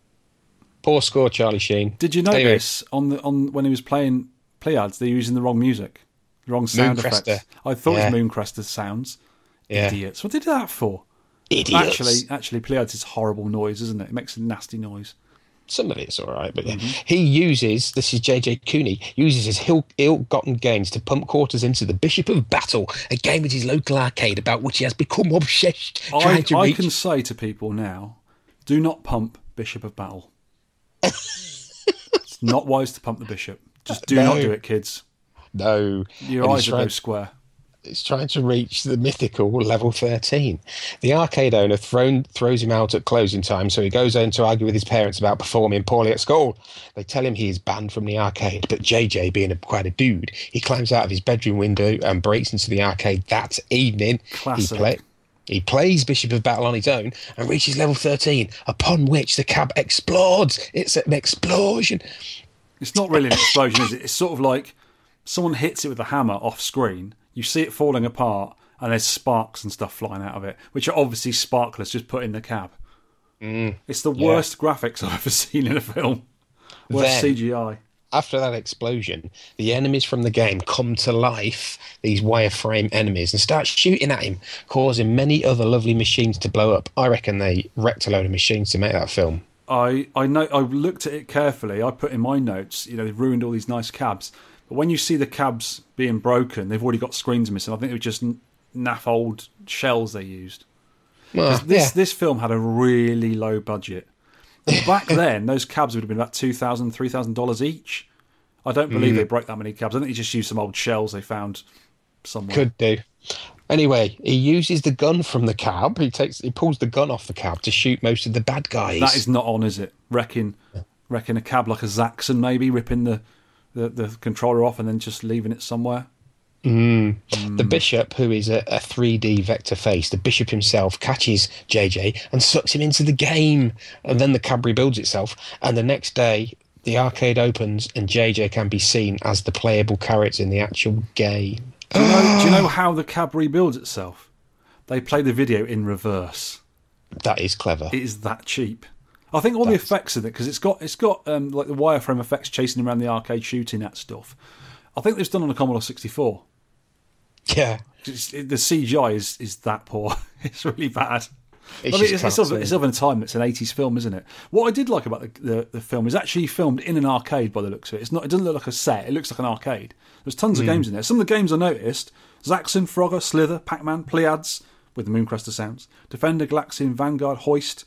Speaker 1: Poor score, Charlie Sheen.
Speaker 2: Did you
Speaker 1: Anyway,
Speaker 2: notice on the on when he was playing Pleiades, they're using the wrong music, the wrong sound
Speaker 1: Mooncrester.
Speaker 2: effects. I thought it
Speaker 1: Yeah.
Speaker 2: was Mooncrester's sounds.
Speaker 1: yeah.
Speaker 2: Idiots. What did they do that for?
Speaker 1: Idiots.
Speaker 2: Actually, actually, Pleiades is horrible noise, isn't it? It makes a nasty noise.
Speaker 1: some of it's all right, but yeah.
Speaker 2: Mm-hmm.
Speaker 1: he uses this is JJ Cooney uses his ill, ill-gotten gains to pump quarters into the Bishop of Battle, a game at his local arcade about which he has become obsessed,
Speaker 2: I,
Speaker 1: trying to
Speaker 2: I
Speaker 1: reach.
Speaker 2: can say to people now, do not pump Bishop of Battle. it's not wise to pump the bishop. Just do not
Speaker 1: No.
Speaker 2: do it, kids.
Speaker 1: No,
Speaker 2: Your
Speaker 1: And he's
Speaker 2: eyes are
Speaker 1: trying-
Speaker 2: no square.
Speaker 1: It's trying to reach the mythical level 13. The arcade owner thrown, throws him out at closing time, so he goes home to argue with his parents about performing poorly at school. They tell him he is banned from the arcade, but JJ, being a, quite a dude, he climbs out of his bedroom window and breaks into the arcade that evening.
Speaker 2: Classic.
Speaker 1: He, he plays Bishop of Battle on his own and reaches level 13, upon which the cab explodes. It's an explosion.
Speaker 2: It's not really an explosion, is it? It's sort of like someone hits it with a hammer off screen. You see it falling apart, and there's sparks and stuff flying out of it, which are obviously sparklers just put in the cab.
Speaker 1: Mm.
Speaker 2: it's the worst graphics I've ever seen in a film. Worst
Speaker 1: Then-
Speaker 2: CGI.
Speaker 1: after that explosion, the enemies from the game come to life, these wireframe enemies, and start shooting at him, causing many other lovely machines to blow up. I reckon they wrecked a load of machines to make that film.
Speaker 2: I I know I looked at it carefully. I put in my notes. You know, they've ruined all these nice cabs. But when you see the cabs being broken, they've already got screens missing. I think they were just n- naff old shells they used.
Speaker 1: Well,
Speaker 2: This
Speaker 1: yeah.
Speaker 2: this film had a really low budget. And Back then, those cabs would have been about two thousand, three thousand dollars each. I don't
Speaker 1: Hmm.
Speaker 2: believe they broke that many cabs. I think they just used some old shells they found somewhere.
Speaker 1: could do. Anyway, he uses the gun from the cab. He takes, he pulls the gun off the cab to shoot most of the bad guys.
Speaker 2: That is not on, is it? Wrecking, wrecking a cab like a Zaxxon, maybe ripping the, the the controller off and then just leaving it somewhere.
Speaker 1: The bishop, who is a, a 3D vector face, the bishop himself catches JJ and sucks him into the game. And then the cab rebuilds itself. And the next day, the arcade opens and JJ can be seen as the playable character in the actual game.
Speaker 2: Do you, know, do you know how the cab rebuilds itself? They play the video in reverse.
Speaker 1: That is clever.
Speaker 2: It is that cheap. I think all the effects in it because it's got it's got um, like the wireframe effects chasing around the arcade shooting at stuff. I think it's done on a Commodore 64.
Speaker 1: yeah.
Speaker 2: It's, it, the CGI is is that poor. it's really bad.
Speaker 1: It's
Speaker 2: I mean,
Speaker 1: just
Speaker 2: it's, it's, of,
Speaker 1: cartoon.
Speaker 2: it's of a time. It's an '80s film, isn't it? What I did like about the, the, the film is actually filmed in an arcade. By the looks of it, it's not. It doesn't look like a set. It looks like an arcade. There's tons
Speaker 1: Hmm.
Speaker 2: of games in there. Some of the games I noticed: Zaxxon, Frogger, Slither, Pac-Man, Pleiades with the Mooncrester sounds, Defender, Galaxian, Vanguard, Hoist,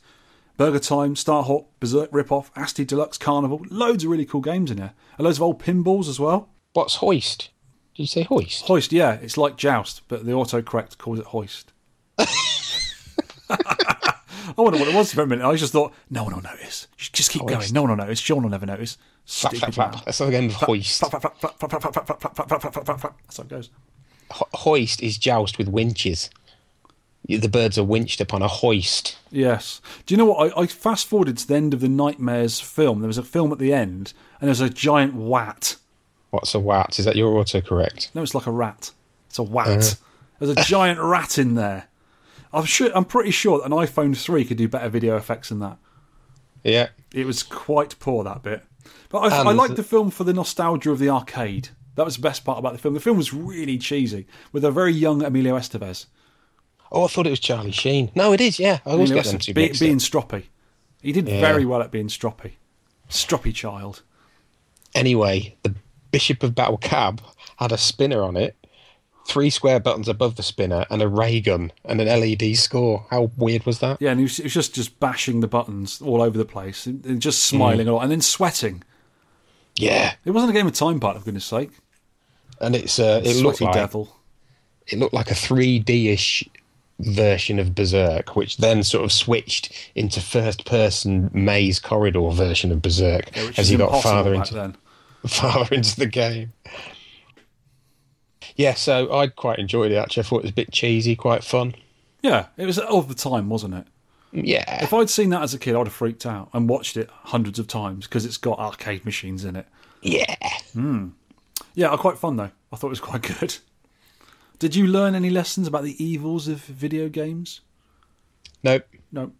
Speaker 2: Burger Time, Starhawk, Berserk Ripoff, Asti Deluxe, Carnival. Loads of really cool games in here. And loads of old pinballs as well.
Speaker 1: What's hoist? Did you say hoist?
Speaker 2: Hoist, yeah, it's like Joust, but the autocorrect calls it Hoist. I wonder what it was for a minute. I just thought, no one will notice. Just keep going. No one will notice. Sean will never notice.
Speaker 1: Flap, flap,
Speaker 2: Stupid
Speaker 1: flap.
Speaker 2: man.
Speaker 1: That's not the game of hoist.
Speaker 2: Flap, flap, flap, flap, flap, flap, flap, flap, flap, flap, flap, flap, flap, flap. That's how it goes.
Speaker 1: Ho- hoist is joust with winches. You- The birds are winched upon a hoist.
Speaker 2: Yes. Do you know what? I, I fast forwarded to the end of the Nightmares film. There was a film at the end, and there's a giant wat.
Speaker 1: What's a wat? Is that your autocorrect?
Speaker 2: No, it's like a rat. It's a wat.
Speaker 1: Uh-huh.
Speaker 2: There's a giant rat in there. I'm sure. I'm pretty sure that an iPhone three could do better video effects than that.
Speaker 1: Yeah.
Speaker 2: It was quite poor that bit, but I, I liked the film for the nostalgia of the arcade. That was the best part about the film. The film was really cheesy with a very young Emilio Estevez.
Speaker 1: Oh, I thought it was Charlie Sheen. No, it is. Yeah, I always
Speaker 2: Emilio
Speaker 1: get them two
Speaker 2: Estevez, be,
Speaker 1: mixed up.
Speaker 2: being stroppy. He did
Speaker 1: Yeah.
Speaker 2: very well at being stroppy. Stroppy child.
Speaker 1: Anyway, the Bishop of Battle Cab had a spinner on it, three square buttons above the spinner, and a ray gun and an LED score. How weird was that?
Speaker 2: Yeah, and he was, he was just just bashing the buttons all over the place and, and just
Speaker 1: Hmm.
Speaker 2: smiling a lot and then sweating.
Speaker 1: Yeah,
Speaker 2: It wasn't a game of time part, for goodness sake.
Speaker 1: and it's uh, it looked
Speaker 2: Sweaty
Speaker 1: like
Speaker 2: devil.
Speaker 1: it looked like a 3D-ish version of Berserk, which then sort of switched into first-person maze corridor version of Berserk
Speaker 2: Which
Speaker 1: as
Speaker 2: is
Speaker 1: you got
Speaker 2: impossible
Speaker 1: farther
Speaker 2: back
Speaker 1: into
Speaker 2: then.
Speaker 1: farther into the game. Yeah, so I quite enjoyed it actually. I thought it was a bit cheesy, quite fun.
Speaker 2: Yeah, it was of the time, wasn't it?
Speaker 1: Yeah.
Speaker 2: If I'd seen that as a kid, I'd have freaked out and watched it hundreds of times because it's got arcade machines in it.
Speaker 1: Yeah.
Speaker 2: Yeah, uh, quite fun though. I thought it was quite good. Did you learn any lessons about the evils of video games?
Speaker 1: Nope.
Speaker 2: No.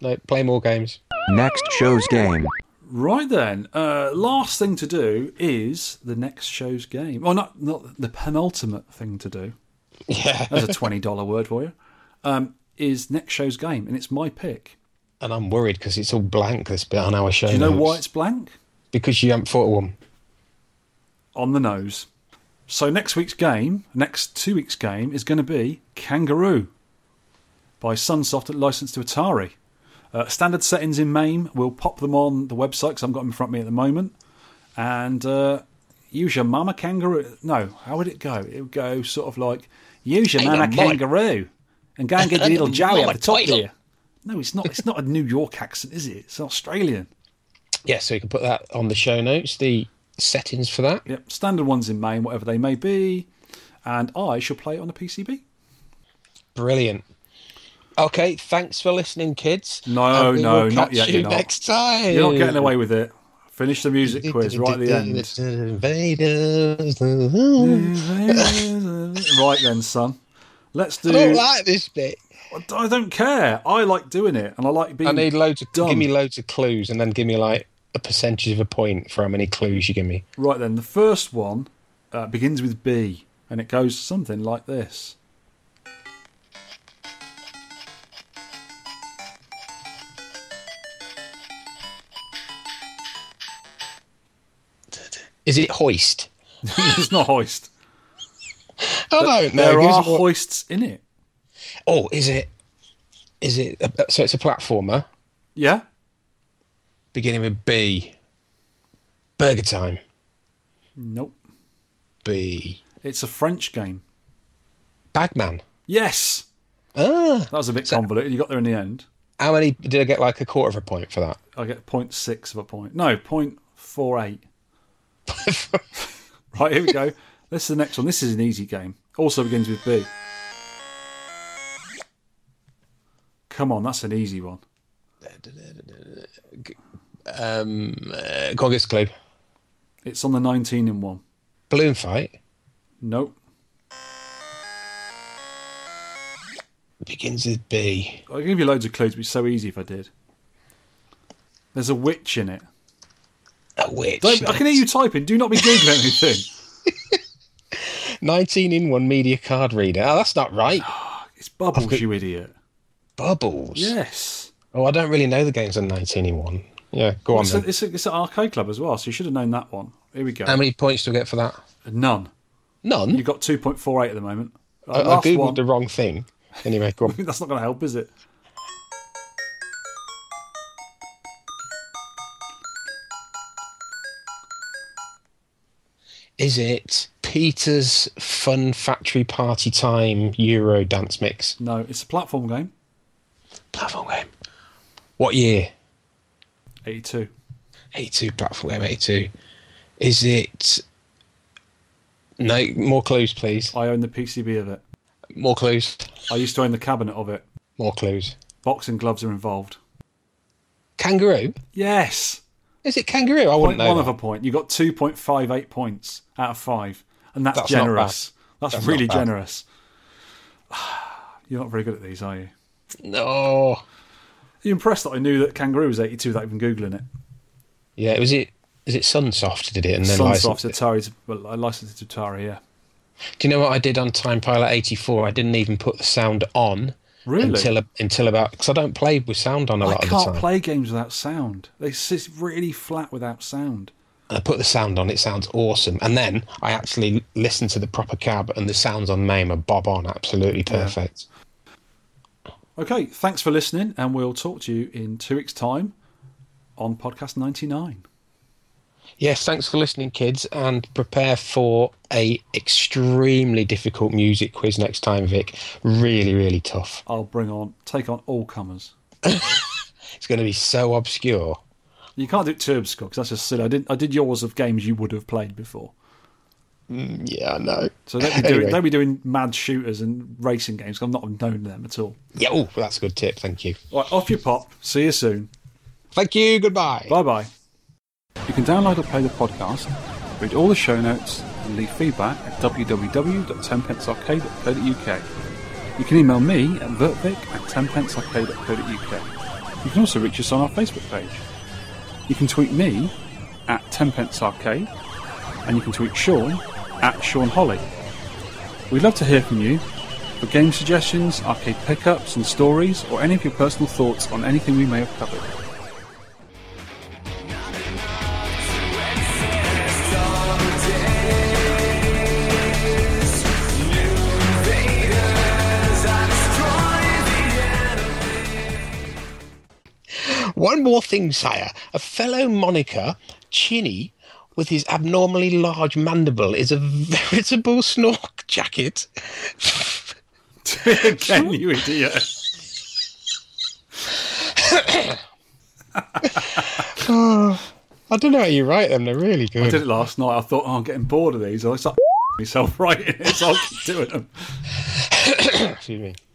Speaker 1: Nope. Play more games.
Speaker 4: Next show's game.
Speaker 2: Right then, uh, last thing to do is the next show's game. Well, not not the penultimate thing to do.
Speaker 1: Yeah.
Speaker 2: That's a twenty dollar word for you. Um, is next show's game, and it's my pick.
Speaker 1: And I'm worried because it's all blank this bit on our show.
Speaker 2: Do you know
Speaker 1: notes.
Speaker 2: why it's blank?
Speaker 1: Because you haven't thought of one.
Speaker 2: On the nose. So next week's game, next two weeks' game, is going to be Kangaroo by Sunsoft at licensed to Atari. Uh, standard settings in MAME. We'll pop them on the website because I've got them in front of me at the moment. And uh, use your mama kangaroo. No, how would it go? It would go sort of like use your mama kangaroo and go and get your little joey at the top there. No, it's not. It's not a New York accent, is it? It's Australian.
Speaker 1: Yeah, so you can put that on the show notes, the settings for that.
Speaker 2: Yep, standard ones in main, whatever they may be. And I shall play it on a PCB.
Speaker 1: Brilliant. Okay, thanks for listening, kids.
Speaker 2: No,
Speaker 1: And we
Speaker 2: no,
Speaker 1: will
Speaker 2: not
Speaker 1: catch
Speaker 2: yet,
Speaker 1: You
Speaker 2: you're not.
Speaker 1: next time.
Speaker 2: You're not getting away with it. Finish the music quiz right at the end.
Speaker 1: Invaders. I
Speaker 2: right then, son. Let's do.
Speaker 1: don't like this bit.
Speaker 2: I don't care. I like doing it, and I like being.
Speaker 1: I need loads of
Speaker 2: dumb.
Speaker 1: give me loads of clues, and then give me like a percentage of a point for how many clues you give me.
Speaker 2: Right then, the first one uh, begins with B, and it goes something like this.
Speaker 1: Is it hoist?
Speaker 2: it's not hoist.
Speaker 1: I don't know.
Speaker 2: There
Speaker 1: Give us
Speaker 2: are
Speaker 1: more-
Speaker 2: hoists in it.
Speaker 1: oh, is it? Is it? So it's a platformer
Speaker 2: Yeah.
Speaker 1: beginning with B. Burger time.
Speaker 2: Nope.
Speaker 1: B.
Speaker 2: It's a French game.
Speaker 1: Bagman.
Speaker 2: Yes.
Speaker 1: Ah,
Speaker 2: That was a bit convoluted. You got there in the end.
Speaker 1: how many did I get? Like a quarter of a point for that.
Speaker 2: I get 0.6 of a point. No, 0.48. right, here we go. This is the next one. This is an easy game. Also begins with B. Come on, that's an easy one.
Speaker 1: Um, uh, go on, give us a clue.
Speaker 2: It's on the 19 in one.
Speaker 1: Balloon fight
Speaker 2: Nope.
Speaker 1: begins with B.
Speaker 2: I'll give you loads of clues, but it's so easy if I did. There's a witch in it.
Speaker 1: A witch.
Speaker 2: Don't, I can hear you typing. Do not be Googling anything.
Speaker 1: 19 in one media card reader. Oh, that's not right.
Speaker 2: It's bubbles, you idiot.
Speaker 1: Bubbles.
Speaker 2: Yes.
Speaker 1: Oh, I don't really know the games on 19 in one. Yeah, go on
Speaker 2: It's, a,
Speaker 1: then.
Speaker 2: it's, a, it's an arcade club as well, so you should have known that one. Here we go.
Speaker 1: How many points do I get for that?
Speaker 2: None.
Speaker 1: None.
Speaker 2: You've got 2.48 at the moment.
Speaker 1: I, I
Speaker 2: Last
Speaker 1: googled
Speaker 2: one.
Speaker 1: the wrong thing. Anyway, go on.
Speaker 2: That's not going to help, is it?
Speaker 1: Is it Peter's Fun Factory Party Time Euro Dance Mix?
Speaker 2: No, it's a platform game.
Speaker 1: Platform game. What year?
Speaker 2: 82.
Speaker 1: 82 platform game 82 is it no more clues please
Speaker 2: I own the PCB of it.
Speaker 1: more clues
Speaker 2: I used to own the cabinet of it.
Speaker 1: more clues
Speaker 2: Boxing gloves are involved.
Speaker 1: kangaroo
Speaker 2: Yes.
Speaker 1: is it kangaroo i
Speaker 2: Point
Speaker 1: wouldn't know
Speaker 2: one of
Speaker 1: that.
Speaker 2: a point. You got 2.58 points out of five. And that's,
Speaker 1: That's not
Speaker 2: generous. That's,
Speaker 1: That's
Speaker 2: really
Speaker 1: not bad.
Speaker 2: generous. You're not very good at these, are you? Are
Speaker 1: no
Speaker 2: you impressed that I knew that Kangaroo was 82 without even Googling it?
Speaker 1: yeah was it is it sunsoft did it and then
Speaker 2: Sunsoft,
Speaker 1: licensed it?
Speaker 2: Atari's, well, I licensed it to Atari, yeah.
Speaker 1: do you know what i did on time pilot 84 i didn't even put the sound on
Speaker 2: Really?
Speaker 1: until until about because i don't play with sound on a
Speaker 2: I
Speaker 1: lot of the
Speaker 2: can't
Speaker 1: time
Speaker 2: play games without sound. They sit really flat without sound.
Speaker 1: i put the sound on it sounds awesome and then i actually listen to the proper cab and the sounds on name are bob on absolutely perfect
Speaker 2: Okay, thanks for listening, and we'll talk to you in two weeks' time on podcast 99.
Speaker 1: Yes, thanks for listening, kids, and prepare for a extremely difficult music quiz next time, Vic. Really, really tough.
Speaker 2: I'll bring on, take on all comers.
Speaker 1: It's going to be so obscure.
Speaker 2: You can't do it too obscure 'cause that's just silly. I did, I did yours of games you would have played before.
Speaker 1: Yeah, I know.
Speaker 2: So don't be doing,
Speaker 1: Anyway.
Speaker 2: don't be doing mad shooters and racing games. 'cause I'm not known to them at all.
Speaker 1: Yeah, oh, that's a good tip. Thank you.
Speaker 2: All right, off you pop. See you soon.
Speaker 1: Thank you. Goodbye.
Speaker 2: Bye bye.
Speaker 5: You can download or play the podcast, read all the show notes, and leave feedback at www.tenpencearcade.co.uk. You can email me at vertvic at tenpencearcade.co.uk. You can also reach us on our Facebook page. You can tweet me at tenpencearcade, and you can tweet Sean at Sean Holly. We'd love to hear from you for game suggestions, arcade pickups and stories, or any of your personal thoughts on anything we may have covered.
Speaker 1: One more thing, sire. A fellow moniker, Chinny, with his abnormally large mandible, is a veritable snork jacket.
Speaker 2: Again, you idiot.
Speaker 1: I don't know how you write them. They're really
Speaker 2: I
Speaker 1: good.
Speaker 2: did it last night. I thought, oh, I'm getting bored of these. I start myself writing it, so I'll keep doing them.
Speaker 1: Excuse me.